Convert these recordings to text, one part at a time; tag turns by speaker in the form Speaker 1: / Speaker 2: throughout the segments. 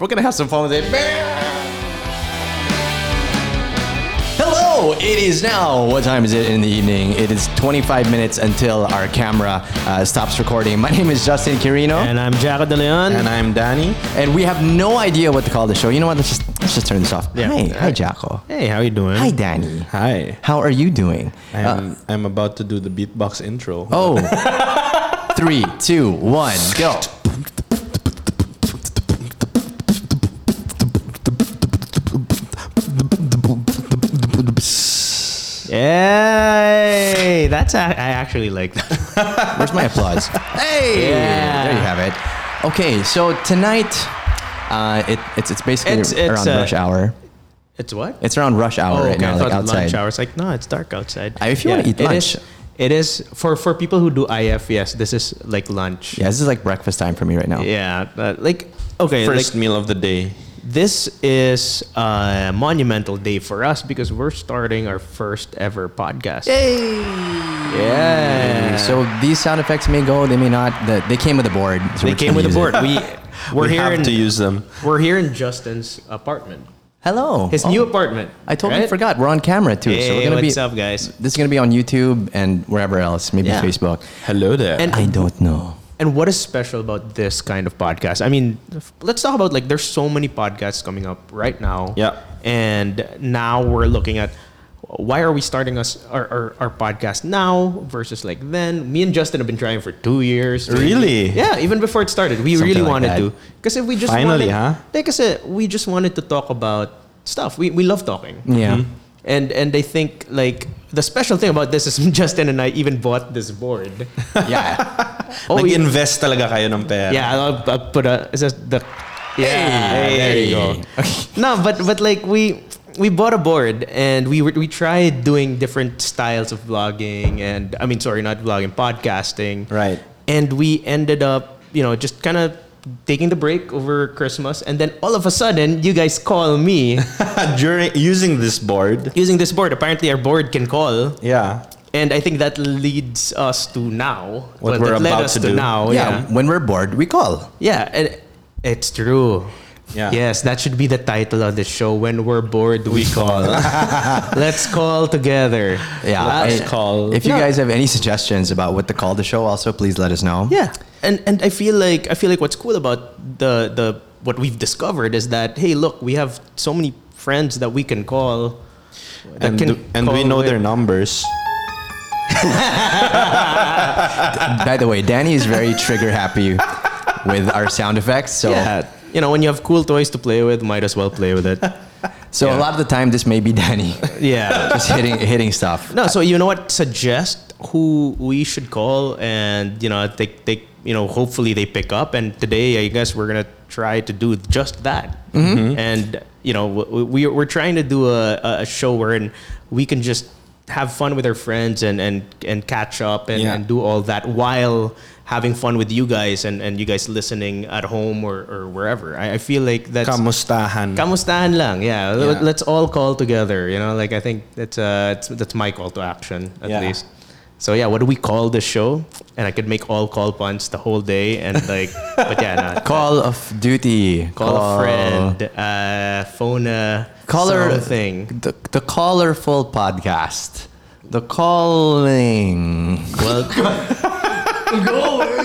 Speaker 1: We're gonna have some fun with it. Hello, it is now. What time is it in the evening? It is 25 minutes until our camera uh, stops recording. My name is Justin Quirino, and,
Speaker 2: And I'm Jaco De Leon.
Speaker 3: I'm Danny.
Speaker 1: we have no idea what to call the show. You know what? Let's just let's just turn this off.
Speaker 2: Yeah.
Speaker 1: Hi, hi, Jaco.
Speaker 2: hey, how you doing?
Speaker 1: Hi, Danny.
Speaker 3: Hi.
Speaker 1: How are you doing? Uh,
Speaker 3: I'm, I'm about to do the beatbox intro.
Speaker 1: oh, three, two, one, go.
Speaker 2: Hey, that's a, I actually like that.
Speaker 1: Where's my applause? Hey,
Speaker 2: Yeah.
Speaker 1: there you have it. Okay, so tonight, uh, it, it's it's basically
Speaker 2: It's- it's,
Speaker 1: around
Speaker 2: uh,
Speaker 1: rush hour.
Speaker 2: It's what?
Speaker 1: It's around rush hour
Speaker 2: oh,
Speaker 1: right
Speaker 2: okay.
Speaker 1: now,
Speaker 2: I
Speaker 1: like
Speaker 2: thought
Speaker 1: outside.
Speaker 2: lunch hour. It's like no, it's dark outside.
Speaker 1: Uh, if you wanna eat
Speaker 2: it is-
Speaker 1: lunch.
Speaker 2: it is for for people who do IF. Yes, this is like lunch.
Speaker 1: Yeah, this is like breakfast time for me right now.
Speaker 2: Yeah, uh, like okay,
Speaker 3: First
Speaker 2: like
Speaker 3: meal of the day.
Speaker 2: this is a monumental day for us because we're starting our first ever podcast.
Speaker 1: Yay!
Speaker 2: Yeah.
Speaker 1: So these sound effects may go, they may not. The, they came with a board. so
Speaker 2: they
Speaker 1: we're
Speaker 2: came
Speaker 1: trying
Speaker 2: with
Speaker 1: to
Speaker 2: a
Speaker 1: use
Speaker 2: board.
Speaker 1: it.
Speaker 2: We we're
Speaker 3: we
Speaker 2: here
Speaker 3: have
Speaker 2: in
Speaker 3: to use them.
Speaker 2: we're here in Justin's apartment.
Speaker 1: Hello.
Speaker 2: His
Speaker 1: Oh,
Speaker 2: new apartment.
Speaker 1: I totally
Speaker 2: right?
Speaker 1: forgot. We're on camera too,
Speaker 2: Hey,
Speaker 1: so we're gonna
Speaker 2: what's
Speaker 1: be.
Speaker 2: up, guys?
Speaker 1: This is gonna be on YouTube and wherever else, maybe
Speaker 2: Yeah.
Speaker 1: Facebook.
Speaker 3: Hello there.
Speaker 2: And-
Speaker 1: I don't know.
Speaker 2: And what is special about this kind of podcast? I mean, f- let's talk about like there's so many podcasts coming up right now.
Speaker 3: Yeah.
Speaker 2: And now we're looking at why are we starting us our, our, our podcast now versus like then? Me and Justin have been trying for two years.
Speaker 3: Really?
Speaker 2: Yeah, even before it started, we
Speaker 1: Something
Speaker 2: really
Speaker 1: like
Speaker 2: wanted
Speaker 1: that.
Speaker 2: to. Because if we just
Speaker 3: Finally,
Speaker 2: wanted,
Speaker 3: huh?
Speaker 2: Because we just wanted to talk about stuff. We we love talking.
Speaker 3: Mm.
Speaker 1: Yeah.
Speaker 2: And and I think like the special thing about this is Justin and I even bought this board.
Speaker 1: Yeah.
Speaker 2: Oh, we-
Speaker 3: Nag-invest talaga kayo ng pera.
Speaker 2: yeah, I'll, I'll put a. It says the. Yeah, there you go. no, but but like we we bought a board and we were- we tried doing different styles of vlogging and I mean sorry not vlogging podcasting
Speaker 3: Right.
Speaker 2: and we ended up you know just kind of taking the break over Christmas and then all of a sudden you guys call me
Speaker 3: During using this board.
Speaker 2: using this board apparently our board can call
Speaker 3: Yeah.
Speaker 2: and I think that leads us to now
Speaker 3: What
Speaker 2: Well,
Speaker 3: we're
Speaker 2: that led
Speaker 3: about
Speaker 2: us
Speaker 3: to do.
Speaker 2: now Oh, yeah.
Speaker 1: yeah. When we're bored, we call.
Speaker 2: Yeah, and it's true.
Speaker 3: Yeah.
Speaker 2: Yes, that should be the title of the show. When we're bored, we call. Let's call together.
Speaker 1: Yeah,
Speaker 2: Let's
Speaker 1: I-
Speaker 2: call.
Speaker 1: If you
Speaker 2: No,
Speaker 1: guys have any suggestions about what to call the show, also please let us know.
Speaker 2: yeah, and and I feel like I feel like what's cool about the the what we've discovered is that hey, look, we have so many friends that we can call. that
Speaker 3: And,
Speaker 2: can
Speaker 3: do- and we
Speaker 2: call
Speaker 3: know
Speaker 2: with-
Speaker 3: their numbers.
Speaker 1: By the way, Danny is very trigger happy with our sound effects. So,
Speaker 2: Yeah. You know, when you have cool toys to play with, might as well play with it.
Speaker 1: so a lot of the time, this may be Danny
Speaker 2: yeah.
Speaker 1: just hitting hitting stuff.
Speaker 2: No, so you know what? Suggest who we should call, and you know, they they you know, hopefully they pick up. And today, I guess we're gonna try to do just that. And you know, w- we we're trying to do a a a show wherein we can just have fun with our friends and and and catch up and,
Speaker 3: Yeah.
Speaker 2: and do all that while having fun with you guys and and you guys listening at home or or wherever. I, I feel like that's
Speaker 3: Kamustahan.
Speaker 2: Kamustahan lang, yeah.
Speaker 3: Mm. Yeah.
Speaker 2: Let's all call together, you know. Like I think that's uh, it's, that's my call to action at
Speaker 3: Yeah.
Speaker 2: least. So yeah, what do we call the show? And I could make all call puns the whole day, and like, but yeah, no,
Speaker 1: Call of Duty.
Speaker 2: call a friend, uh, phone a
Speaker 1: Caller
Speaker 2: something.
Speaker 1: The, the colorful podcast. The calling.
Speaker 2: Well,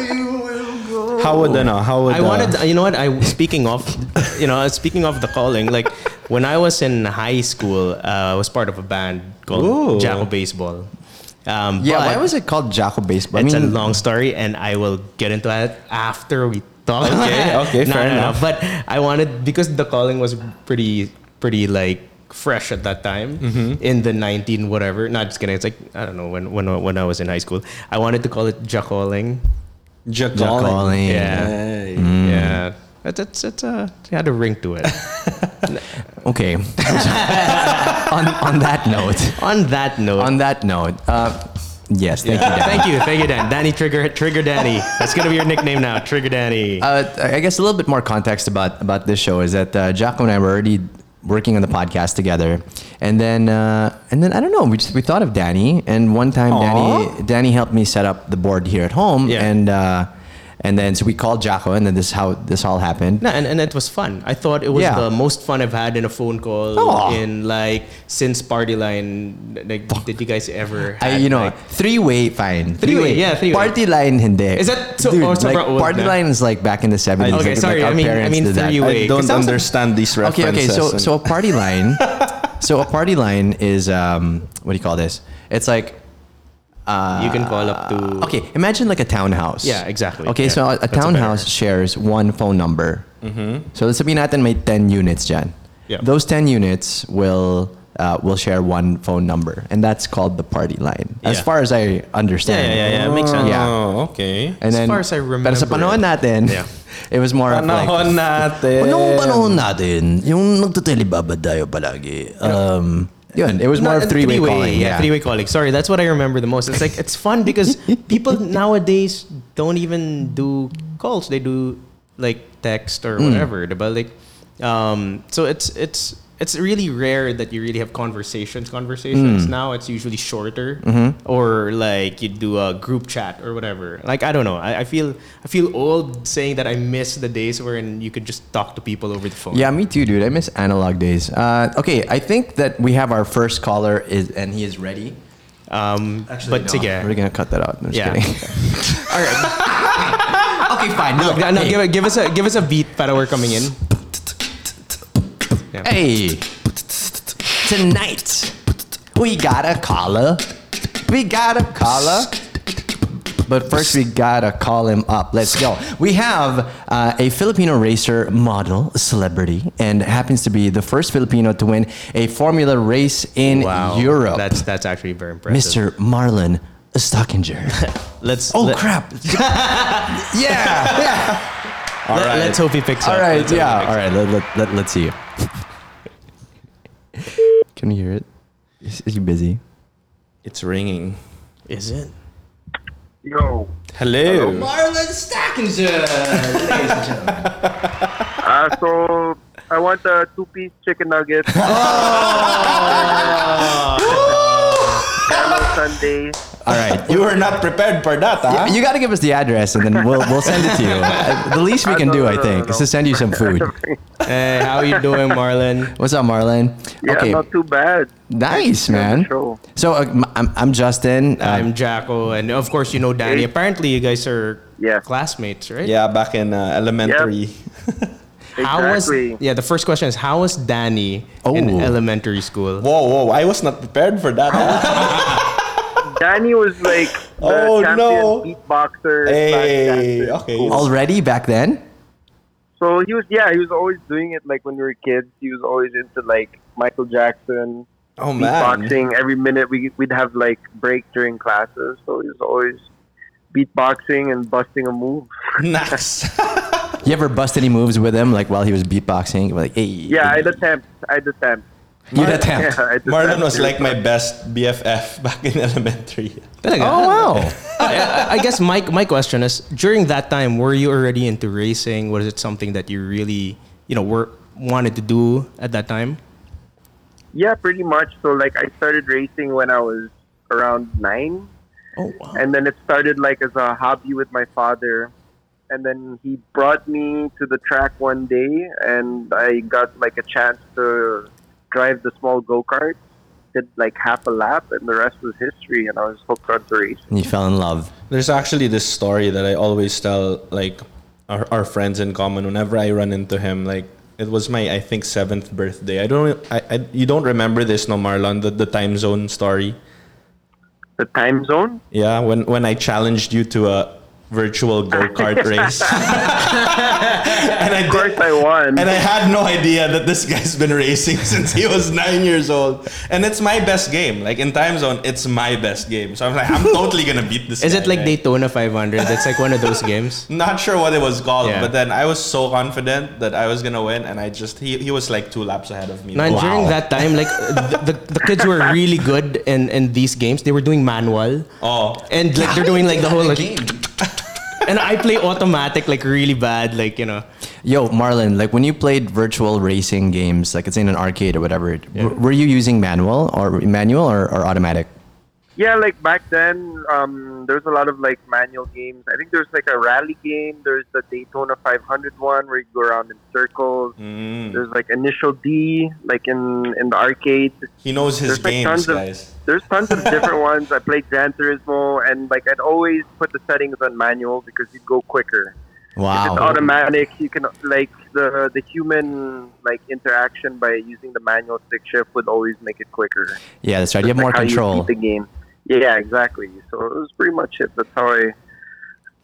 Speaker 3: How would, ano, how would,
Speaker 2: I
Speaker 3: uh,
Speaker 2: wanted, you know what? I speaking of, you know, speaking of the calling, like when I was in high school, uh, I was part of a band
Speaker 3: Ooh.
Speaker 2: called Jacko Baseball. Um,
Speaker 1: Yeah,
Speaker 2: but-
Speaker 1: why was it called Jaco Baseball?
Speaker 2: it's a long story, and I will get into that after we talk.
Speaker 3: Okay, okay,
Speaker 2: no,
Speaker 3: fair
Speaker 2: no,
Speaker 3: enough.
Speaker 2: No. But I wanted because the calling was pretty, pretty like fresh at that time
Speaker 3: Mm-hmm.
Speaker 2: in the 19 whatever. Not just kidding. It's like I don't know when when when I was in high school. I wanted to call it Jacoling.
Speaker 3: Jacoling.
Speaker 1: Jacoling.
Speaker 2: Yeah,
Speaker 3: Hey.
Speaker 2: yeah. That's it's it's uh, it had a ring to it.
Speaker 1: okay. on, on that note,
Speaker 2: On that note,
Speaker 1: on that note, uh, yes, thank you, Danny.
Speaker 2: thank you, thank you, Dan. Danny Trigger, Trigger Danny. That's gonna be your nickname now, Trigger Danny.
Speaker 1: Uh, I guess a little bit more context about about this show is that uh, Jaco and I were already working on the podcast together, and then uh, and then I don't know we just we thought of Danny, and one time
Speaker 3: Aw.
Speaker 1: Danny Danny helped me set up the board here at home,
Speaker 2: Yeah.
Speaker 1: and uh, And then so we called Jaco, and then this is how this all happened.
Speaker 2: No, and, and it was fun. I thought it was
Speaker 1: Yeah. Oh.
Speaker 2: the most fun I've had in a phone call
Speaker 1: Aw.
Speaker 2: in like since party line. Like, did you guys ever?
Speaker 1: I,
Speaker 2: had,
Speaker 1: you know,
Speaker 2: like-
Speaker 1: three way fine.
Speaker 2: Three-way, yeah, three-way.
Speaker 1: Party line hindi.
Speaker 2: Is that so-
Speaker 1: Dude,
Speaker 2: oh,
Speaker 1: like,
Speaker 2: sobrang old
Speaker 1: party
Speaker 2: na.
Speaker 1: line is like back in the seventies.
Speaker 2: Okay, sorry, I mean- I mean three-way.
Speaker 3: I
Speaker 2: Wait, 'cause that was
Speaker 3: don't
Speaker 2: a-
Speaker 3: understand these
Speaker 1: Okay, okay.
Speaker 3: references.
Speaker 1: So
Speaker 3: and-
Speaker 1: so a party line. so a party line is um what do you call this? It's like uh,
Speaker 2: You can call up to-
Speaker 1: Okay, imagine like a townhouse.
Speaker 2: Yeah, exactly.
Speaker 1: Okay,
Speaker 2: Yeah,
Speaker 1: so a, a
Speaker 2: that's a Mm-hmm.
Speaker 1: townhouse shares one phone number. So let's sabihin natin may 10 units dyan.
Speaker 2: Yeah.
Speaker 1: Those 10 units will uh, will share one phone number and that's called the party line. As
Speaker 2: Yeah.
Speaker 1: far as I
Speaker 2: yeah,
Speaker 1: understand.
Speaker 2: yeah, yeah, yeah, it makes sense.
Speaker 1: yeah.
Speaker 3: Oh, okay.
Speaker 1: And
Speaker 2: As
Speaker 1: then,
Speaker 2: far as I
Speaker 1: Pero sa
Speaker 2: remember
Speaker 1: panahon
Speaker 2: it.
Speaker 1: natin,
Speaker 2: Yeah.
Speaker 1: it was more of like,
Speaker 3: Panahon natin.
Speaker 1: Noong panahon natin, yung nagtatelebabad tayo palagi, um, yun, it was more
Speaker 2: No,
Speaker 1: of
Speaker 2: and
Speaker 1: three-way, calling.
Speaker 2: Yeah,
Speaker 1: Yeah,
Speaker 2: three-way calling. Sorry, that's what I remember the most. It's like it's fun because people nowadays don't even do calls; they do like text
Speaker 1: Hmm.
Speaker 2: or whatever. But like, um, so it's it's it's really rare that you really have conversations. Conversations
Speaker 1: Hmm.
Speaker 2: now it's usually shorter,
Speaker 1: Mm-hmm.
Speaker 2: or like you do a group chat or whatever. Like I don't know. I, I feel I feel old saying that I miss the days wherein you could just talk to people over the phone.
Speaker 1: Yeah, me too, dude. I miss analog days. Uh, okay, I think that we have our first caller, is and he is ready.
Speaker 2: Um, but
Speaker 1: no,
Speaker 2: sige.
Speaker 1: We're gonna cut that out. No, just
Speaker 2: Yeah.
Speaker 1: kidding. All right. okay, fine. No,
Speaker 2: No, no,
Speaker 1: hey.
Speaker 2: give, it- give us a give us a beat para we're coming in. Yeah.
Speaker 1: Hey, tonight we got a caller. We got a caller. But first, we gotta call him up. Let's go. We have uh, a Filipino racer model celebrity and happens to be the first Filipino to win a Formula race in Europe.
Speaker 2: That's that's actually very impressive.
Speaker 1: Mr. Marlon Stockinger.
Speaker 2: Let's
Speaker 1: Oh,
Speaker 2: let,
Speaker 1: crap. yeah. yeah.
Speaker 3: All right.
Speaker 2: us hope he picks
Speaker 1: All
Speaker 2: up.
Speaker 1: right.
Speaker 2: Let's hope he
Speaker 1: Yeah.
Speaker 2: picks
Speaker 1: All
Speaker 2: up.
Speaker 1: right. Let, let, let, let's see you. Can you hear it? Is, is he busy?
Speaker 3: It's ringing.
Speaker 2: Is it?
Speaker 4: Yo,
Speaker 3: Hello.
Speaker 1: Marlon Stockinger.
Speaker 4: uh, so I want a two-piece chicken Oh! nugget. Caramel Sunday.
Speaker 1: All right.
Speaker 3: You were not prepared for that, huh?
Speaker 1: You got to give us the address, and then we'll we'll send it to you. Uh, The least we can do, I think, is to send you some food.
Speaker 2: Hey, how you doing, Marlon?
Speaker 1: What's up, Marlon?
Speaker 4: Yeah, not too bad.
Speaker 1: nice,
Speaker 4: Thanks
Speaker 1: man.
Speaker 4: for the show.
Speaker 1: So uh, m- I'm, I'm Justin. Um,
Speaker 2: I'm Jacko, and of course you know Danny.
Speaker 4: Hey.
Speaker 2: Apparently you guys are
Speaker 4: Yeah.
Speaker 2: classmates, right?
Speaker 3: Yeah, back in uh, elementary.
Speaker 2: How
Speaker 4: Exactly.
Speaker 2: was yeah? The first question is how was Danny in
Speaker 1: Oh.
Speaker 2: elementary school?
Speaker 3: Whoa, whoa! I was not prepared for that. huh?
Speaker 4: Danny was like the
Speaker 3: Oh,
Speaker 4: champion
Speaker 3: no.
Speaker 4: beatboxer.
Speaker 3: hey,
Speaker 4: slash dancer.
Speaker 3: okay.
Speaker 1: already back then.
Speaker 4: So he was, yeah, he was always doing it like when we were kids. He was always into like Michael Jackson,
Speaker 3: Oh man.
Speaker 4: beatboxing. Every minute we we'd have like break during classes, so he was always beatboxing and busting a move.
Speaker 3: Nice.
Speaker 1: You ever bust any moves with him, like while he was beatboxing? Like, hey,
Speaker 4: Yeah, I'd attempt. I'd attempt.
Speaker 1: you'd attempt.
Speaker 4: Yeah, I'd
Speaker 3: Marlon
Speaker 4: attempt
Speaker 3: was
Speaker 4: to-
Speaker 3: like my best BFF back in elementary.
Speaker 1: Oh wow!
Speaker 2: I, I guess my my question is during that time were you already into racing? Was it something that you really you know were wanted to do at that time?
Speaker 4: Yeah, pretty much. So like I started racing when I was around nine,
Speaker 2: Oh wow!
Speaker 4: and then it started like as a hobby with my father, and then he brought me to the track one day, and I got like a chance to drive the small go kart. Did like half a lap, and the rest was history. And I was hooked onto racing.
Speaker 1: And you fell in love.
Speaker 3: There's actually this story that I always tell like our, our friends in common whenever I run into him. Like it was my I think seventh birthday. I don't I, I you don't remember this no Marlon the, the time zone story.
Speaker 4: The time zone.
Speaker 3: Yeah, when when I challenged you to a virtual go kart race, and I
Speaker 4: Of
Speaker 3: did,
Speaker 4: course, I won.
Speaker 3: and I had no idea that this guy's been racing since he was nine years old, and it's my best game. Like in time zone, it's my best game. So I'm like, I'm totally gonna beat this.
Speaker 2: Is
Speaker 3: guy,
Speaker 2: it like
Speaker 3: right?
Speaker 2: Daytona 500? That's like one of those games.
Speaker 3: Not sure what it was called,
Speaker 2: Yeah.
Speaker 3: but then I was so confident that I was gonna win, and I just he, he was like two laps ahead of me.
Speaker 2: Now, during that time, like the, the, the kids were really good in, in these games. They were doing manual,
Speaker 3: oh,
Speaker 2: and like they're doing like the whole like, And I play automatic like really bad, like you know.
Speaker 1: Yo, Marlon, like when you played virtual racing games, like it's in an arcade or whatever, w- were you using manual or manual or, or automatic?
Speaker 4: yeah, like back then, um, there's a lot of like manual games. I think there's like a rally game. There's the Daytona 500 one where you go around in circles.
Speaker 3: Mm.
Speaker 4: There's like Initial D, like in in the arcade.
Speaker 3: He knows his
Speaker 4: There's like
Speaker 3: games,
Speaker 4: tons of-
Speaker 3: guys.
Speaker 4: There's tons of different ones. I played Gran Turismo, and like I'd always put the settings on manual because you'd go quicker. If it's
Speaker 1: Wow.
Speaker 4: automatic, you can like the the human like interaction by using the manual stick shift would always make it quicker.
Speaker 1: Yeah, that's right. You have
Speaker 4: Like
Speaker 1: more
Speaker 4: how
Speaker 1: control.
Speaker 4: beat the game. Yeah, exactly. So it was pretty much it. That's how I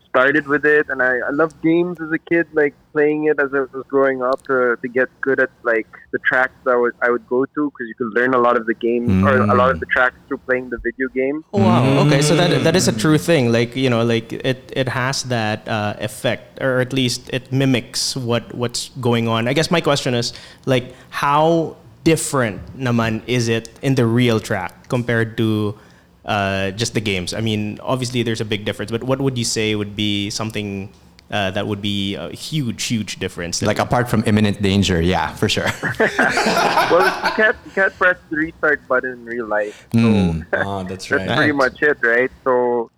Speaker 4: started with it, and I, I loved games as a kid, like playing it as I was growing up to, to get good at like the tracks that I would, I would go to because you could learn a lot of the game or a
Speaker 1: Mm.
Speaker 4: lot of the tracks through playing the video game.
Speaker 2: Oh, wow. Okay, so that that is a true thing. Like you know, like it it has that uh, effect, or at least it mimics what what's going on. I guess my question is like how different naman is it in the real track compared to uh, just the games? I mean, obviously there's a big difference, but what would you say would be something uh, that would be a huge, huge difference?
Speaker 1: Like apart from imminent danger, yeah, for sure.
Speaker 4: well, you can't you can't press the restart button in real life.
Speaker 3: Ah, that's
Speaker 4: that's
Speaker 3: right.
Speaker 4: pretty
Speaker 2: Right.
Speaker 4: much it, right? So,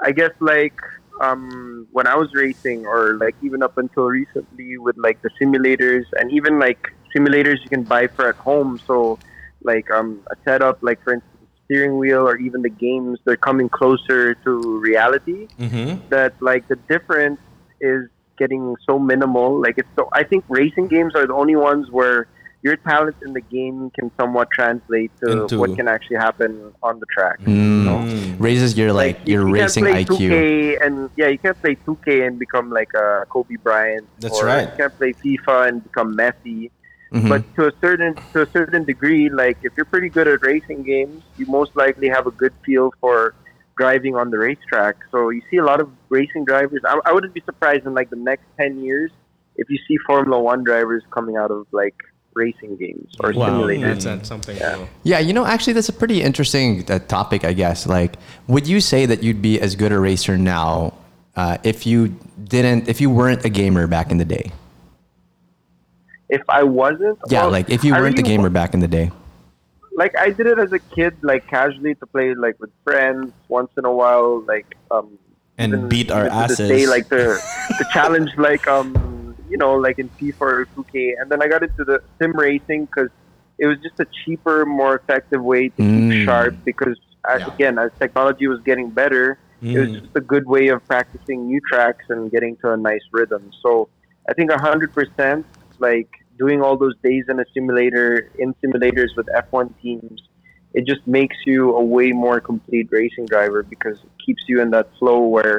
Speaker 4: I guess like um, when I was racing, or like even up until recently with like the simulators, and even like simulators you can buy for at home. So, like um, a setup, like for instance, steering wheel, or even the games, they're coming closer to reality
Speaker 3: Mm-hmm.
Speaker 4: that like the difference is getting so minimal. Like it's so I think racing games are the only ones where your talent in the game can somewhat translate to
Speaker 3: Into-
Speaker 4: what can actually happen on the track.
Speaker 1: Mm. Raises your like,
Speaker 4: you-
Speaker 1: your
Speaker 4: you can't
Speaker 1: racing
Speaker 4: play
Speaker 1: IQ.
Speaker 4: 2K and yeah, you can't play 2K and become like a Kobe Bryant.
Speaker 3: That's
Speaker 4: or
Speaker 3: right.
Speaker 4: You can't play FIFA and become Messi.
Speaker 1: Mhm.
Speaker 4: But to a certain to a certain degree, like if you're pretty good at racing games, you most likely have a good feel for driving on the racetrack. So you see a lot of racing drivers. I, I wouldn't be surprised in like the next ten years if you see Formula One drivers coming out of like racing games or
Speaker 2: wow,
Speaker 4: simulators.
Speaker 2: that's, that's something. cool.
Speaker 1: Yeah, you know, actually, that's a pretty interesting uh, topic, I guess. Like, would you say that you'd be as good a racer now uh, if you didn't, if you weren't a gamer back in the day?
Speaker 4: If I wasn't,
Speaker 1: Yeah,
Speaker 4: well,
Speaker 1: like if you
Speaker 4: I
Speaker 1: weren't a
Speaker 4: really
Speaker 1: gamer back in the day.
Speaker 4: like I did it as a kid, like casually to play like with friends once in a while, like um
Speaker 3: And beat our
Speaker 4: even to this
Speaker 3: asses.
Speaker 4: Day, like the the challenge, like um you know like in FIFA or 2K, and then I got into the sim racing because it was just a cheaper, more effective way to
Speaker 1: Mm.
Speaker 4: keep sharp. Because as, again, as technology was getting better, it was
Speaker 3: Mm.
Speaker 4: just a good way of practicing new tracks and getting to a nice rhythm. So I think hundred percent, like doing all those days in a simulator, in simulators with F1 teams, it just makes you a way more complete racing driver because it keeps you in that flow where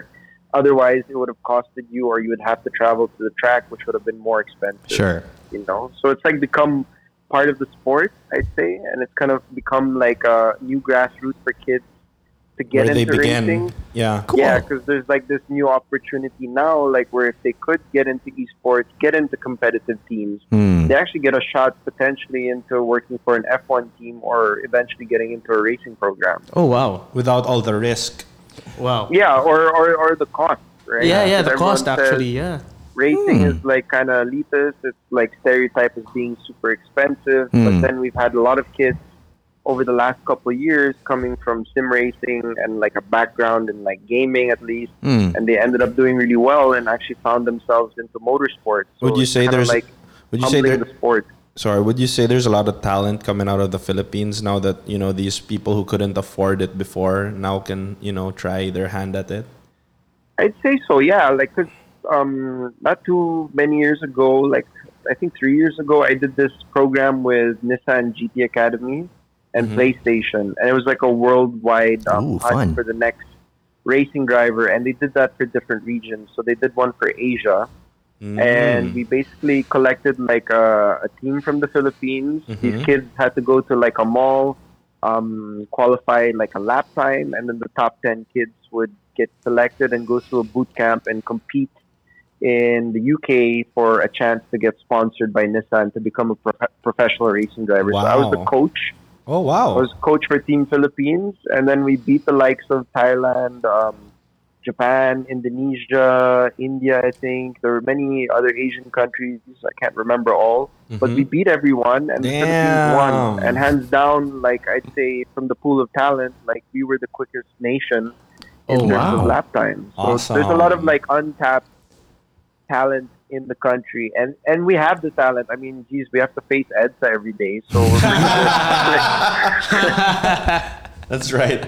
Speaker 4: otherwise it would have costed you or you would have to travel to the track, which would have been more expensive
Speaker 1: Sure.
Speaker 4: you know so it's like become part of the sport i'd say and it's kind of become like a new grassroots for kids to get
Speaker 3: Where they
Speaker 4: into
Speaker 3: began.
Speaker 4: racing
Speaker 3: Yeah.
Speaker 4: yeah because there's like this new opportunity now like where if they could get into esports get into competitive teams
Speaker 1: Hmm.
Speaker 4: they actually get a shot potentially into working for an f1 team or eventually getting into a racing program
Speaker 2: Oh wow,
Speaker 3: Without all the risk.
Speaker 2: wow.
Speaker 4: yeah or or, or the cost right
Speaker 2: yeah, yeah. The
Speaker 4: Because
Speaker 2: cost
Speaker 4: everyone says
Speaker 2: actually, yeah.
Speaker 4: racing
Speaker 3: Hmm.
Speaker 4: is like kind of elitist. It's like stereotype as being super expensive.
Speaker 1: Hmm.
Speaker 4: But then we've had a lot of kids over the last couple of years coming from sim racing and like a background in like gaming at least,
Speaker 1: Hmm.
Speaker 4: and they ended up doing really well and actually found themselves into motorsports. So
Speaker 3: Would you
Speaker 4: it's
Speaker 3: say
Speaker 4: kinda
Speaker 3: there's-
Speaker 4: like
Speaker 3: Would you say
Speaker 4: humbling
Speaker 3: there,
Speaker 4: the sport?
Speaker 3: sorry, would you say there's a lot of talent coming out of the Philippines now that, you know, these people who couldn't afford it before now can, you know, try their hand at it?
Speaker 4: I'd say so, yeah. Like, 'cause, um, not too many years ago, like I think three years ago, I did this program with Nissan GT Academy and PlayStation, and it was like a worldwide um,
Speaker 1: Mm-hmm. Ooh,
Speaker 4: hunt
Speaker 1: fun.
Speaker 4: for the next racing driver, and they did that for different regions. So they did one for Asia,
Speaker 3: Mm. Mm-hmm.
Speaker 4: and we basically collected like a, a team from the Philippines. These kids had to go to like a mall, um, qualify like a lap time, and then the top ten kids would get selected and go to a boot camp and compete in the UK for a chance to get sponsored by Nissan to become a prof- professional racing driver. So I was the
Speaker 3: Wow.
Speaker 4: coach.
Speaker 3: Oh
Speaker 4: I
Speaker 3: wow.
Speaker 4: was coach for Team Philippines, and then we beat the likes of Thailand, um, Japan, Indonesia, India, I think. There were many other Asian countries. I can't remember all. But we beat everyone, and the Philippines won.
Speaker 3: Damn.
Speaker 4: And hands down, like I'd say, from the pool of talent, like we were the quickest nation in
Speaker 2: Oh,
Speaker 4: terms
Speaker 1: wow.
Speaker 4: of lap time. So there's a lot of like untapped talent in the country, and and we have the talent. I mean, geez, we have to face EDSA every day, so we're pretty good.
Speaker 3: That's right.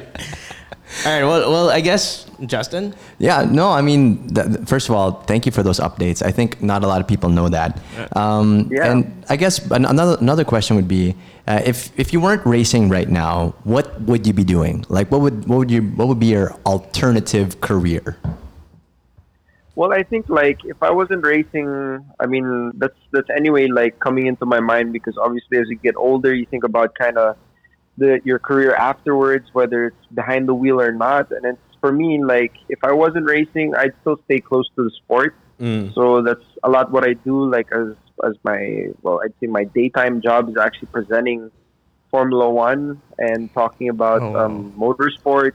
Speaker 2: All right. Well, well, I guess Justin.
Speaker 1: Yeah, no, I mean, th- th- first of all, thank you for those updates. I think not a lot of people know that. Um,
Speaker 4: Yeah.
Speaker 1: And I guess an- another another question would be, uh, if if you weren't racing right now, what would you be doing? Like, what would what would you what would be your alternative career?
Speaker 4: Well, I think like if I wasn't racing, I mean that's that's anyway like coming into my mind because obviously as you get older, you think about kind of the your career afterwards, whether it's behind the wheel or not. And it's for me like if I wasn't racing, I'd still stay close to the sport.
Speaker 3: Mm.
Speaker 4: So that's a lot what I do. Like as as my well, I'd say my daytime job is actually presenting Formula One and talking about
Speaker 2: Oh,
Speaker 4: um, motorsports.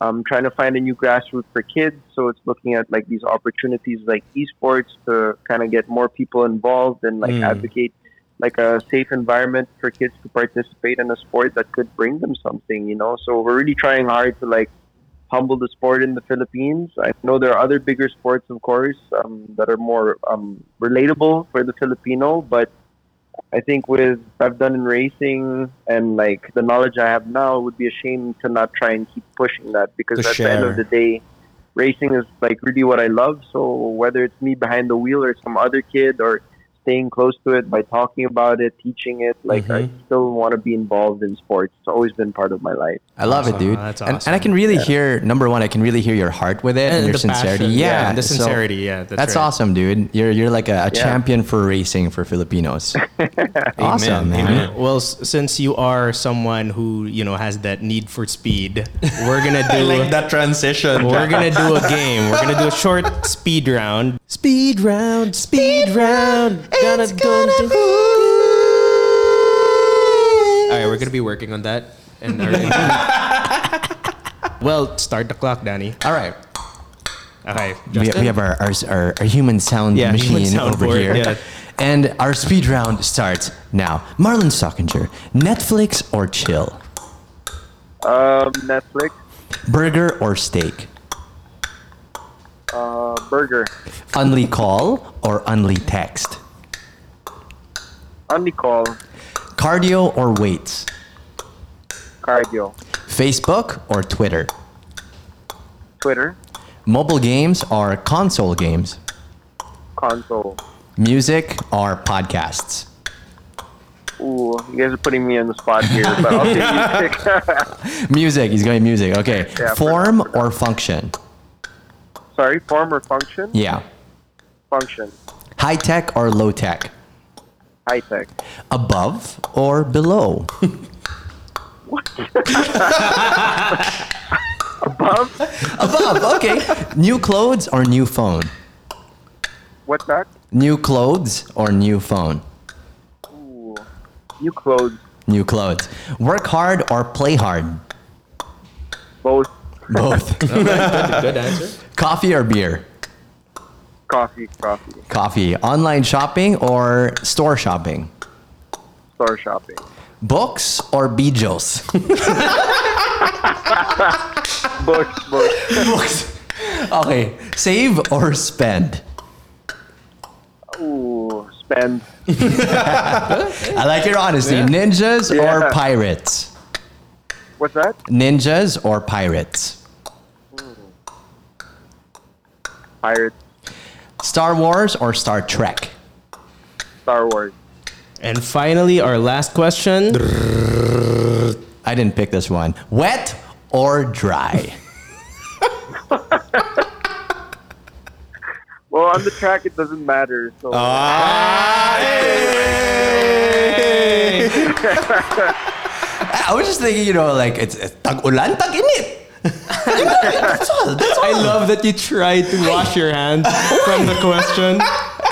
Speaker 4: I'm trying to find a new grassroots for kids, so it's looking at like these opportunities like esports to kind of get more people involved and like
Speaker 3: Mm.
Speaker 4: advocate like a safe environment for kids to participate in a sport that could bring them something, you know. So we're really trying hard to like humble the sport in the Philippines. I know there are other bigger sports, of course, um, that are more um, relatable for the Filipino, but I think with I've done in racing and like the knowledge I have now, it would be a shame to not try and keep pushing that because
Speaker 3: To
Speaker 4: at the end of
Speaker 3: share.
Speaker 4: the day, racing is like really what I love. So whether it's me behind the wheel or some other kid or staying close to it by talking about it, teaching it, like I
Speaker 3: Mm-hmm.
Speaker 4: still want to be involved in sports. It's always been part of my life.
Speaker 1: I love it,
Speaker 2: Awesome.
Speaker 1: dude.
Speaker 2: That's
Speaker 1: and, and I
Speaker 2: awesome.
Speaker 1: can really hear number one. I can really hear your heart with it and, your
Speaker 2: the
Speaker 1: sincerity.
Speaker 2: passion.
Speaker 1: yeah,
Speaker 2: and the
Speaker 1: so
Speaker 2: sincerity. yeah, that's,
Speaker 1: That's,
Speaker 2: right.
Speaker 1: awesome, dude. You're you're like a, a
Speaker 4: Yeah.
Speaker 1: champion for racing for Filipinos. awesome, man.
Speaker 3: amen.
Speaker 2: Well, s- since you are someone who you know has that need for speed, we're gonna do
Speaker 3: that transition.
Speaker 2: we're gonna do a game. We're gonna do a short speed round. Speed round, speed round. Gonna go. All right, we're gonna be working on that. And well, start the clock, Danny.
Speaker 1: All right.
Speaker 2: Okay,
Speaker 1: we, we have our, our, our, our human sound
Speaker 2: Yeah,
Speaker 1: machine
Speaker 2: human sound
Speaker 1: over
Speaker 2: board,
Speaker 1: here.
Speaker 2: yeah.
Speaker 1: And our speed round starts now. Marlon Stockinger, Netflix or chill?
Speaker 4: Um, Netflix,
Speaker 1: Burger or steak?
Speaker 4: uh, Burger,
Speaker 1: Unly call or unly text?
Speaker 4: Only Call,
Speaker 1: Cardio or weights?
Speaker 4: Cardio,
Speaker 1: Facebook or Twitter?
Speaker 4: Twitter,
Speaker 1: Mobile games or console games?
Speaker 4: Console.
Speaker 1: Music or podcasts?
Speaker 4: Ooh, you guys are putting me on the spot here, but I'll take music.
Speaker 1: Music. He's going music. Okay.
Speaker 4: Yeah, for-
Speaker 1: Form or function?
Speaker 4: Sorry, form or function?
Speaker 1: Yeah.
Speaker 4: Function,
Speaker 1: High tech or low tech?
Speaker 4: high tech.
Speaker 1: Above or below?
Speaker 4: Above,
Speaker 1: Above, okay. new clothes or new phone?
Speaker 4: what's that?
Speaker 1: New clothes or new phone?
Speaker 4: Ooh, new clothes,
Speaker 1: New clothes. Work hard or play hard?
Speaker 4: both
Speaker 1: Both.
Speaker 2: good answer.
Speaker 1: Coffee or beer?
Speaker 4: coffee, coffee,
Speaker 1: Coffee. Online shopping or store shopping?
Speaker 4: store shopping.
Speaker 1: Books or bijos?
Speaker 4: Books, books.
Speaker 1: Books. Okay. Save or spend?
Speaker 4: Ooh, spend.
Speaker 1: I like your honesty. Ninjas
Speaker 4: Yeah.
Speaker 1: or pirates?
Speaker 4: What's that?
Speaker 1: Ninjas or pirates?
Speaker 4: Pirates,
Speaker 1: Star Wars or Star Trek?
Speaker 4: Star Wars.
Speaker 2: And finally, our last question.
Speaker 1: I didn't pick this one. Wet or dry?
Speaker 4: Well, on the track, it doesn't matter. So
Speaker 1: Ah, I was just thinking, you know, like it's, it's tag ulan, tag init. That's all. That's all.
Speaker 2: I love that you tried to wash your hands from the question.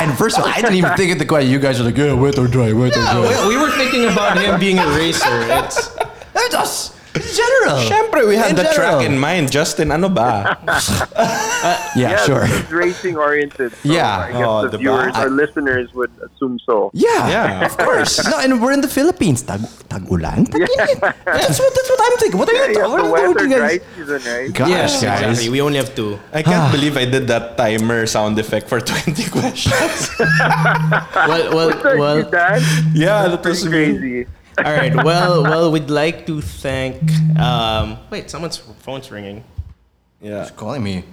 Speaker 1: And first of all, I didn't even think of the question. You guys are like, yeah, wet or dry, wet or dry.
Speaker 2: we, we were thinking about him being a racer. It's
Speaker 1: That's us. In general.
Speaker 3: Siyempre, we had
Speaker 1: In
Speaker 3: the
Speaker 1: general.
Speaker 3: track in mind. Justin, ano ba?
Speaker 1: Yeah, sure.
Speaker 4: It's racing oriented. So
Speaker 1: Yeah.
Speaker 4: I guess
Speaker 3: Oh,
Speaker 4: the,
Speaker 3: the
Speaker 4: viewers
Speaker 3: ba-
Speaker 4: or listeners would assume so.
Speaker 1: Yeah,
Speaker 3: Yeah, of
Speaker 1: course. no, and we're in the Philippines. Tag tagulan. Taginit. That's what that's what I'm thinking. What are you
Speaker 4: Yeah, yeah,
Speaker 1: talking?
Speaker 4: the
Speaker 1: what are
Speaker 4: weather
Speaker 1: you guys?
Speaker 4: dry season, right?
Speaker 1: Gosh,
Speaker 2: Yes,
Speaker 1: guys.
Speaker 2: exactly. We only have two.
Speaker 3: I can't believe I did that timer sound effect for 20 questions.
Speaker 2: Well, well,
Speaker 4: Sorry,
Speaker 2: well.
Speaker 4: Dan,
Speaker 3: yeah, that was
Speaker 4: it's
Speaker 3: me.
Speaker 4: crazy.
Speaker 2: All right. Well, well, we'd like to thank. Um, wait, someone's phone's ringing.
Speaker 3: Yeah.
Speaker 1: Calling me.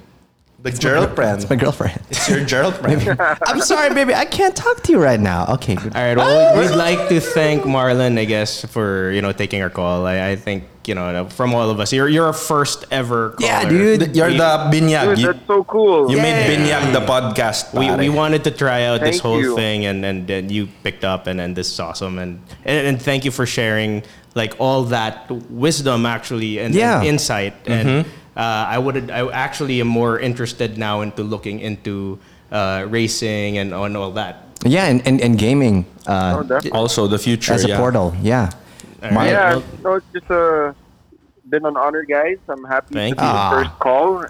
Speaker 3: The Gerald Brand.
Speaker 1: That's my girlfriend.
Speaker 3: It's your Gerald Brand.
Speaker 1: I'm sorry, baby. I can't talk to you right now. Okay. Good.
Speaker 2: All right. Well, we'd, we'd like to thank Marlon, I guess, for you know taking our call. I, I think you know from all of us, you're you're our first ever. Caller.
Speaker 1: Yeah, dude.
Speaker 3: You're the Binyag.
Speaker 4: Dude,
Speaker 3: You,
Speaker 4: that's so cool.
Speaker 3: you made
Speaker 1: Yay.
Speaker 3: Binyag the podcast.
Speaker 2: We, we
Speaker 3: pare.
Speaker 2: wanted to try out this
Speaker 4: Thank
Speaker 2: whole
Speaker 4: you.
Speaker 2: thing, and, and and you picked up, and and this is awesome, and, and and thank you for sharing like all that wisdom actually and,
Speaker 1: Yeah. Mm-hmm.
Speaker 2: and insight. And uh, I would I actually am more interested now into looking into uh, racing and on all that.
Speaker 1: Yeah, and, and, and gaming uh,
Speaker 4: Oh, definitely.
Speaker 3: also the future.
Speaker 1: as a
Speaker 3: yeah.
Speaker 1: portal. Yeah.
Speaker 2: All right.
Speaker 1: My-
Speaker 4: yeah,
Speaker 2: well-
Speaker 4: no, it's just uh, been an honor, guys. I'm happy
Speaker 2: Thank
Speaker 4: to be
Speaker 1: you.
Speaker 4: the
Speaker 1: Ah.
Speaker 4: first call.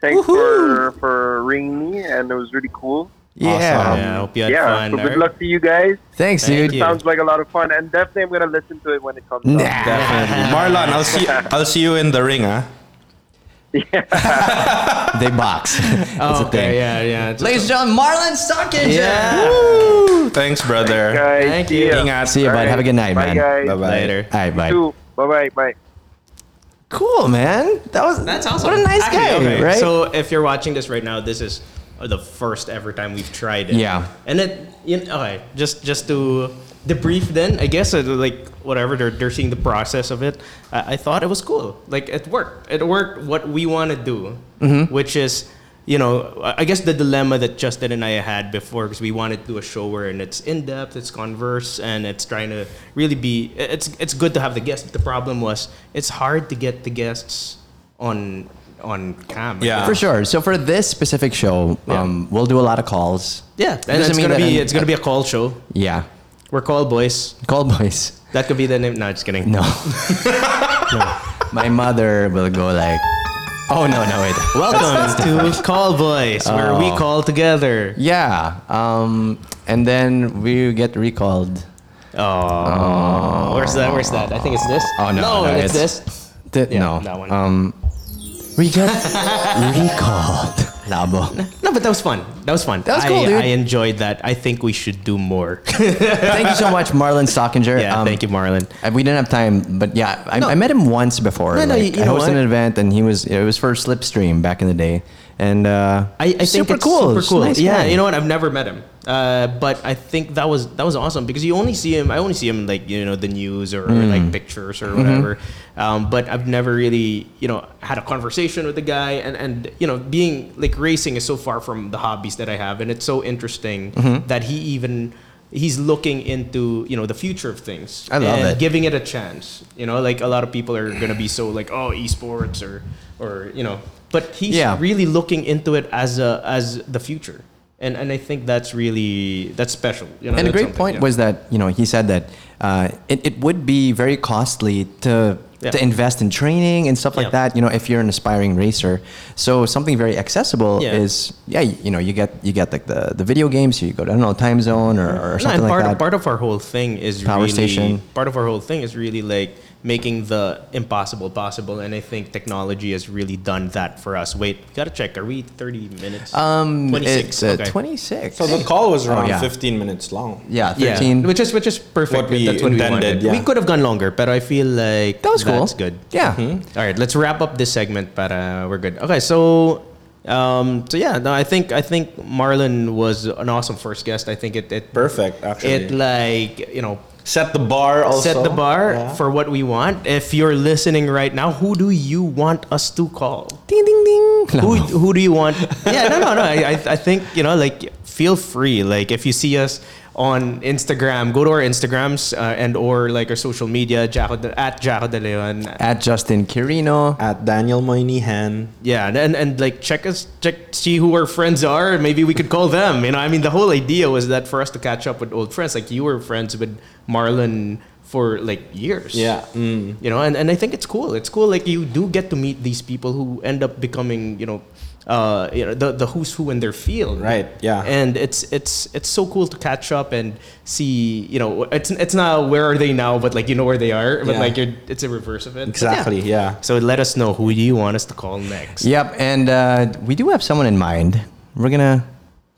Speaker 4: Thanks
Speaker 1: Woohoo.
Speaker 4: for for ringing me, and it was really cool.
Speaker 1: Yeah.
Speaker 2: Yeah, I hope you had
Speaker 4: yeah,
Speaker 2: fun.
Speaker 4: so
Speaker 2: all
Speaker 4: good
Speaker 2: right?
Speaker 4: luck to you guys.
Speaker 1: Thanks,
Speaker 2: Thank
Speaker 1: dude.
Speaker 2: you.
Speaker 4: Sounds like a lot of fun, and definitely I'm gonna listen to it when it comes
Speaker 1: Nah.
Speaker 4: out.
Speaker 3: Definitely. Marlon, I'll see I'll see you in the ring, huh?
Speaker 1: They box. That's
Speaker 2: Oh,
Speaker 1: the thing.
Speaker 2: okay, yeah, yeah. it's-
Speaker 1: Ladies and gentlemen, Marlon Stockage.
Speaker 2: Yeah.
Speaker 3: Thanks, brother.
Speaker 4: Guys,
Speaker 2: Thank
Speaker 4: see
Speaker 2: you.
Speaker 4: ya.
Speaker 1: Ingat. See you, bud.
Speaker 4: Alright,
Speaker 1: Have a good night,
Speaker 4: bye,
Speaker 1: man.
Speaker 4: guys.
Speaker 3: Bye-bye.
Speaker 2: Later.
Speaker 1: All right, bye.
Speaker 4: Bye bye. Bye.
Speaker 1: Cool, man. That was
Speaker 2: That's awesome.
Speaker 1: What a nice
Speaker 2: Actually,
Speaker 1: guy,
Speaker 2: okay,
Speaker 1: right?
Speaker 2: So if you're watching this right now, this is the first ever time we've tried it.
Speaker 1: Yeah.
Speaker 2: And it, you know, okay, just just to debrief then, I guess, uh, like, whatever, they're, they're seeing the process of it. I, I thought it was cool. Like, it worked. It worked what we want to do,
Speaker 1: Mm-hmm.
Speaker 2: which is, you know, I I guess the dilemma that Justin and I had before, because we wanted to do a show where and it's in depth, it's converse, and it's trying to really be. it- It's it's good to have the guests. But the problem was, it's hard to get the guests on on cam.
Speaker 3: Yeah.
Speaker 1: for sure. So for this specific show, um, we'll do a lot of calls.
Speaker 2: yeah. And
Speaker 1: Doesn't
Speaker 2: it's
Speaker 1: mean
Speaker 2: gonna
Speaker 1: that
Speaker 2: be
Speaker 1: I'm-
Speaker 2: it's gonna be a call show.
Speaker 1: Yeah.
Speaker 2: We're call boys.
Speaker 1: Call boys.
Speaker 2: That could be the name. No, just kidding.
Speaker 1: No. No. My mother will go like, oh no, no, wait.
Speaker 2: Welcome to Call Boys, where we
Speaker 1: Oh.
Speaker 2: call together.
Speaker 1: Yeah. Um, and then we get recalled.
Speaker 2: Oh, where's that? Where's that? I think it's this.
Speaker 1: Oh, no,
Speaker 2: no,
Speaker 1: no,
Speaker 2: it's,
Speaker 1: it's-
Speaker 2: this.
Speaker 1: Th-
Speaker 2: Yeah,
Speaker 1: no.
Speaker 2: that one.
Speaker 1: Um, we got recalled. Labo.
Speaker 2: No, but that was fun. That was fun.
Speaker 1: That was
Speaker 2: I,
Speaker 1: cool, dude.
Speaker 2: I enjoyed that. I think we should do more. Um,
Speaker 1: Thank you so much, Marlon Stockinger. Um,
Speaker 2: yeah, thank you, Marlon.
Speaker 1: And we didn't have time, but yeah, I, I met him once before.
Speaker 2: No, no,
Speaker 1: like,
Speaker 2: you- you
Speaker 1: I
Speaker 2: know
Speaker 1: hosted
Speaker 2: what?
Speaker 1: an event, and he was it was for Slipstream back in the day, and uh,
Speaker 2: I, I think
Speaker 1: super
Speaker 2: it's
Speaker 1: cool,
Speaker 2: super
Speaker 1: He's a
Speaker 2: cool.
Speaker 1: nice
Speaker 2: yeah,
Speaker 1: guy.
Speaker 2: you know what? I've never met him, uh, but I think that was that was awesome because you only see him. I only see him in like you know the news or,
Speaker 1: Mm.
Speaker 2: like pictures
Speaker 1: Mm-hmm.
Speaker 2: or whatever. Um, but I've never really you know had a conversation with the guy, and and you know being like racing is so far from the hobbies that I have, and it's so interesting
Speaker 1: Mm-hmm.
Speaker 2: that he even. He's looking into you know the future of things.
Speaker 1: I love
Speaker 2: and
Speaker 1: it.
Speaker 2: Giving it a chance, you know, like a lot of people are gonna be so like oh esports or or you know, but he's
Speaker 1: Yeah.
Speaker 2: really looking into it as a as the future and and i think that's really that's special you know
Speaker 1: and a
Speaker 2: that's
Speaker 1: great
Speaker 2: something,
Speaker 1: point
Speaker 2: yeah.
Speaker 1: was that you know he said that uh, it, it would be very costly to
Speaker 2: Yeah.
Speaker 1: to invest in training and stuff like
Speaker 2: Yeah.
Speaker 1: that you know if you're an aspiring racer so something very accessible
Speaker 2: Yeah.
Speaker 1: is yeah you know you get you get like the, the video games you go to I don't know time zone or, or
Speaker 2: no,
Speaker 1: something
Speaker 2: and part,
Speaker 1: like
Speaker 2: of,
Speaker 1: that
Speaker 2: part of our whole thing is
Speaker 1: Power
Speaker 2: really,
Speaker 1: station.
Speaker 2: part of our whole thing is really like making the impossible possible and i think technology has really done that for us wait we gotta check are we 30 minutes
Speaker 1: um
Speaker 2: 26
Speaker 1: it's uh,
Speaker 2: okay.
Speaker 1: 26
Speaker 3: So the call was around
Speaker 1: yeah.
Speaker 3: 15 minutes long.
Speaker 1: yeah
Speaker 2: yeah
Speaker 1: 13
Speaker 2: which is which is perfect
Speaker 3: What we
Speaker 2: that's what we
Speaker 3: intended,
Speaker 2: wanted
Speaker 3: yeah.
Speaker 2: we could have gone longer but i feel like
Speaker 1: that was cool
Speaker 2: that's good
Speaker 1: yeah
Speaker 2: All right, let's wrap up this segment, but uh, we're good. Okay, so um, so yeah, no, I think I think Marlon was an awesome first guest. I think it it
Speaker 3: Perfect, actually.
Speaker 2: It like you know
Speaker 3: Set the bar also.
Speaker 2: set the bar
Speaker 3: Yeah.
Speaker 2: for what we want. If you're listening right now, who do you want us to call?
Speaker 1: ding ding ding
Speaker 2: Who who do you want? Yeah, no, no, no. I I I think you know like feel free. Like if you see us on Instagram, go to our Instagrams uh, and or like our social media Jaco de, at Jaco de Leon
Speaker 1: at Justin Kirino
Speaker 3: At Daniel Moynihan.
Speaker 2: Yeah, and, and and like check us check see who our friends are. Maybe we could call them. You know, I mean, the whole idea was that for us to catch up with old friends. Like you were friends with Marlon for like years.
Speaker 1: Yeah.
Speaker 3: mm.
Speaker 2: You know, and, and I think it's cool. It's cool. Like you do get to meet these people who end up becoming, you know, uh, you know the, the who's who in their field.
Speaker 3: Right, yeah.
Speaker 2: And it's it's it's so cool to catch up and see. You know, it's it's not where are they now, but like you know where they are. But
Speaker 3: Yeah.
Speaker 2: like you're, it's a reverse of it. But
Speaker 3: Exactly, yeah.
Speaker 2: So let us know who you want us to call next.
Speaker 1: Yep, and uh, we do have someone in mind. We're gonna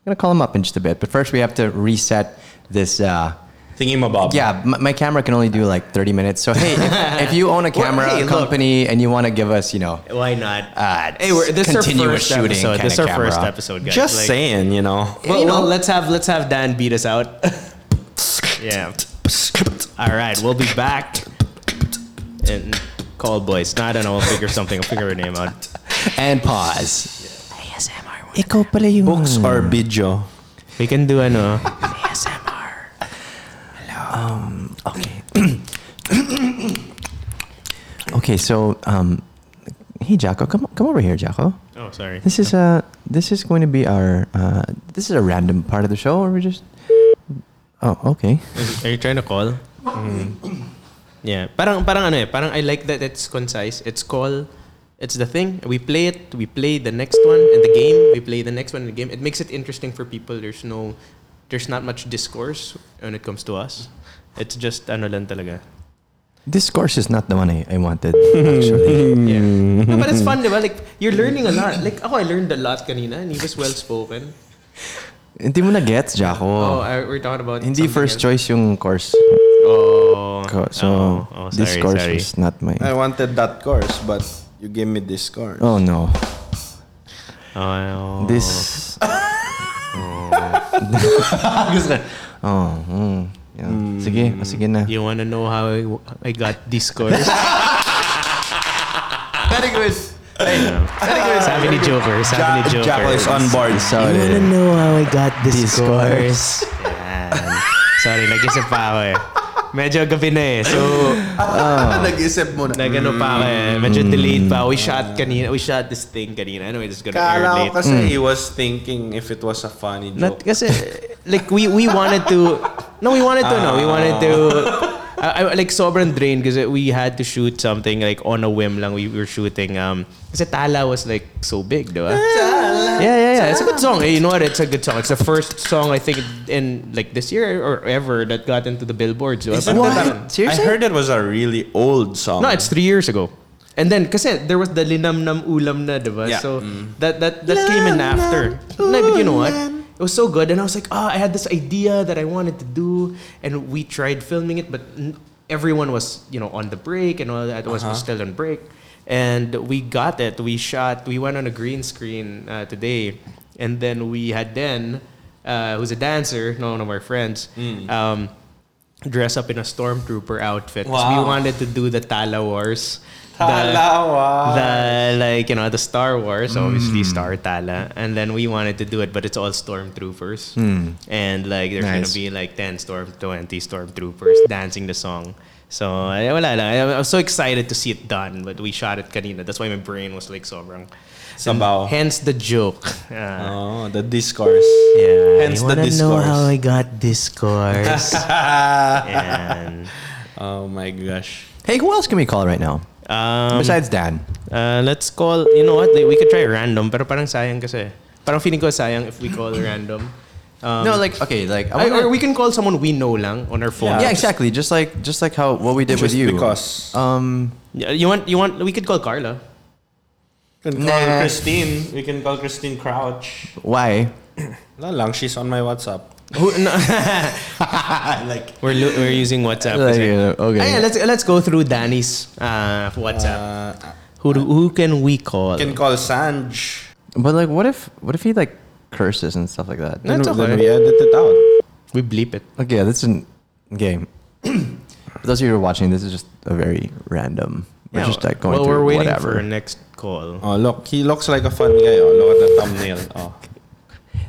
Speaker 1: gonna call him up in just a bit, but first we have to reset this. Uh,
Speaker 3: Thinking about
Speaker 1: yeah, my, my camera can only do like 30 minutes. So hey, if, if you own a camera
Speaker 2: hey, look.
Speaker 1: company and you want to give us, you know,
Speaker 2: Why not?
Speaker 1: uh,
Speaker 2: hey, we're, this is our
Speaker 1: continuous
Speaker 2: first
Speaker 1: shooting
Speaker 2: episode. This is our
Speaker 1: kinda
Speaker 2: first
Speaker 1: camera.
Speaker 2: episode, guys.
Speaker 3: Just
Speaker 2: Like,
Speaker 3: saying, you know.
Speaker 2: Well,
Speaker 1: You know-
Speaker 2: well, let's have let's have Dan beat us out. yeah. All right, we'll be back. And call boys. No, I don't know. I'll figure something. I'll figure a name out.
Speaker 1: and pause.
Speaker 3: Books are video.
Speaker 2: We can do ano.
Speaker 1: Um, Okay. okay, so um, hey Jocko, come come over here, Jocko.
Speaker 2: Oh, sorry.
Speaker 1: This is uh this is going to be our uh, this is a random part of the show, or we just oh okay.
Speaker 2: Are you trying to call? Mm. Yeah. Parang parang ano eh, parang I like that it's concise. It's call. It's the thing. We play it. We play the next one in the game. We play the next one in the game. It makes it interesting for people. There's no there's not much discourse when it comes to us. It's just ano lang talaga.
Speaker 1: This course is not the one I, I wanted actually.
Speaker 2: Yeah.
Speaker 1: Mm.
Speaker 2: No, but it's fun, diba? Like you're learning a lot. Like oh, I learned a lot kanina and he was well spoken.
Speaker 1: Hindi mo na gets,
Speaker 2: Oh,
Speaker 1: Jocko.
Speaker 2: I, we're talking about
Speaker 1: Hindi
Speaker 2: something
Speaker 1: first
Speaker 2: else.
Speaker 1: choice yung course
Speaker 2: Oh.
Speaker 1: ko. So
Speaker 2: oh, oh, sorry,
Speaker 1: this course
Speaker 2: sorry.
Speaker 1: was not my
Speaker 3: I wanted that course, but you gave me this course.
Speaker 1: Oh no.
Speaker 2: Oh,
Speaker 1: This Oh, mm, yeah. Sige, oh, sige na.
Speaker 2: You want to know how I, I got these scores?
Speaker 1: Very good.
Speaker 2: Sabi ni Joker. Sabi ni Joker.
Speaker 3: Jacko is on board.
Speaker 2: You want to
Speaker 1: Sorry.
Speaker 2: know how I got these
Speaker 1: scores?
Speaker 2: scores? Yan. Sorry, nag-isip pa ako eh. Medyo gabi na eh. So,
Speaker 3: Ah,
Speaker 2: oh.
Speaker 5: Nag-isip muna.
Speaker 2: nag-ano pa ako eh. Medyo delayed pa. We shot kanina. We shot this thing kanina. Anyway, this is gonna
Speaker 3: Kala
Speaker 2: air
Speaker 3: ko
Speaker 2: late.
Speaker 3: kasi he was thinking if it was a funny
Speaker 2: Not
Speaker 3: joke.
Speaker 2: kasi like we we wanted to no we wanted to no we wanted to I, I, like sobrang drained kasi we had to shoot something like on a whim lang we were shooting um kasi Tala was like so big diba yeah yeah yeah it's a good song Eh, you know what it's a good song it's the first song I think in like this year or ever that got into the billboards diba?
Speaker 3: Isn't
Speaker 2: Parang
Speaker 3: that
Speaker 2: ganun.
Speaker 3: a-
Speaker 1: Seriously?
Speaker 3: I heard it was a really old song.
Speaker 2: No, it's three years ago. And then, kasi there was the linamnam ulam na, diba?
Speaker 3: Yeah. Mm.
Speaker 2: So that that that came in after. No, but you know what? It was so good, and I was like, ah, I had this idea that I wanted to do, and we tried filming it, but n- everyone was, you know, on the break, and all that
Speaker 3: Uh-huh.
Speaker 2: was, was still on break, and we got it. We shot. We went on a green screen uh, today, and then we had Den, uh, who's a dancer, no, one of our friends.
Speaker 3: Mm.
Speaker 2: Um, dress up in a stormtrooper outfit 'cause we
Speaker 3: Wow.
Speaker 2: wanted to do the Tala Wars. The-
Speaker 3: Talawa.
Speaker 2: The, like you know the Star Wars, obviously Star Tala, and then we wanted to do it, but it's all stormtroopers, and like there's
Speaker 1: Nice.
Speaker 2: gonna be like ten storm, twenty stormtroopers dancing the song. So eh, wala lang. I, I was so excited to see it done, but we shot it kanina. That's why my brain was like sobrang.
Speaker 3: Sabaw.
Speaker 2: Hence the joke. Uh,
Speaker 3: Oh, the discourse.
Speaker 2: yeah.
Speaker 3: Hence
Speaker 2: You
Speaker 3: the
Speaker 2: wanna know
Speaker 3: discourse.
Speaker 2: how I got discourse. and
Speaker 3: Oh my gosh.
Speaker 1: Hey, who else can we call right now?
Speaker 2: Um,
Speaker 1: Besides Dan.
Speaker 2: uh, let's call, you know what, like, we could try random, pero parang sayang kasi. Parang feeling ko sayang if we call random. Um,
Speaker 1: no, like okay, like I
Speaker 2: I-
Speaker 1: wanna-
Speaker 2: or we can call someone we know lang on our phone.
Speaker 1: yeah, exactly. Just like just like how what we did with
Speaker 3: Just
Speaker 1: you.
Speaker 3: because.
Speaker 1: Um,
Speaker 2: Yeah, You want, you want, we could call Carla.
Speaker 3: We can
Speaker 1: Nah.
Speaker 3: call Christine. We can call Christine Crouch.
Speaker 1: why?
Speaker 3: No lang, she's on my WhatsApp.
Speaker 2: Who, no. like, we're, lo- we're using WhatsApp.
Speaker 1: Like,
Speaker 2: kasi-
Speaker 1: uh, okay.
Speaker 2: Ah, yeah, let's, let's go through Danny's uh, WhatsApp.
Speaker 3: Uh,
Speaker 2: who, do- who can we call?
Speaker 3: can call Sanj.
Speaker 1: But like, what if what if he like curses and stuff like that?
Speaker 2: No, it's
Speaker 3: then
Speaker 2: okay.
Speaker 3: we edit it out.
Speaker 2: we bleep it.
Speaker 1: Okay, this is an game. For those of you who are watching, this is just a very random. We're
Speaker 2: Yeah,
Speaker 1: just like going
Speaker 2: well,
Speaker 1: through
Speaker 2: we're waiting
Speaker 1: whatever.
Speaker 2: for our next call.
Speaker 3: Oh, look. He looks like a fun guy. Oh, look at the thumbnail. Oh.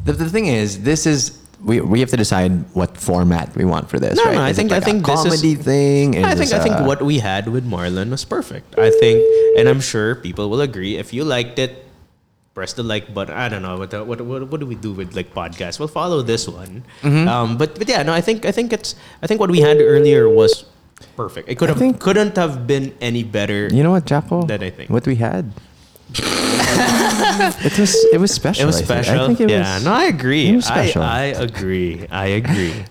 Speaker 1: The, the thing is, this is we, we have to decide what format we want for this.
Speaker 2: No,
Speaker 1: right?
Speaker 2: no, I
Speaker 1: Is it
Speaker 2: think- I
Speaker 1: like a
Speaker 2: think this is-
Speaker 1: comedy thing. Is
Speaker 2: I
Speaker 1: this
Speaker 2: think
Speaker 1: uh,
Speaker 2: I think
Speaker 1: a-
Speaker 2: what we had with Marlon was perfect. I think, and I'm sure people will agree. If you liked it, press the like button. I don't know what the, what, what what do we do with like podcasts?
Speaker 1: Mm-hmm.
Speaker 2: We'll follow this one. Um, but but yeah, no, I think I think it's I think what we had earlier was perfect. It could have
Speaker 1: think-
Speaker 2: couldn't have been any better.
Speaker 1: You know what, Chapo?
Speaker 2: That I think.
Speaker 1: What we had. it was it was special.
Speaker 2: it was
Speaker 1: I think. I
Speaker 2: special.
Speaker 1: think it
Speaker 2: yeah,
Speaker 1: was-
Speaker 2: no, I agree.
Speaker 1: it was special.
Speaker 2: I, I agree. I agree.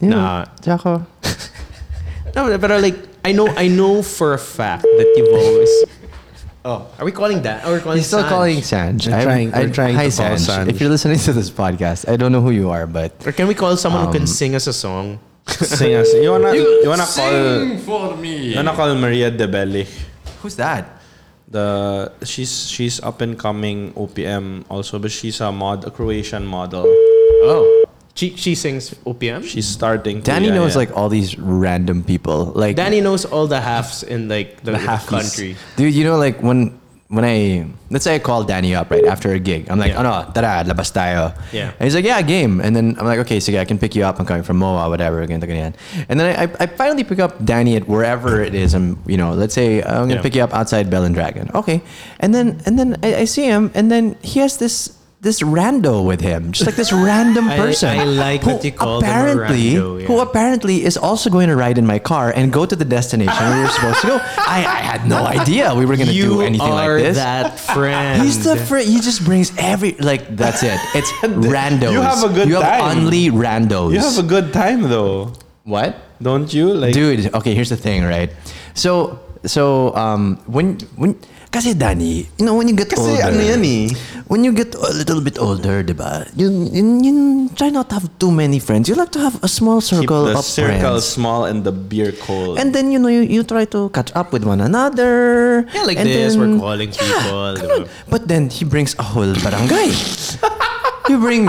Speaker 1: you know,
Speaker 2: nah,
Speaker 1: Chapo.
Speaker 2: No, but- but like I know, I know for a fact that you've always. Oh, are we calling that? Are we calling?
Speaker 1: He's still
Speaker 2: Sanj?
Speaker 1: calling Sanj.
Speaker 3: We're
Speaker 1: I'm-
Speaker 3: trying- we're
Speaker 1: I'm-
Speaker 3: trying
Speaker 1: hi,
Speaker 3: to call Sanj.
Speaker 1: If you're listening to this podcast, I don't know who you are, but
Speaker 2: Or can we call someone who
Speaker 1: Um,
Speaker 2: can sing us a song?
Speaker 3: Sing us. You wanna you, wanna call
Speaker 1: for me.
Speaker 3: you wanna call Maria De Belli.
Speaker 1: Who's that?
Speaker 3: The she's she's up and coming OPM also, but she's a mod a Croatian model.
Speaker 2: Oh, she she sings OPM.
Speaker 3: She's starting. to-
Speaker 1: Danny
Speaker 3: yeah,
Speaker 1: knows
Speaker 3: yeah.
Speaker 1: like all these random people. Like
Speaker 2: Danny knows all the halves in like the,
Speaker 3: halfies.
Speaker 2: country.
Speaker 1: dude, you know, like when when I let's say I call Danny up right after a gig, I'm like,
Speaker 2: Yeah.
Speaker 1: oh no, tara, labas tayo.
Speaker 2: Yeah.
Speaker 1: And he's like, yeah, game. And then I'm like, okay, so yeah, I can pick you up. I'm coming from Moa, whatever. ganito, ganyan. And then I, I, I finally pick up Danny at wherever it is. I'm, you know, let's say I'm gonna
Speaker 2: Yeah.
Speaker 1: pick you up outside Bell and Dragon. Okay. And then and then I, I see him, and then he has this. This rando with him, just like this random
Speaker 2: I-
Speaker 1: person.
Speaker 2: I like
Speaker 1: who
Speaker 2: that you call them a
Speaker 1: apparently,
Speaker 2: rando, yeah.
Speaker 1: who apparently is also going to ride in my car and go to the destination we were supposed to go. I, I had no idea we were going to
Speaker 2: you
Speaker 1: do anything
Speaker 2: are
Speaker 1: like this.
Speaker 2: that friend.
Speaker 1: He's the fr- he just brings every like that's it. It's randos.
Speaker 3: You have a good
Speaker 1: You have
Speaker 3: time.
Speaker 1: only randos.
Speaker 3: You have a good time though,
Speaker 1: what?
Speaker 3: don't you? Like
Speaker 1: Dude, okay, here's the thing, right? So so um when when kasi Danny, you know when you get
Speaker 5: Kasi
Speaker 1: older,
Speaker 5: ano yan eh.
Speaker 1: when you get a little bit older, diba? You, you, you try not to have too many friends. You like to have a small
Speaker 3: keep
Speaker 1: circle
Speaker 3: the
Speaker 1: of
Speaker 3: circle
Speaker 1: friends.
Speaker 3: small and the beer cold.
Speaker 1: And then you know you, you try to catch up with one another.
Speaker 2: Yeah, like
Speaker 1: and then-
Speaker 2: this, we're calling people.
Speaker 1: Come on. But then he brings a whole barangay. you bring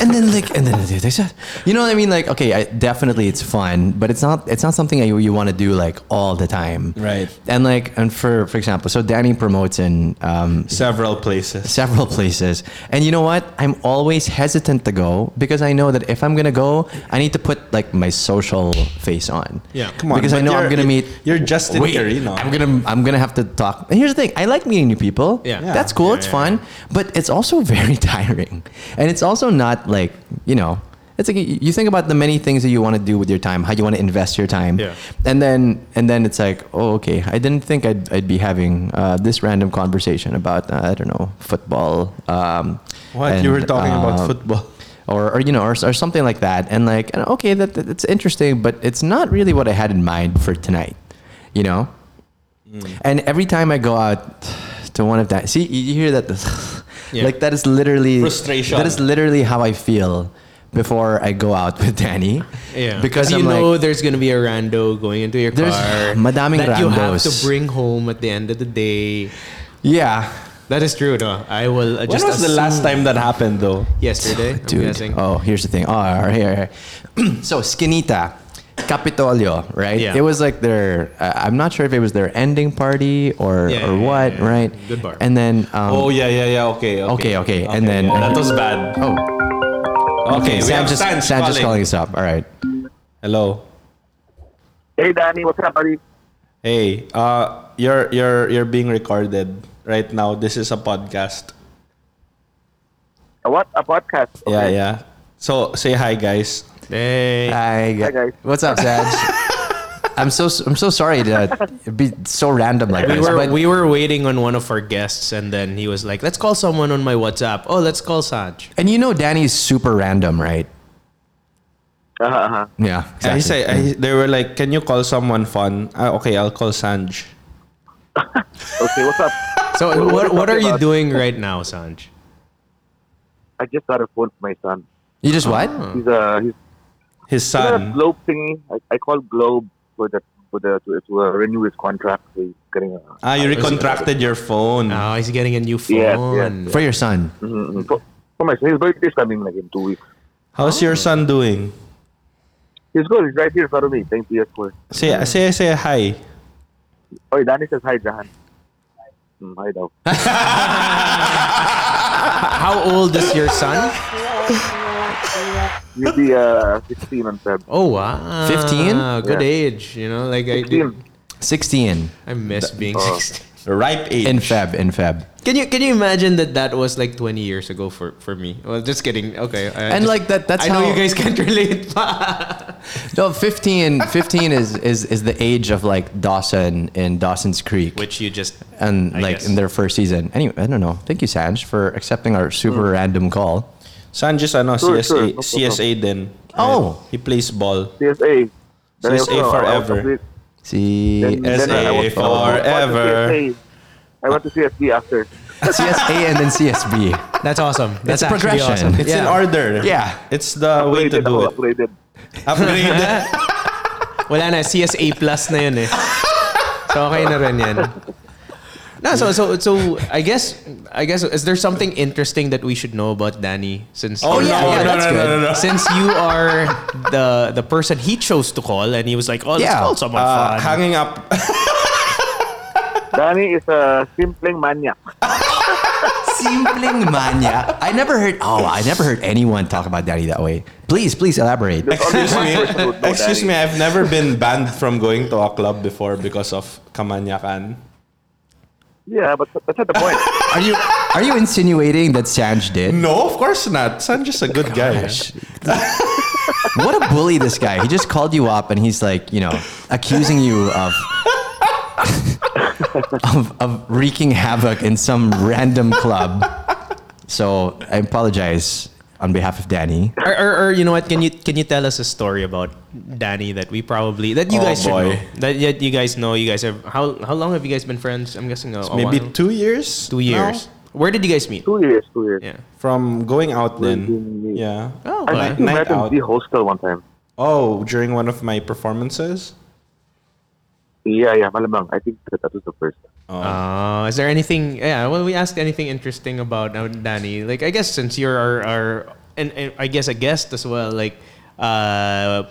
Speaker 1: and then like and then they said, you know what I mean? Like okay, I, definitely it's fun, but it's not it's not something that you, you want to do like all the time.
Speaker 3: Right.
Speaker 1: And like and for for example, so Danny promotes in um,
Speaker 3: several places.
Speaker 1: several places. And you know what? I'm always hesitant to go because I know that if I'm gonna go, I need to put like my social face on.
Speaker 2: Yeah.
Speaker 3: Come on,
Speaker 1: Because I
Speaker 3: but
Speaker 1: know I'm
Speaker 3: you're-
Speaker 1: gonna meet.
Speaker 3: you're Justin
Speaker 1: Wait,
Speaker 3: Carino.
Speaker 1: I'm gonna I'm gonna have to talk. And here's the thing: I like meeting new people.
Speaker 2: Yeah. Yeah.
Speaker 1: That's cool.
Speaker 2: Yeah,
Speaker 1: it's
Speaker 2: yeah,
Speaker 1: fun, but it's also very tiring, and it's also not like you know. It's like you you think about the many things that you want to do with your time, how you want to invest your time,
Speaker 2: Yeah.
Speaker 1: and then and then it's like, oh, okay, I didn't think I'd, I'd be having uh, this random conversation about uh, I don't know football. Um,
Speaker 3: What you were
Speaker 1: and,
Speaker 3: talking
Speaker 1: uh,
Speaker 3: about football?
Speaker 1: or, or you know, or, or something like that. And like, and okay, that, that it's interesting, but it's not really what I had in mind for tonight, you know.
Speaker 2: Mm.
Speaker 1: And every time I go out to one of that, see, you you hear that,
Speaker 2: Yeah.
Speaker 1: like that is literally
Speaker 3: Frustration.
Speaker 1: That is literally how I feel before I go out with Danny.
Speaker 2: Yeah.
Speaker 1: because
Speaker 2: you
Speaker 1: I'm
Speaker 2: know
Speaker 1: like,
Speaker 2: there's gonna be a rando going into your
Speaker 1: There's
Speaker 2: car.
Speaker 1: madaming
Speaker 2: that you have to
Speaker 1: randos.
Speaker 2: bring home at the end of the day.
Speaker 1: yeah,
Speaker 2: That is true, though. I will. Uh,
Speaker 3: When
Speaker 2: just
Speaker 3: was the
Speaker 2: assume-
Speaker 3: last time that happened though?
Speaker 2: Yesterday, I'm
Speaker 1: Dude.
Speaker 2: guessing.
Speaker 1: Oh, here's the thing. Oh, all right, all right, all right. so Skinita, Capitolio, right?
Speaker 2: Yeah.
Speaker 1: It was like their. Uh, I'm not sure if it was their ending party or or
Speaker 2: Yeah, yeah,
Speaker 1: what,
Speaker 2: yeah, yeah.
Speaker 1: right?
Speaker 2: Good bar.
Speaker 1: And then. Um,
Speaker 3: Oh yeah, yeah, yeah. Okay,
Speaker 1: Okay, okay, and then-
Speaker 3: yeah, that was bad.
Speaker 1: Oh,
Speaker 3: Okay, we
Speaker 1: Sam
Speaker 3: have
Speaker 1: just
Speaker 3: Sanj
Speaker 1: Sam just calling us up. All right.
Speaker 3: Hello.
Speaker 4: Hey, Danny, what's up, buddy?
Speaker 3: Hey, uh, you're you're you're being recorded right now. This is a podcast.
Speaker 4: A what? A podcast?
Speaker 3: Yeah,
Speaker 4: Okay.
Speaker 3: yeah. So say hi, guys.
Speaker 2: Hey.
Speaker 1: Hi, gu-
Speaker 4: Hi, guys.
Speaker 1: What's up, Saj? I'm so I'm so sorry to be so random like
Speaker 2: We
Speaker 1: this,
Speaker 2: were
Speaker 1: but
Speaker 2: we were waiting on one of our guests, and then he was like, "Let's call someone on my WhatsApp." Oh, let's call Sanj.
Speaker 1: and you know Danny's super random, right?
Speaker 4: Uh-huh, uh-huh.
Speaker 1: Yeah.
Speaker 3: I
Speaker 1: exactly.
Speaker 3: say I, they were like, can you call someone fun? Ah, okay, I'll call Sanj.
Speaker 4: Okay, what's up?
Speaker 2: So, what what are you
Speaker 4: about?
Speaker 2: doing right now, Sanj?
Speaker 4: I just got a phone for my son.
Speaker 1: you just what?
Speaker 2: Oh.
Speaker 4: He's a
Speaker 3: His
Speaker 4: he's you know that
Speaker 3: son.
Speaker 4: globe thingy. I, I call globe for the for the to, to uh, renew his contract. So he's getting a
Speaker 3: Ah, you recontracted your phone.
Speaker 2: Oh, he's getting a new phone.
Speaker 4: Yes, yes.
Speaker 1: For your son.
Speaker 4: Mhm. for, for my son. His birthday's coming like in two weeks.
Speaker 3: How's your son doing?
Speaker 4: He's good. He's right here in front of me. Thank you, yes, for.
Speaker 3: Say
Speaker 2: Ah.
Speaker 3: say say hi.
Speaker 4: Oh, Danny says hi, Jahan. Mm, hi, daw.
Speaker 2: How old is your son?
Speaker 4: You'll be uh 16 on Feb.
Speaker 2: Oh wow,
Speaker 1: 15?
Speaker 2: Good
Speaker 4: Yeah.
Speaker 2: age. You know, like I
Speaker 4: 16.
Speaker 1: 16.
Speaker 2: I miss being sixteen.
Speaker 3: ripe age.
Speaker 1: In Feb, in Feb.
Speaker 2: Can you can you imagine that that was like 20 years ago for for me? Well, just kidding. Okay. I
Speaker 1: And
Speaker 2: just-
Speaker 1: like that- that's
Speaker 2: I know
Speaker 1: how-
Speaker 2: you guys can't relate.
Speaker 1: No, 15, 15 is, is, is the age of like Dawson in Dawson's Creek.
Speaker 2: Which you just
Speaker 1: and
Speaker 2: I
Speaker 1: like
Speaker 2: guess.
Speaker 1: in their first season. Anyway, I don't know. Thank you, Sanj, for accepting our super
Speaker 2: Mm.
Speaker 1: random call.
Speaker 3: Sanjus, ano,
Speaker 4: Sure,
Speaker 3: CSA,
Speaker 4: sure, no problem.
Speaker 3: CSA din.
Speaker 1: Oh.
Speaker 3: He plays ball.
Speaker 4: CSA. Then I-
Speaker 3: CSA
Speaker 4: I was
Speaker 3: forever.
Speaker 4: complete-
Speaker 1: See,
Speaker 4: then I
Speaker 3: CSA
Speaker 4: was- I was- I was
Speaker 3: forever.
Speaker 4: CSA. I went to CSB after.
Speaker 1: CSA and then CSB.
Speaker 2: That's awesome. That's
Speaker 1: a
Speaker 2: actually
Speaker 1: progression.
Speaker 2: awesome.
Speaker 3: It's
Speaker 1: Yeah.
Speaker 3: in order.
Speaker 1: Yeah.
Speaker 3: It's the way to
Speaker 4: Upgraded
Speaker 3: do
Speaker 4: ako,
Speaker 3: it.
Speaker 4: upgraded.
Speaker 3: Upgrade.
Speaker 2: Wala na, CSA plus na yun eh. So okay na rin yan. No, so so so I guess I guess is there something interesting that we should know about Danny since
Speaker 1: Oh, yeah,
Speaker 3: no,
Speaker 1: yeah,
Speaker 3: no,
Speaker 1: that's
Speaker 3: no,
Speaker 1: good.
Speaker 3: no, no, no.
Speaker 2: since you are the the person he chose to call and he was like, "Oh, let's
Speaker 1: Yeah.
Speaker 2: call someone
Speaker 3: Uh,
Speaker 2: fun."
Speaker 3: hanging up.
Speaker 4: Danny is a simpleng maniac.
Speaker 1: Simpleng mania. I never heard. Oh, I never heard anyone talk about Danny that way. Please, please elaborate.
Speaker 4: There's only
Speaker 3: Excuse
Speaker 4: one
Speaker 3: me.
Speaker 4: person who would know
Speaker 3: Excuse
Speaker 4: Danny.
Speaker 3: me. I've never been banned from going to a club before because of kamanyakan.
Speaker 4: Yeah, but that's not the point.
Speaker 1: Are you are you insinuating that Sanj did?
Speaker 3: No, of course not. Sanjus a good guy.
Speaker 1: Gosh. what a bully this guy. He just called you up and he's like, you know, accusing you of of, of wreaking havoc in some random club. So I apologize on behalf of Danny.
Speaker 2: or, or, or you know what? Can you can you tell us a story about Danny that we probably that you
Speaker 3: Oh,
Speaker 2: guys should
Speaker 3: boy.
Speaker 2: know that yet you guys know you guys have how how long have you guys been friends? I'm guessing a, a
Speaker 3: Maybe
Speaker 2: while.
Speaker 3: two years.
Speaker 2: two
Speaker 3: now?
Speaker 2: years. Where did you guys meet?
Speaker 4: two years, two years.
Speaker 2: Yeah.
Speaker 3: From going out then.
Speaker 4: Really?
Speaker 3: Yeah.
Speaker 2: Oh,
Speaker 4: I
Speaker 2: okay.
Speaker 4: think we
Speaker 3: Night
Speaker 4: met in
Speaker 3: out.
Speaker 4: the hostel one time.
Speaker 3: Oh, during one of my performances.
Speaker 4: Yeah, yeah, malamang. I think that, that was the first.
Speaker 2: Uh, is there anything? Yeah, well, we asked anything interesting about uh, Danny. Like, I guess since you're our, our and, and I guess a guest as well. Like, uh,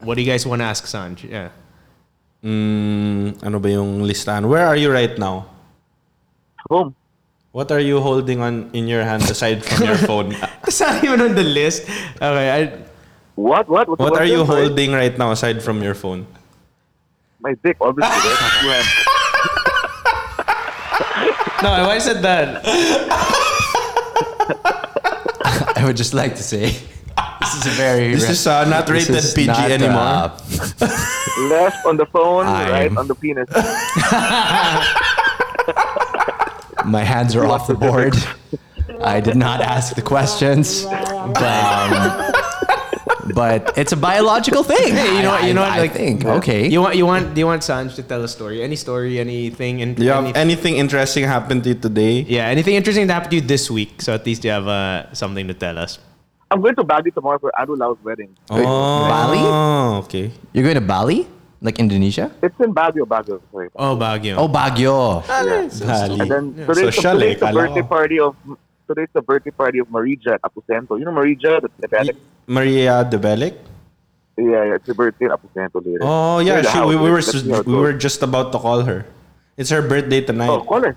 Speaker 2: what do you guys want to ask Sanj? Yeah.
Speaker 3: Mm, ano ba yung listahan? Where are you right now?
Speaker 4: Home.
Speaker 3: What are you holding on in your hand aside from your phone?
Speaker 2: It's not even on the list. Okay. I,
Speaker 4: What? What?
Speaker 3: What are you
Speaker 4: my-
Speaker 3: holding right now aside from your phone?
Speaker 4: My dick, obviously. Right? Two hands.
Speaker 2: no, I said that.
Speaker 1: I would just like to say this is a very
Speaker 3: This is uh, not
Speaker 1: this
Speaker 3: rated
Speaker 1: is
Speaker 3: PG
Speaker 1: not,
Speaker 3: anymore.
Speaker 1: uh,
Speaker 4: Left on the phone,
Speaker 1: I'm-
Speaker 4: right on the penis.
Speaker 1: my hands are off the board. I did not ask the questions, but, um, but it's a biological thing.
Speaker 2: Hey, you know,
Speaker 1: I,
Speaker 2: what? you know,
Speaker 1: I,
Speaker 2: what,
Speaker 1: I
Speaker 2: like,
Speaker 1: think okay.
Speaker 2: You want, you want, do you want Sanj to tell a story? Any story? Anything? In,
Speaker 3: Do you have
Speaker 2: anything-
Speaker 3: anything interesting happened to you today?
Speaker 2: yeah. Anything interesting that happened to you this week? So at least you have uh, something to tell us.
Speaker 4: I'm going to Bali tomorrow for Adulau's wedding.
Speaker 1: Bali?
Speaker 3: Oh, okay.
Speaker 1: You're going to Bali, like Indonesia?
Speaker 4: It's in Baguio, Baguio. Sorry.
Speaker 2: Oh, Baguio.
Speaker 1: Oh, Baguio.
Speaker 3: Bali.
Speaker 4: And then
Speaker 3: So
Speaker 4: today's, the,
Speaker 3: siya, like,
Speaker 4: today's the
Speaker 3: alam
Speaker 4: birthday
Speaker 3: ko.
Speaker 4: party of today's the birthday party of Marija at Aposento. You know Marija, the Tagalog.
Speaker 3: Maria Debelic?
Speaker 4: Yeah, yeah, it's her birthday in Aposento later.
Speaker 3: Oh, yeah.
Speaker 4: Near the
Speaker 3: She,
Speaker 4: house.
Speaker 3: we, we, were,
Speaker 4: Let's
Speaker 3: su-
Speaker 4: see how it
Speaker 3: we
Speaker 4: goes.
Speaker 3: were just about to call her. It's her birthday tonight.
Speaker 4: Oh, call her.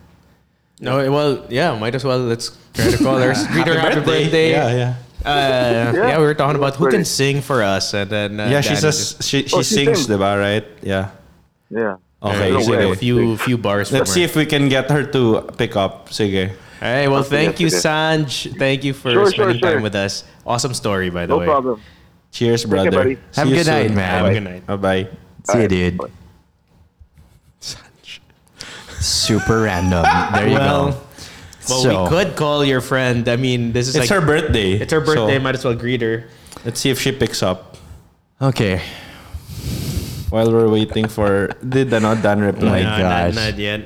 Speaker 2: No, well, yeah, might as well. Let's try to call her. Greet her happy birthday.
Speaker 3: Yeah, yeah.
Speaker 2: Uh, yeah.
Speaker 4: Yeah.
Speaker 2: we were talking about who can
Speaker 4: Pretty.
Speaker 2: sing for us, and then uh,
Speaker 3: yeah, she
Speaker 2: Danny
Speaker 3: says she, she
Speaker 4: Oh, she
Speaker 3: sings,
Speaker 4: sings.
Speaker 3: diba, right? Yeah.
Speaker 4: Yeah.
Speaker 3: Okay,
Speaker 2: just-
Speaker 3: sige.
Speaker 2: a few few bars.
Speaker 3: Let's see if we can get her to pick up. Sige.
Speaker 2: All right. Well, thank you,
Speaker 4: Okay, okay.
Speaker 2: Sanj. Thank you for
Speaker 4: Sure, sure,
Speaker 2: spending
Speaker 4: sure.
Speaker 2: time with us. Awesome story, by the
Speaker 4: No
Speaker 2: way.
Speaker 4: problem.
Speaker 3: Cheers,
Speaker 4: you,
Speaker 3: brother.
Speaker 4: buddy.
Speaker 1: Have
Speaker 3: See
Speaker 1: a
Speaker 3: you
Speaker 1: good night,
Speaker 3: soon.
Speaker 1: man.
Speaker 2: Have a
Speaker 3: Bye-bye.
Speaker 2: good night.
Speaker 3: Bye-bye.
Speaker 1: See you, dude.
Speaker 4: Bye.
Speaker 1: Super random. There you
Speaker 2: Well,
Speaker 1: go.
Speaker 2: Well,
Speaker 1: So-
Speaker 2: we could call your friend. I mean, this is
Speaker 3: It's
Speaker 2: like
Speaker 3: her birthday.
Speaker 2: It's her birthday.
Speaker 3: so
Speaker 2: Might as well greet her.
Speaker 3: let's see if she picks up
Speaker 1: Okay.
Speaker 3: while we're waiting for. Did ano, Dan
Speaker 1: My
Speaker 3: reply?
Speaker 2: No,
Speaker 1: gosh.
Speaker 2: Not, not yet.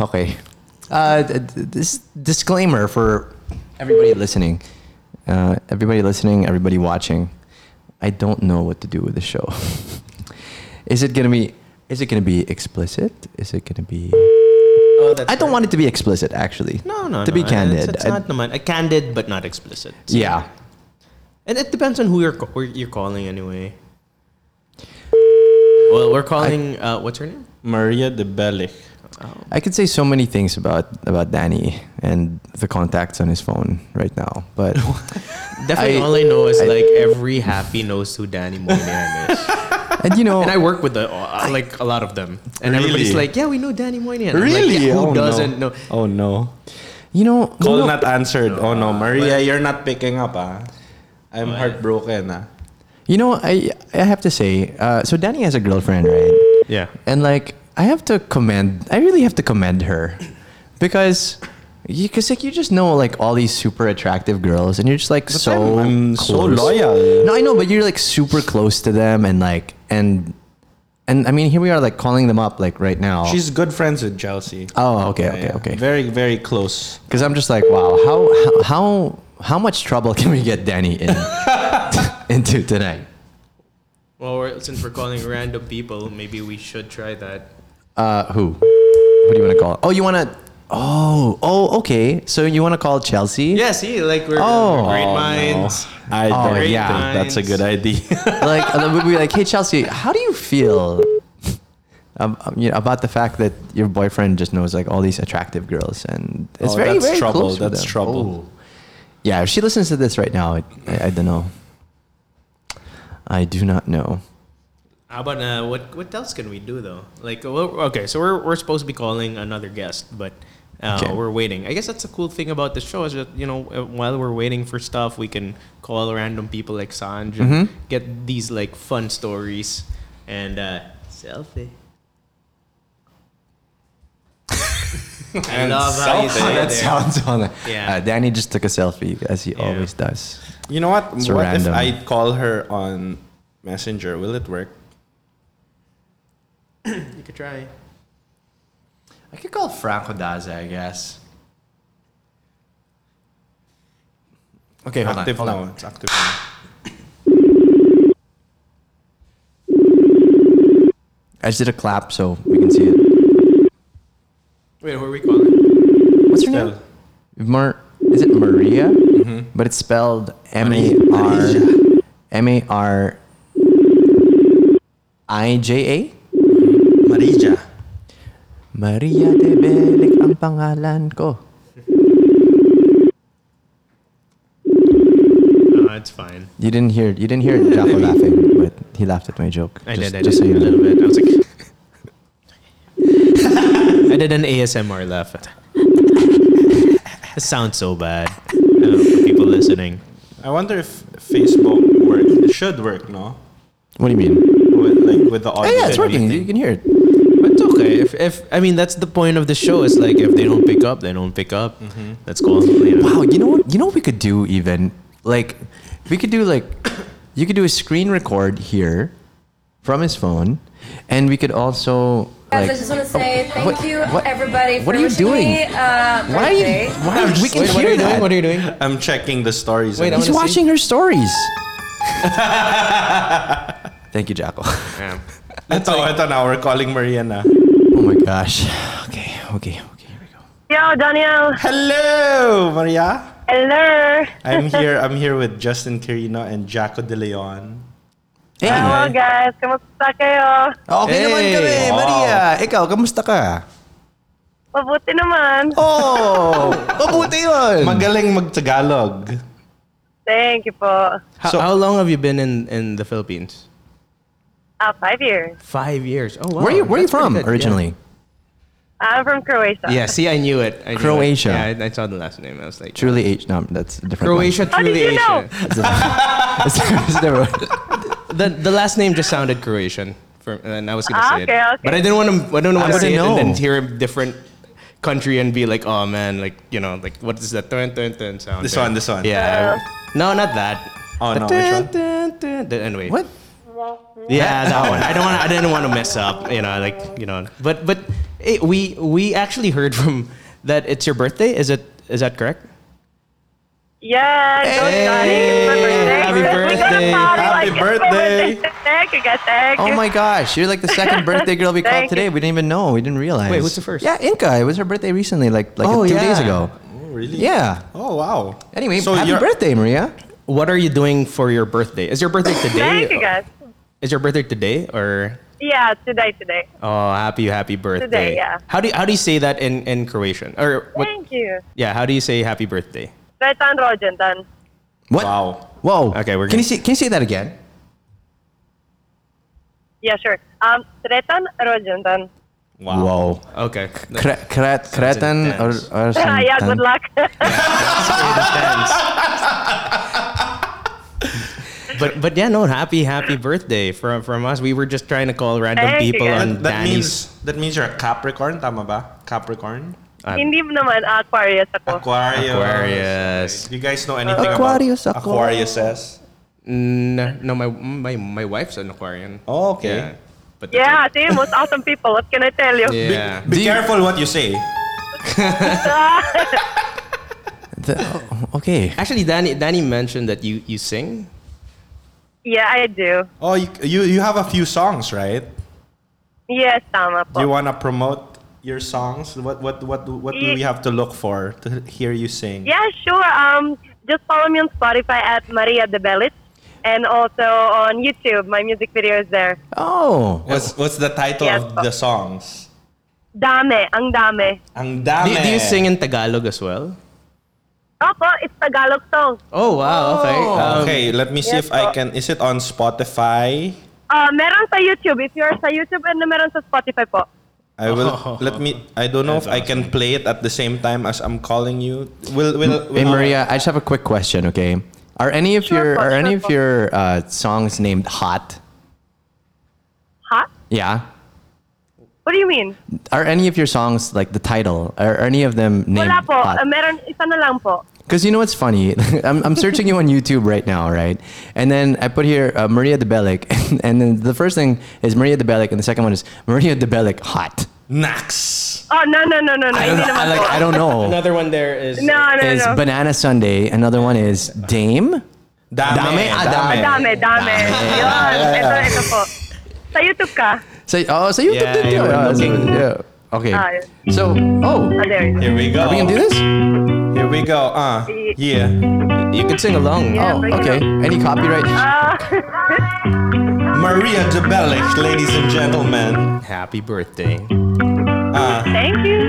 Speaker 1: Okay. Uh, d- d- this disclaimer for everybody listening, uh, everybody listening, everybody watching. I don't know what to do with the show. is it gonna be? Is it gonna be explicit? Is it gonna be?
Speaker 2: Oh, that's
Speaker 1: I don't want it to be explicit, actually.
Speaker 2: No, no.
Speaker 1: To be
Speaker 2: no.
Speaker 1: candid,
Speaker 2: it's, it's
Speaker 1: I-
Speaker 2: not naman. Uh, candid, but not explicit.
Speaker 1: yeah.
Speaker 2: And it depends on who you're ca- who you're calling anyway. Well, we're calling. uh, what's her name?
Speaker 3: Maria de Bellic.
Speaker 1: I could say so many things about about Danny and the contacts on his phone right now, but
Speaker 2: Definitely,
Speaker 1: I-
Speaker 2: all I know is
Speaker 1: I-
Speaker 2: like every happy knows who Danny Moynihan is.
Speaker 1: And you know,
Speaker 2: And I work with the, uh, like a lot of them, and everybody's
Speaker 3: Really?
Speaker 2: like, "Yeah, we know Danny Moynihan." I'm like,
Speaker 3: Really?
Speaker 2: "Yeah, who
Speaker 3: Oh, no.
Speaker 2: doesn't know?
Speaker 3: Oh no.
Speaker 1: you know, you
Speaker 3: Call
Speaker 1: know-
Speaker 3: not answered. oh no, Maria, you're not picking up, ah. I'm heartbroken, ah.
Speaker 1: You know, I I have to say, uh, so Danny has a girlfriend, right?
Speaker 2: Yeah.
Speaker 1: And like, I have to commend. I really have to commend her, because, because like you just know like all these super attractive girls, and you're just like so
Speaker 3: I'm so
Speaker 1: close.
Speaker 3: loyal.
Speaker 1: No, I know, but you're like super close to them, and like and and I mean, here we are like calling them up like right now.
Speaker 3: She's good friends with Chelsea.
Speaker 1: oh okay
Speaker 3: Yeah,
Speaker 1: okay
Speaker 3: yeah.
Speaker 1: okay.
Speaker 3: Very, very close.
Speaker 1: Because I'm just like, wow, how how how much trouble can we get Danny in into tonight?
Speaker 2: Well, we're, since we're calling random people, maybe we should try that.
Speaker 1: Uh, who? What do you want to call? Oh, you want to? Oh, oh, okay. So you want to call Chelsea?
Speaker 2: Yeah, see, like we're,
Speaker 1: Oh.
Speaker 2: we're great
Speaker 1: Oh, no.
Speaker 2: minds.
Speaker 3: I
Speaker 1: Oh,
Speaker 3: don't
Speaker 1: yeah.
Speaker 3: think that's a good idea.
Speaker 1: Like, and then we'd be like, hey, Chelsea, how do you feel um, um, you know, about the fact that your boyfriend just knows like all these attractive girls, and it's
Speaker 3: Oh,
Speaker 1: very,
Speaker 3: that's
Speaker 1: very
Speaker 3: trouble.
Speaker 1: close with
Speaker 3: That's
Speaker 1: them.
Speaker 3: trouble.
Speaker 1: Oh. Yeah, if she listens to this right now, I, I, I don't know. I do not know.
Speaker 2: How about uh, what? What else can we do though? Like, well, okay, so we're we're supposed to be calling another guest, but. Uh,
Speaker 1: Okay.
Speaker 2: We're waiting. I guess that's the cool thing about the show is that you know uh, while we're waiting for stuff, we can call random people like Sanj and get these like fun stories and uh, selfie. I love how you
Speaker 3: selfie.
Speaker 2: say
Speaker 1: that
Speaker 2: there.
Speaker 1: sounds on.
Speaker 2: Yeah.
Speaker 1: Uh, Danny just took a selfie as he always does.
Speaker 3: you know what?
Speaker 1: It's
Speaker 3: what if
Speaker 1: random.
Speaker 3: I call her on Messenger? Will it work?
Speaker 2: You could try.
Speaker 1: I could call Franco Daza, I guess. Okay, hold
Speaker 3: active
Speaker 1: on.
Speaker 3: now.
Speaker 1: Hold on.
Speaker 3: It's active now.
Speaker 1: I just did a clap so we can see it.
Speaker 2: Wait, who are we calling?
Speaker 1: What's her
Speaker 3: Still.
Speaker 1: name? Mar- is it Maria?
Speaker 2: Mm-hmm.
Speaker 1: But it's spelled M A R M A R I J A.
Speaker 3: Marija.
Speaker 1: Maria de Belic ang pangalan ko.
Speaker 2: No, it's Oh, fine.
Speaker 1: You didn't hear you didn't hear Jaffa laughing, but he laughed at my joke.
Speaker 2: I
Speaker 1: Just-
Speaker 2: did. I
Speaker 1: just so
Speaker 2: did
Speaker 1: you
Speaker 2: a
Speaker 1: know.
Speaker 2: little bit. I was like, I did an ASMR laugh. It sounds so bad. I don't know, for people listening.
Speaker 3: I wonder if Facebook works. It should work, no?
Speaker 1: What do you mean?
Speaker 3: With, like with the
Speaker 1: Oh
Speaker 3: audio.
Speaker 1: yeah, it's
Speaker 3: and
Speaker 1: working.
Speaker 3: everything.
Speaker 1: You can hear it.
Speaker 2: But it's okay. If, if I mean, that's the point of the show. It's like if they don't pick up, they don't pick up. That's cool. You know.
Speaker 1: Wow, you know what? You know what we could do even like we could do like you could do a screen record here from his phone, and we could also like.
Speaker 6: Guys,
Speaker 1: oh,
Speaker 6: I just want to say thank
Speaker 1: what-
Speaker 6: you,
Speaker 1: what-
Speaker 6: everybody.
Speaker 1: what
Speaker 6: for
Speaker 1: are you
Speaker 6: wishing
Speaker 1: doing?
Speaker 6: Me, uh,
Speaker 1: Why are you? Why are, we can
Speaker 2: Wait,
Speaker 1: hear
Speaker 2: what are you
Speaker 1: that.
Speaker 2: doing? What are you doing?
Speaker 3: I'm checking the stories.
Speaker 2: Wait,
Speaker 3: and-
Speaker 1: He's
Speaker 2: I wanna
Speaker 1: watching her stories. Thank you, Jackal.
Speaker 2: Yeah.
Speaker 3: Ito, ito na. We're calling Maria na.
Speaker 1: Oh my gosh. Okay, okay, okay. Here we go.
Speaker 7: Yo, Daniel.
Speaker 3: Hello, Maria.
Speaker 7: Hello.
Speaker 3: I'm here. I'm here with Justin Quirino and Jaco De Leon.
Speaker 1: Hey. Oh,
Speaker 7: Hello, guys. Kamusta kayo?
Speaker 1: Okay naman
Speaker 2: Hey.
Speaker 1: kami,
Speaker 3: Wow.
Speaker 1: Maria. Ikaw, kamusta ka?
Speaker 7: Mabuti naman.
Speaker 1: Oh, mabuti yun.
Speaker 3: Magaling mag-Tagalog.
Speaker 7: Thank you po.
Speaker 2: How,
Speaker 3: So-
Speaker 2: how long have you been in, in the Philippines?
Speaker 7: Ah, five years.
Speaker 2: Five years. Oh wow.
Speaker 1: where are you, where are you
Speaker 2: That's
Speaker 1: from
Speaker 2: pretty good, yeah.
Speaker 1: originally?
Speaker 7: I'm from Croatia.
Speaker 2: Yeah. See, I knew it. I knew it.
Speaker 1: Croatia.
Speaker 2: Yeah, I, I saw the last name. I was like,
Speaker 1: Truly H. No, that's a different. one.
Speaker 2: Croatia.
Speaker 7: How
Speaker 2: Truly
Speaker 7: did you know?
Speaker 2: Asia.
Speaker 1: It's- it's never-
Speaker 2: The the last name just sounded Croatian, for, and I was gonna
Speaker 7: Ah,
Speaker 2: say
Speaker 7: okay,
Speaker 2: it,
Speaker 7: okay.
Speaker 2: but I didn't want to. I didn't want
Speaker 1: I
Speaker 2: to say it
Speaker 1: wouldn't
Speaker 2: and then
Speaker 1: know.
Speaker 2: hear a different country and be like, oh man, like you know, like what is that turn turn turn sound?
Speaker 3: This
Speaker 2: there?"
Speaker 3: one, this one.
Speaker 2: Yeah. no, not that.
Speaker 3: Oh,
Speaker 2: The
Speaker 3: no, which
Speaker 2: dun,
Speaker 3: one?
Speaker 2: dun, dun, dun. Anyway.
Speaker 1: What?
Speaker 2: Yeah, that one. I don't want. I didn't want to mess up. You know, like you know. But but eh, we we actually heard from that it's your birthday. Is it is that correct?
Speaker 7: Yeah, go Johnny. It's
Speaker 2: happy
Speaker 7: my birthday. We got
Speaker 2: birthday.
Speaker 7: a party.
Speaker 3: Happy
Speaker 7: like, it's my
Speaker 3: birthday.
Speaker 7: Thank you, guys. Thank
Speaker 1: Oh
Speaker 7: you.
Speaker 1: my gosh, you're like the second birthday girl we called
Speaker 7: Thank you.
Speaker 1: today. We didn't even know. We didn't realize.
Speaker 2: Wait, who's the first?
Speaker 1: Yeah, Inca. It was her birthday recently, like like
Speaker 2: Oh,
Speaker 1: two days
Speaker 2: yeah.
Speaker 1: ago.
Speaker 3: Oh, really?
Speaker 1: Yeah.
Speaker 3: Oh, wow.
Speaker 1: Anyway,
Speaker 3: So
Speaker 1: happy
Speaker 3: you're-
Speaker 1: birthday, Maria.
Speaker 2: What are you doing for your birthday? Is your birthday today?
Speaker 7: Thank you, guys.
Speaker 2: Is your birthday today or?
Speaker 7: Yeah, today, today.
Speaker 2: Oh, happy happy birthday!
Speaker 7: yeah.
Speaker 2: How do you, how do you say that in in Croatian or what?
Speaker 7: Thank you.
Speaker 2: Yeah, how do you say happy birthday?
Speaker 7: Svetan rođendan.
Speaker 1: What?
Speaker 3: Wow.
Speaker 1: Whoa.
Speaker 2: Okay, we're
Speaker 1: Can you
Speaker 2: good.
Speaker 1: see? Can you say that again?
Speaker 7: Yeah, sure. Um, Tretan Rojuntan.
Speaker 1: Wow.
Speaker 2: Okay.
Speaker 1: Cre- cre- cretan or,
Speaker 2: intense.
Speaker 1: or
Speaker 7: Yeah, yeah,
Speaker 1: something.
Speaker 7: good luck.
Speaker 2: But but yeah, no, happy happy birthday from from us. We were just trying to call random
Speaker 7: Thank you,
Speaker 2: people
Speaker 7: guys.
Speaker 2: on
Speaker 3: That, that
Speaker 2: Danny's.
Speaker 3: means that means you're a Capricorn, tama ba? Capricorn,
Speaker 7: Hindi naman Aquarius ako.
Speaker 3: Aquarius.
Speaker 2: Aquarius.
Speaker 3: Do you guys know anything
Speaker 1: Aquarius,
Speaker 3: about
Speaker 1: Aquarius.
Speaker 3: Aquariuses?
Speaker 2: Mm, no, my my my wife's an Aquarian.
Speaker 3: Oh, okay.
Speaker 2: Yeah. But that's
Speaker 7: Yeah, see, most awesome people. What can I tell
Speaker 2: it.
Speaker 7: you?
Speaker 3: Be,
Speaker 2: Yeah.
Speaker 3: be
Speaker 1: Do you-
Speaker 3: careful what you say.
Speaker 1: The- oh, okay.
Speaker 2: Actually, Danny Danny mentioned that you you sing.
Speaker 7: Yeah, I do.
Speaker 3: Oh, you, you you have a few songs, right?
Speaker 7: Yes, tama
Speaker 3: Do you
Speaker 7: po.
Speaker 3: want to promote your songs? What what what what do we have to look for to hear you sing?
Speaker 7: Mm. Yeah, sure. Um, just follow me on Spotify at Maria De Bellis, and also on YouTube. My music video is there.
Speaker 1: Oh.
Speaker 3: What's what's the title
Speaker 7: Yes,
Speaker 3: of the songs?
Speaker 7: Dame, ang dame.
Speaker 3: Ang dami.
Speaker 2: Do, do you sing in Tagalog as well?
Speaker 7: Opo, it's Tagalog song.
Speaker 2: Oh wow. Okay. Um,
Speaker 3: okay, let me see if
Speaker 7: yes
Speaker 3: I
Speaker 7: po.
Speaker 3: can. Is it on Spotify?
Speaker 7: Uh, meron sa YouTube. If you're sa YouTube, and meron sa Spotify po.
Speaker 3: I will let me. I don't know if I can play it at the same time as I'm calling you. Will will.
Speaker 1: Hey
Speaker 3: will-
Speaker 1: Maria, I just have a quick question, okay? Are any of your
Speaker 7: Sure, po,
Speaker 1: are
Speaker 7: sure,
Speaker 1: any of
Speaker 7: po.
Speaker 1: your uh, songs named Hot?
Speaker 7: Huh?
Speaker 1: Yeah.
Speaker 7: What do you mean?
Speaker 1: Are any of your songs like the title? Are any of them named
Speaker 7: Wala po.
Speaker 1: Hot?
Speaker 7: Uh, meron, isa na lang po.
Speaker 1: Because you know what's funny? I'm, I'm searching you on YouTube right now, right? And then I put here uh, Maria DeBellic. And, and then the first thing is Maria DeBellic, and the second one is Maria DeBellic hot.
Speaker 3: Nax.
Speaker 7: Oh, no, no, no, no, no.
Speaker 1: I don't,
Speaker 7: Hindi
Speaker 1: know, I,
Speaker 7: naman
Speaker 1: like,
Speaker 7: po.
Speaker 1: I don't
Speaker 3: Oh.
Speaker 1: know.
Speaker 2: Another one there is
Speaker 7: No, no,
Speaker 1: Is
Speaker 7: no.
Speaker 1: Banana Sunday. Another one is Dame.
Speaker 3: Dame.
Speaker 1: Dame, ah, dame.
Speaker 7: Dame, dame. Yun. Ito, ito po. Sa YouTube ka.
Speaker 1: So, oh, so you
Speaker 2: Yeah,
Speaker 1: did it.
Speaker 2: you were
Speaker 1: Yeah, so-
Speaker 2: looking.
Speaker 1: yeah. Okay.
Speaker 7: Ah, yeah.
Speaker 1: So, oh,
Speaker 7: Ah, there.
Speaker 3: Here we go.
Speaker 1: are we going to do this?
Speaker 3: Here we go. Uh, yeah.
Speaker 2: you could sing along.
Speaker 7: Yeah,
Speaker 1: Oh,
Speaker 7: bring it
Speaker 1: okay. Any copyright?
Speaker 7: Ah,
Speaker 3: Maria DeBellic, ladies and gentlemen.
Speaker 2: Happy birthday.
Speaker 3: Uh,
Speaker 7: thank you.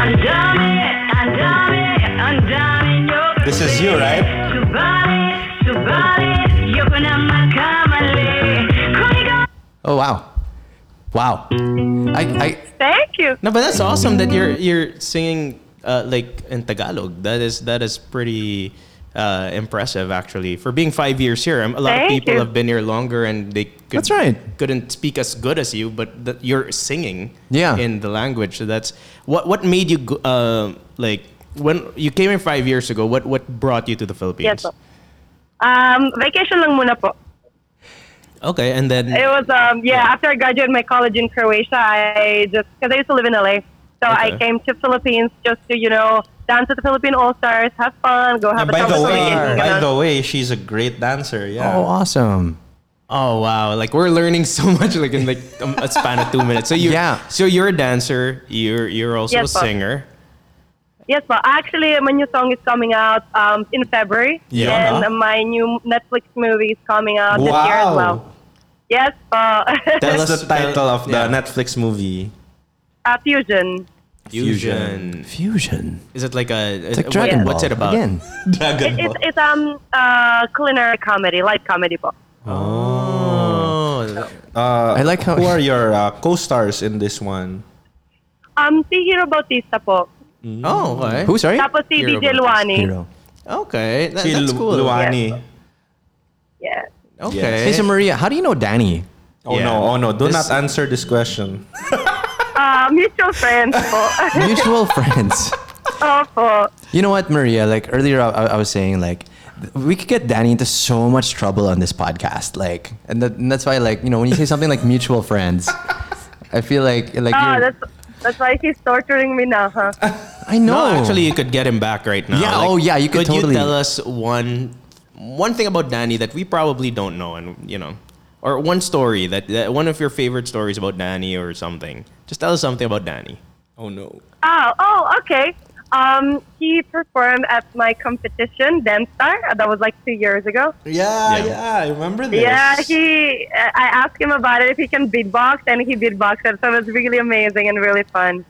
Speaker 6: I'm dummy, I'm dummy, I'm dummy, you're
Speaker 3: This is you, right?
Speaker 6: Subali, Subali, you're gonna make
Speaker 1: Oh, wow. Wow. I, I,
Speaker 7: Thank you.
Speaker 2: No, but that's awesome that you're you're singing uh, like in Tagalog. That is that is pretty uh, impressive actually for being five years here. um, A lot of
Speaker 7: Thank
Speaker 2: people
Speaker 7: you.
Speaker 2: have been here longer and they could,
Speaker 1: That's right.
Speaker 2: couldn't speak as good as you, but that you're singing
Speaker 1: Yeah.
Speaker 2: in the language. So that's what what made you go- uh, like when you came here five years ago. What what brought you to the Philippines?
Speaker 7: Yes, po. Um, vacation lang muna po.
Speaker 2: okay, and then
Speaker 7: It was, um, yeah, after I graduated my college in Croatia, I just, because I used to live in LA. So I
Speaker 2: Okay.
Speaker 7: came to Philippines just to, you know, dance with the Philippine All-Stars, have fun, go have
Speaker 3: And
Speaker 7: a
Speaker 3: by
Speaker 7: time
Speaker 3: the
Speaker 7: with
Speaker 3: way,
Speaker 7: Philippines,
Speaker 3: by
Speaker 7: ganun.
Speaker 3: the way, she's a great dancer. Yeah.
Speaker 1: oh, awesome.
Speaker 2: Oh wow! Like we're learning so much, like in like um, a span of two minutes. So you,
Speaker 1: Yeah.
Speaker 2: So you're a dancer. You're you're also
Speaker 7: Yes,
Speaker 2: a
Speaker 7: po.
Speaker 2: singer.
Speaker 7: Yes, well, actually, my new song is coming out um, in February,
Speaker 3: Yeah.
Speaker 7: and
Speaker 2: Uh-huh.
Speaker 7: my new Netflix movie is coming out this year as well. Yes, uh,
Speaker 2: Tell
Speaker 3: That's
Speaker 2: us-
Speaker 3: the title
Speaker 2: tell-
Speaker 3: of the
Speaker 2: yeah.
Speaker 3: Netflix movie.
Speaker 7: uh, fusion.
Speaker 2: Fusion.
Speaker 1: Fusion.
Speaker 2: Is it like a?
Speaker 1: It's like Dragon Ball.
Speaker 2: What's it about?
Speaker 1: Again.
Speaker 3: Dragon
Speaker 7: It's
Speaker 3: Ball.
Speaker 7: it's um uh culinary comedy, light comedy po.
Speaker 2: Oh,
Speaker 3: Uh,
Speaker 1: I like how-
Speaker 3: Who are your uh, co-stars in this one?
Speaker 7: Um, si Hero Bautista po.
Speaker 2: oh, okay.
Speaker 1: Who, sorry?
Speaker 7: Tapos si
Speaker 2: Hero
Speaker 7: DJ
Speaker 2: Bautista.
Speaker 7: Luani.
Speaker 1: Hero.
Speaker 2: okay? That,
Speaker 3: Si
Speaker 2: that's
Speaker 3: Lu-
Speaker 2: cool.
Speaker 3: Luani.
Speaker 7: Yeah.
Speaker 2: Okay.
Speaker 1: Hey, so Maria, how do you know Danny?
Speaker 3: Oh
Speaker 2: Yeah.
Speaker 3: no! Oh no! Do
Speaker 2: This-
Speaker 3: not answer this question.
Speaker 7: Uh, mutual friends po.
Speaker 1: Mutual friends.
Speaker 7: Opo.
Speaker 1: You know what, Maria? Like earlier, I, I was saying like th- we could get Danny into so much trouble on this podcast. Like, and, that, and that's why, like, you know, when you say something like mutual friends, I feel like like
Speaker 7: Ah,
Speaker 1: you're-
Speaker 7: that's that's why she's torturing me now, huh?
Speaker 1: I know.
Speaker 2: No, actually, you could get him back right now.
Speaker 1: Yeah, oh, yeah, you could totally-
Speaker 2: you tell us one one thing about Danny that we probably don't know, and you know, or one story that, that one of your favorite stories about Danny or something? Just tell us something about Danny.
Speaker 3: Oh no!
Speaker 7: Oh, oh, okay. Um, he performed at my competition, Dance Star. uh, That was like two years ago.
Speaker 3: Yeah,
Speaker 2: Yeah.
Speaker 3: yeah, I remember this.
Speaker 7: Yeah, he. Uh, I asked him about it if he can beatbox, and he beatboxed. So it was really amazing and really fun.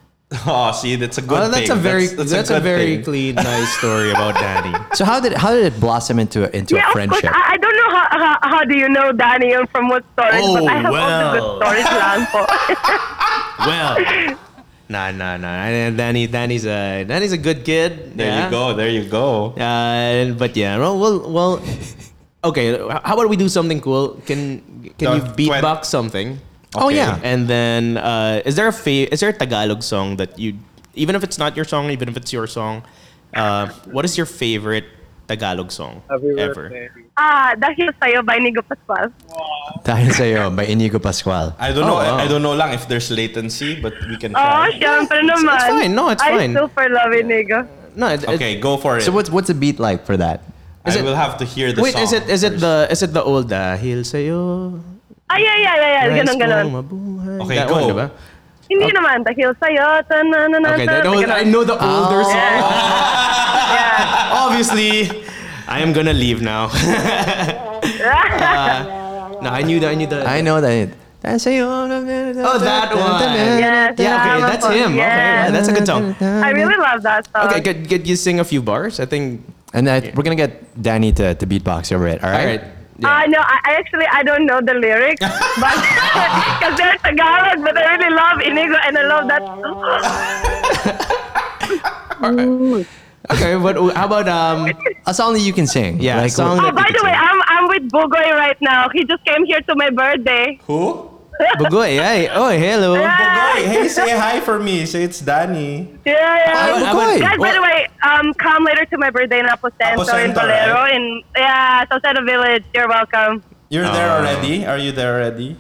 Speaker 3: Oh, see, that's a good.
Speaker 2: Well, that's a
Speaker 3: thing.
Speaker 2: very
Speaker 3: that's,
Speaker 2: that's, a,
Speaker 3: a, good
Speaker 2: very clean,
Speaker 3: thing.
Speaker 2: nice story about Danny.
Speaker 1: so how did how did it blossom into a, into a
Speaker 7: yeah, of course.
Speaker 1: friendship?
Speaker 7: I, I don't know how how, how, how do you know, Danny, and from what stories?
Speaker 2: Oh,
Speaker 7: but I have
Speaker 2: well.
Speaker 7: all the good stories lang po.
Speaker 2: Well, nah, nah, nah. And Danny, Danny's a Danny's a good kid.
Speaker 3: There
Speaker 2: yeah.
Speaker 3: you go. There you go.
Speaker 2: Uh, but yeah, well, well, well. Okay, how about we do something cool? Can can you
Speaker 3: Uh,
Speaker 2: beatbox something?
Speaker 1: Oh,
Speaker 3: Okay.
Speaker 1: yeah.
Speaker 2: And then, uh, is there a fa- is there a Tagalog song that you, even if it's not your song, even if it's your song, uh, what is your favorite Tagalog song ever?
Speaker 7: Ah, Dahil Sa'yo by Nigo Pascual.
Speaker 1: Dahil sa'yo, by Inigo Pascual.
Speaker 3: I don't know.
Speaker 2: Oh, wow.
Speaker 3: I, I don't know lang if there's latency, but we can
Speaker 7: Oh,
Speaker 3: try.
Speaker 7: syempre naman.
Speaker 2: it's fine. No, it's
Speaker 7: I
Speaker 2: fine.
Speaker 7: super love Inigo.
Speaker 2: No. It, it-
Speaker 3: Okay, go for it.
Speaker 1: So what's what's a beat like for that?
Speaker 2: is
Speaker 3: I
Speaker 2: it-
Speaker 3: will have to hear the
Speaker 2: wait,
Speaker 3: song.
Speaker 2: is it is it
Speaker 3: first.
Speaker 2: the is it the old Dahil sa'yo?
Speaker 7: Ay, ay, ay, ay, ay.
Speaker 2: nais
Speaker 7: Ganun, ganun.
Speaker 2: kong mabuhay?
Speaker 3: Okay,
Speaker 2: that
Speaker 3: go.
Speaker 2: One, diba?
Speaker 7: Hindi naman. Dahil Sa'yo. tananana,
Speaker 2: Oh. Okay, that, no,
Speaker 7: ganun.
Speaker 2: I know the older
Speaker 1: Oh.
Speaker 2: song.
Speaker 7: Yeah.
Speaker 2: Obviously, I am gonna leave now. no, I knew that. I knew that.
Speaker 1: I know that. It, Dahil sa'yo. Oh,
Speaker 2: that one.
Speaker 7: Yes,
Speaker 2: Yeah, okay,
Speaker 7: tama
Speaker 2: that's
Speaker 7: po.
Speaker 2: him. Okay,
Speaker 7: Yes.
Speaker 2: well, that's a good song.
Speaker 7: I really love that song.
Speaker 2: Okay, could, could you sing a few bars? I think.
Speaker 1: And I, we're gonna get Danny to, to beatbox over it. All
Speaker 2: All
Speaker 1: right.
Speaker 2: right.
Speaker 7: Uh, no, I, I actually I don't know the lyrics, but because they're Tagalog, but I really love Inigo and I love that.
Speaker 2: Okay, but how about um?
Speaker 1: A song that you can sing.
Speaker 2: Yeah, a
Speaker 1: Like,
Speaker 2: song
Speaker 7: oh,
Speaker 2: that-
Speaker 7: by the way, I'm I'm with Bugoy right now. He just came here to my birthday.
Speaker 3: Who?
Speaker 2: Bugoy, hey, oh, hello.
Speaker 3: Hey, hey, say hi for me. Say it's Danny.
Speaker 7: Yeah, yeah.
Speaker 2: Hi, Ah, Bugoy.
Speaker 7: Guys, by the way, um, come later to my birthday in Aposento, in
Speaker 3: Aposento,
Speaker 7: Valero,
Speaker 3: right?
Speaker 7: in yeah, Salcedo Village. You're welcome.
Speaker 3: You're
Speaker 2: Ah.
Speaker 3: there already? Are you there already?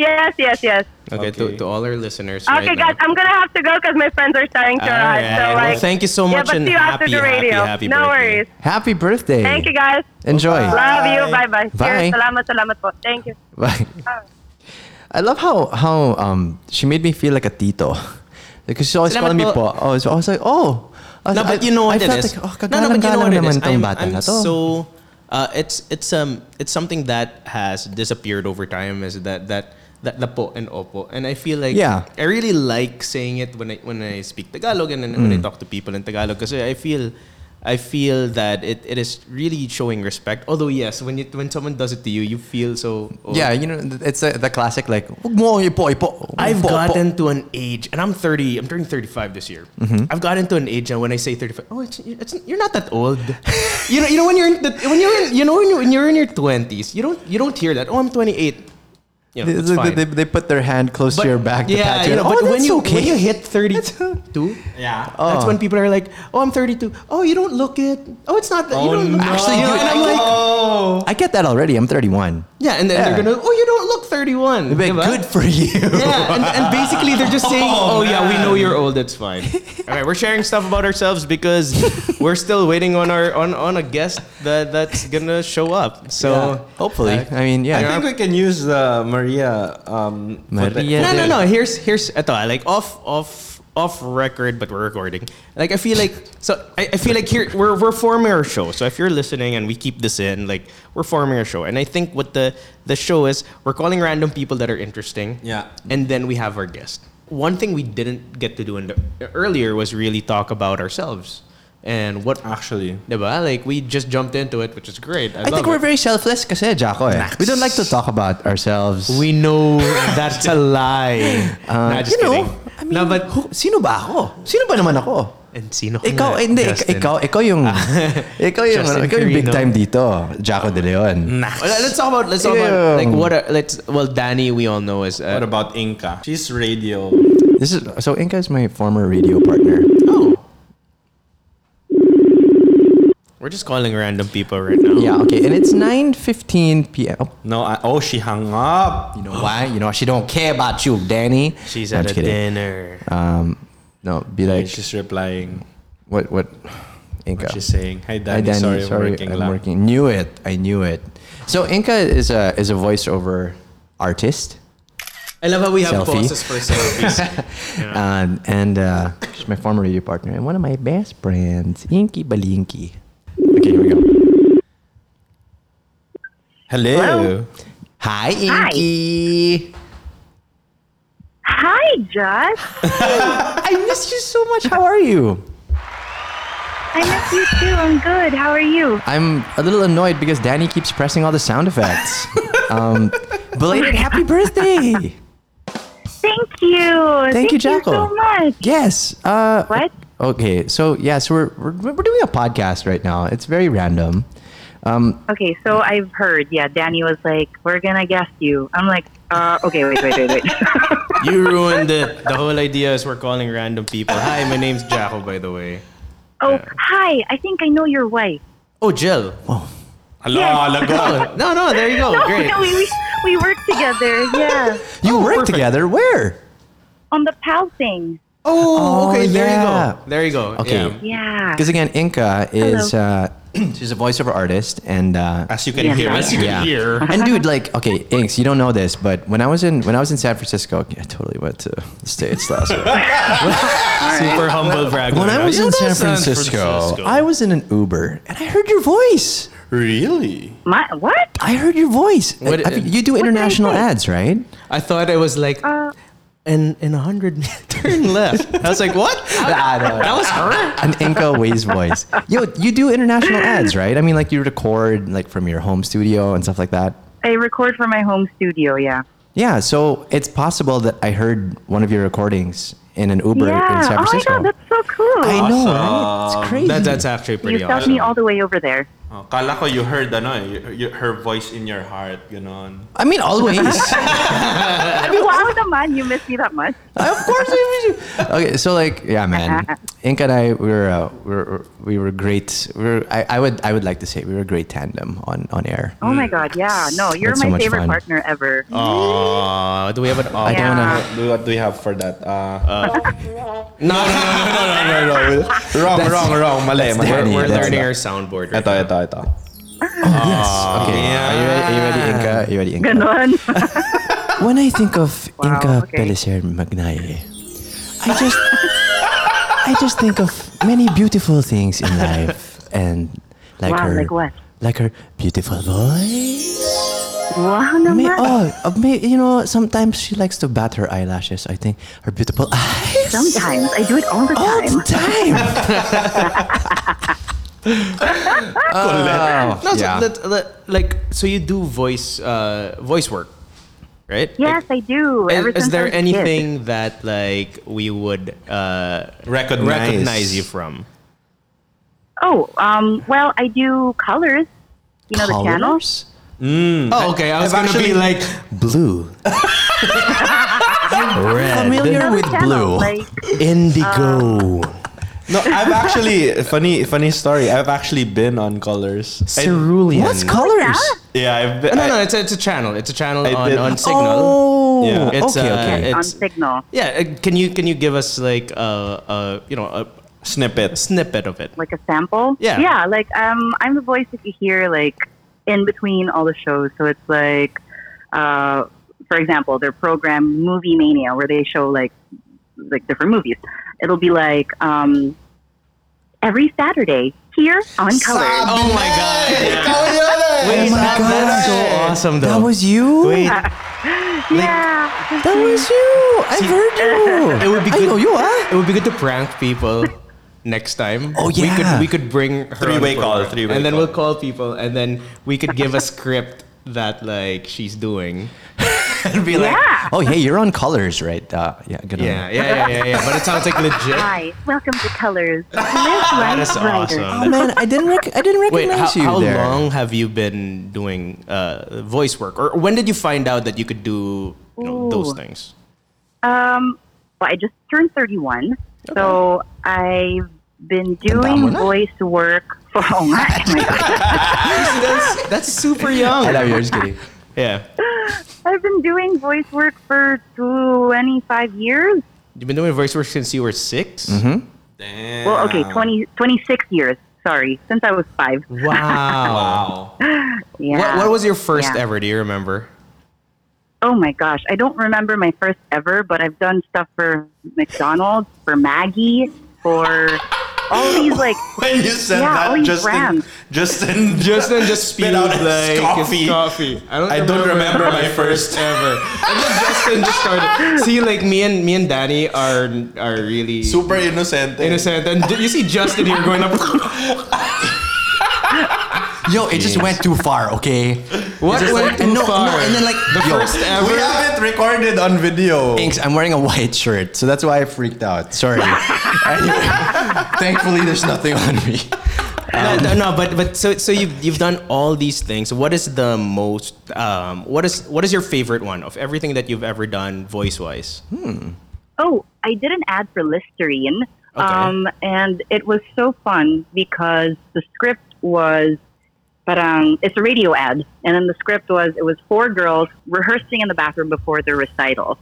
Speaker 7: Yes, yes, yes.
Speaker 2: Okay, To,
Speaker 3: Okay.
Speaker 2: to all our listeners.
Speaker 7: Okay,
Speaker 2: right
Speaker 7: guys,
Speaker 2: now.
Speaker 7: I'm gonna have to go because my friends are starting to
Speaker 2: All
Speaker 7: arrive.
Speaker 2: right.
Speaker 7: So
Speaker 2: well,
Speaker 7: like,
Speaker 2: thank you so
Speaker 7: yeah,
Speaker 2: much
Speaker 7: but
Speaker 2: and
Speaker 7: see you
Speaker 2: happy,
Speaker 7: after the
Speaker 2: happy,
Speaker 7: radio.
Speaker 2: happy
Speaker 7: no
Speaker 2: birthday.
Speaker 7: worries.
Speaker 1: Happy birthday.
Speaker 7: Thank you guys.
Speaker 1: Enjoy.
Speaker 7: Love you. Bye bye.
Speaker 1: Bye.
Speaker 7: Salamat, salamat po. Thank you.
Speaker 1: Right. I love how how um she made me feel like a tito. Because she's always
Speaker 2: Salamat
Speaker 1: calling me
Speaker 2: po.
Speaker 1: po. Oh, so I was like, oh. I was-
Speaker 2: No, but
Speaker 1: I-
Speaker 2: you know what
Speaker 1: I
Speaker 2: it
Speaker 1: felt
Speaker 2: is.
Speaker 1: Like, oh,
Speaker 2: no, no, but you know
Speaker 1: kagalang-galang
Speaker 2: what it
Speaker 1: naman
Speaker 2: is.
Speaker 1: tong
Speaker 2: I'm,
Speaker 1: bata
Speaker 2: I'm
Speaker 1: na to.
Speaker 2: so uh, it's it's um it's something that has disappeared over time is that that that the po and opo and I feel like
Speaker 1: Yeah.
Speaker 2: I really like saying it when I when I speak Tagalog and then when
Speaker 1: Mm.
Speaker 2: I talk to people in Tagalog because I feel I feel that it, it is really showing respect. Although yes, when you when someone does it to you, you feel so. oh,
Speaker 1: Yeah, you know, it's uh, the classic like, "Wag mo, ipo, ipo.
Speaker 2: I've
Speaker 1: Po, po."
Speaker 2: gotten to an age, and I'm 30. I'm turning 35 this year.
Speaker 1: Mm-hmm.
Speaker 2: I've gotten to an age now when I say 35. Oh, it's, it's you're not that old. you know, you know when you're in the, when you're in, you know when you're, when you're in your 20s, you don't you don't hear that. Oh, I'm 28. You know,
Speaker 1: They,
Speaker 2: it's
Speaker 1: they,
Speaker 2: fine.
Speaker 1: they, they put their hand close to your back to
Speaker 2: yeah,
Speaker 1: pat you.
Speaker 2: you know,
Speaker 1: oh,
Speaker 2: but
Speaker 1: that's
Speaker 2: when you
Speaker 1: okay.
Speaker 2: when you hit 32,
Speaker 3: Yeah.
Speaker 2: that's when people are like, "Oh, I'm 32. Oh, you don't look it. Oh, it's not that. you don't look
Speaker 1: Actually,
Speaker 2: you
Speaker 1: dude,
Speaker 2: know, and
Speaker 1: I
Speaker 2: I'm
Speaker 1: get-
Speaker 2: like,
Speaker 1: I get that already. I'm 31.
Speaker 2: yeah, and then
Speaker 1: Yeah.
Speaker 2: they're gonna, "Oh, you don't look 31."
Speaker 1: But
Speaker 2: diba?
Speaker 1: good for you.
Speaker 2: Yeah, and, and basically they're just saying, "Oh, yeah, we know you're old. It's fine." All right, we're sharing stuff about ourselves because we're still waiting on our on, on a guest that that's gonna show up. So
Speaker 1: Oh, Hopefully. I mean, yeah.
Speaker 3: I think we can use the Maria. Um,
Speaker 1: Maria.
Speaker 3: footage.
Speaker 2: no, no, no. Here's here's ito, ah, like off off off record, but we're recording. Like I feel like so I, I feel like here we're we're forming our show. So if you're listening and we keep this in, like we're forming our show. And I think what the the show is, we're calling random people that are interesting.
Speaker 3: Yeah.
Speaker 2: And then we have our guest. One thing we didn't get to do in the, earlier was really talk about ourselves and what
Speaker 3: Actually.
Speaker 2: Diba? Like we just jumped into it, which is great. I,
Speaker 1: Ah. I think
Speaker 2: love
Speaker 1: we're
Speaker 2: it.
Speaker 1: very selfless kasi, Jaco. Eh. We don't like to talk about ourselves.
Speaker 2: We know that's a lie. Uh, nah, just
Speaker 1: you know,
Speaker 2: kidding.
Speaker 1: I mean,
Speaker 2: no, but
Speaker 1: who- sino ba ako? Sino ba naman ako?
Speaker 2: And sino ka
Speaker 1: Ikaw,
Speaker 2: nga,
Speaker 1: hindi. ik-
Speaker 2: Mm. Justin?
Speaker 1: Ikaw, ikaw yung, ikaw yung,
Speaker 2: Justin
Speaker 1: ikaw yung big
Speaker 2: Quirino.
Speaker 1: time dito, Jaco de Leon.
Speaker 2: Well, let's talk about let's talk about like what are, let's well Danny we all know is uh,
Speaker 3: What about Inca? She's radio.
Speaker 1: This is, so Inka is my former radio partner.
Speaker 2: oh. We're just calling random people right now.
Speaker 1: Yeah, okay. And it's 9.15 p.m. Oh,
Speaker 3: No, I, oh, she hung up.
Speaker 1: you know why? You know, she don't care about you, Danny.
Speaker 2: She's
Speaker 1: No, I'm
Speaker 2: at a
Speaker 1: just kidding.
Speaker 2: dinner.
Speaker 1: Um, no, be
Speaker 3: And
Speaker 1: like,
Speaker 3: she's replying.
Speaker 1: what, what, Inka?
Speaker 3: She's saying, "Hi,
Speaker 1: Hi,
Speaker 3: Danny.
Speaker 1: Danny.
Speaker 3: sorry,
Speaker 1: Sorry,
Speaker 3: I'm working
Speaker 1: I'm
Speaker 3: lang."
Speaker 1: working. Knew it. I knew it. So Inka is a is a voiceover artist,
Speaker 2: I love how we have
Speaker 1: Selfie.
Speaker 2: pauses for selfies.
Speaker 1: and and uh, she's my former radio partner and one of my best friends, Inky Balinky. Okay, here we go.
Speaker 3: Hello.
Speaker 1: Hi, Inky.
Speaker 7: Hi, Josh.
Speaker 1: I miss you so much. How are you?
Speaker 7: I miss you too. I'm good. How are you?
Speaker 1: I'm a little annoyed because Danny keeps pressing all the sound effects. um, belated happy birthday!
Speaker 7: Thank you. Thank,
Speaker 1: you, Jacko.
Speaker 7: so much.
Speaker 1: Yes. Uh,
Speaker 7: What?
Speaker 1: Okay, so yeah, so we're, we're we're doing a podcast right now. It's very random.
Speaker 7: Okay, so I've heard. Yeah, Danny was like, "We're gonna guess you." I'm like, uh, "Okay, wait, wait, wait, wait."
Speaker 2: You ruined it. The whole idea is we're calling random people. Hi, my name's Jacko, by the way.
Speaker 7: oh, hi. I think I know your wife.
Speaker 2: Oh, Jill.
Speaker 3: Hello,
Speaker 2: Oh, no, no, there you go.
Speaker 7: no,
Speaker 2: Great.
Speaker 7: no, we, we we work together. Yeah,
Speaker 2: Oh,
Speaker 1: You work together? Where?
Speaker 7: on the pal thing.
Speaker 2: Oh, okay. There
Speaker 1: yeah.
Speaker 2: you go. There you go.
Speaker 1: Okay.
Speaker 2: Yeah.
Speaker 7: Yeah.
Speaker 1: Because again, Inca is uh, she's a voiceover artist, and uh,
Speaker 3: As you can
Speaker 7: Yeah.
Speaker 3: hear,
Speaker 7: As you can
Speaker 1: Yeah.
Speaker 3: hear.
Speaker 1: and dude, like, okay, Inks, you don't know this, but when I was in when I was in San Francisco, okay, I totally went to the states last week.
Speaker 2: Super humble brag.
Speaker 1: When I was
Speaker 2: You
Speaker 1: in
Speaker 2: know
Speaker 1: San
Speaker 2: San
Speaker 1: Francisco,
Speaker 2: Francisco.
Speaker 1: I was in an Uber and I heard your voice.
Speaker 3: Really?
Speaker 7: My what?
Speaker 1: I heard your voice.
Speaker 2: What-
Speaker 1: I- I- you do international
Speaker 7: say?
Speaker 1: ads, right?
Speaker 2: I thought I was like,
Speaker 7: Uh,
Speaker 2: in in a hundred, turn left. I was like, what?
Speaker 1: I don't
Speaker 2: That was her.
Speaker 1: An Inca Waze voice. Yo, you do international ads, right? I mean, like you record like from your home studio and stuff like that.
Speaker 7: I record from my home studio. Yeah.
Speaker 1: Yeah, so it's possible that I heard one of your recordings in an Uber
Speaker 7: yeah.
Speaker 1: in San
Speaker 7: oh my
Speaker 1: Francisco.
Speaker 7: god, that's so cool.
Speaker 1: I know, right? It's crazy.
Speaker 2: That, that's actually pretty
Speaker 7: you felt
Speaker 2: awesome.
Speaker 7: me all the way over there.
Speaker 3: Oh, kala ko you heard ano, y- y- her voice in your heart, ganon.
Speaker 1: I mean, always.
Speaker 7: wow, naman, you miss me that much.
Speaker 1: of course, we do. Okay, so like, yeah, man, Inca and I we were uh, we were, we were great. We were, I, I would I would like to say we were a great tandem on on air.
Speaker 7: Oh my god, yeah. No, you're
Speaker 1: That's so much
Speaker 7: my favorite
Speaker 1: fun.
Speaker 7: partner ever.
Speaker 2: Aw, Uh, do we have an? aw?
Speaker 1: I don't
Speaker 7: yeah.
Speaker 1: wanna-
Speaker 3: Do, what do we have for that? Uh,
Speaker 2: No, no, no, no, no, no, no.
Speaker 3: wrong, wrong, wrong. Mali,
Speaker 1: that's
Speaker 3: mali.
Speaker 1: Danny,
Speaker 2: We're
Speaker 1: that's
Speaker 2: learning
Speaker 1: not-
Speaker 2: our soundboard. Right
Speaker 3: Ito, ito, ito.
Speaker 1: Okay, are, you ready, are you ready, Inca? Are you ready, Inca?
Speaker 7: Ganon.
Speaker 1: When I think of
Speaker 7: Wow,
Speaker 1: Inca
Speaker 7: okay.
Speaker 1: Pellicer Magnaye, I just I just think of many beautiful things in life and like
Speaker 7: Wow,
Speaker 1: her
Speaker 7: like what?
Speaker 1: like her beautiful voice.
Speaker 7: wow,
Speaker 1: May,
Speaker 7: naman.
Speaker 1: oh, uh, may, you know, sometimes she likes to bat her eyelashes. I think her beautiful eyes.
Speaker 7: Sometimes I do it all the
Speaker 1: All
Speaker 7: time.
Speaker 1: the time.
Speaker 4: Ah.
Speaker 2: now. No, so
Speaker 1: Yeah.
Speaker 2: that- that- like so you do voice uh, voice work, right?
Speaker 7: Yes, I do.
Speaker 2: Like,
Speaker 7: Ever
Speaker 2: is, is
Speaker 7: since I
Speaker 2: there
Speaker 7: was a kid.
Speaker 2: anything that like we would uh,
Speaker 3: Recognize.
Speaker 2: recognize you from?
Speaker 7: Oh, um, well, I do colors. You know the channel.
Speaker 1: Colors?
Speaker 2: Oh, okay. I was
Speaker 3: I've
Speaker 2: gonna be
Speaker 3: actually-
Speaker 2: like
Speaker 1: Blue. Red. Familiar
Speaker 7: Another
Speaker 1: with blue.
Speaker 7: channel, like- uh,
Speaker 1: Indigo.
Speaker 3: No, I've actually, funny funny story, I've actually been on Colors. I-
Speaker 1: Cerulean. What's colors?
Speaker 7: that?
Speaker 3: yeah, I've been.
Speaker 2: no,
Speaker 3: I-
Speaker 2: no. It's a, it's a channel. It's a channel
Speaker 3: I
Speaker 2: on,
Speaker 3: did-
Speaker 2: on Signal.
Speaker 1: Oh,
Speaker 3: Yeah.
Speaker 1: okay,
Speaker 2: It's, uh,
Speaker 1: okay.
Speaker 7: on
Speaker 2: It's-
Speaker 7: Signal.
Speaker 2: Yeah. uh, Can you can you give us like a uh, uh, you know a
Speaker 3: snippets.
Speaker 2: snippet of it?
Speaker 7: Like a sample?
Speaker 2: Yeah.
Speaker 7: Yeah, like um I'm the voice that you hear like in between all the shows. So it's like uh for example, their program Movie Mania where they show like like different movies. It'll be like um every Saturday here on Colors.
Speaker 2: Oh my god!
Speaker 1: Oh my
Speaker 2: Wait, that- that's so
Speaker 1: gosh.
Speaker 2: awesome though.
Speaker 1: That was you.
Speaker 2: Wait,
Speaker 7: Yeah.
Speaker 1: That was you. I've heard you.
Speaker 2: it would be
Speaker 1: I
Speaker 2: good.
Speaker 1: know you, ah.
Speaker 2: It would be good to prank people next time.
Speaker 1: Oh,
Speaker 2: we could
Speaker 1: yeah.
Speaker 2: we could bring her
Speaker 3: Three-way
Speaker 2: on
Speaker 3: call,
Speaker 2: board,
Speaker 3: three-way
Speaker 2: and then
Speaker 3: call.
Speaker 2: we'll call people, and then we could give a script that like she's doing. and be like,
Speaker 7: Yeah.
Speaker 1: Oh, hey, you're on colors, right? Uh, yeah, good. on
Speaker 2: yeah, yeah,
Speaker 1: you.
Speaker 2: yeah, yeah, yeah. But it sounds like legit.
Speaker 7: Hi, welcome to Colors. Live life
Speaker 2: is
Speaker 7: brighter.
Speaker 2: awesome.
Speaker 1: Oh man, I didn't rec- I didn't
Speaker 2: Wait, how,
Speaker 1: recognize you
Speaker 2: how
Speaker 1: there.
Speaker 2: long have you been doing uh, voice work, or when did you find out that you could do you know, those
Speaker 7: Ooh.
Speaker 2: things?
Speaker 7: Um, well, I just turned 31, so I've been doing voice work for oh my, oh my God.
Speaker 2: That's, that's super
Speaker 1: I
Speaker 2: young.
Speaker 1: love you. Just kidding.
Speaker 2: Yeah,
Speaker 7: I've been doing voice work for 25 years.
Speaker 2: you've been doing voice work since you were 6
Speaker 7: Well, okay, 20, 26 years. Sorry, since I was five.
Speaker 2: Wow.
Speaker 3: Wow.
Speaker 7: Yeah.
Speaker 2: What, what was your first
Speaker 7: Yeah.
Speaker 2: ever? Do you remember?
Speaker 7: Oh my gosh, I don't remember my first ever, but I've done stuff for McDonald's, for Maggie, for all these like
Speaker 5: When you said
Speaker 7: Yeah,
Speaker 3: oh,
Speaker 7: all
Speaker 5: that,
Speaker 7: you
Speaker 5: Justin,
Speaker 7: rams.
Speaker 5: Justin,
Speaker 8: Justin just
Speaker 5: spit
Speaker 8: spewed
Speaker 5: out his
Speaker 8: like
Speaker 5: coffee.
Speaker 8: his coffee. I don't.
Speaker 5: I don't remember my first
Speaker 8: ever. and then Justin just started. See, like me and me and Danny are are really
Speaker 5: super innocent.
Speaker 8: innocent, and ju- you see Justin here going up.
Speaker 1: Yo, it just went too far, okay?
Speaker 8: What
Speaker 1: Just
Speaker 8: went
Speaker 1: like-
Speaker 8: too
Speaker 1: no,
Speaker 8: far?
Speaker 1: No, and then like
Speaker 8: the
Speaker 1: yo,
Speaker 8: first ever.
Speaker 5: We have it recorded on video.
Speaker 1: Thanks. I'm wearing a white shirt, so that's why I freaked out. Sorry. Thankfully, there's nothing on me. Um,
Speaker 2: no, no, no, but but so so you've you've done all these things. What is the most um what is what is your favorite one of everything that you've ever done voice wise?
Speaker 7: Oh, I did an ad for Listerine.
Speaker 2: Okay.
Speaker 7: Um, and it was so fun because the script was, but um, it's a radio ad, and then the script was it was four girls rehearsing in the bathroom before their recital,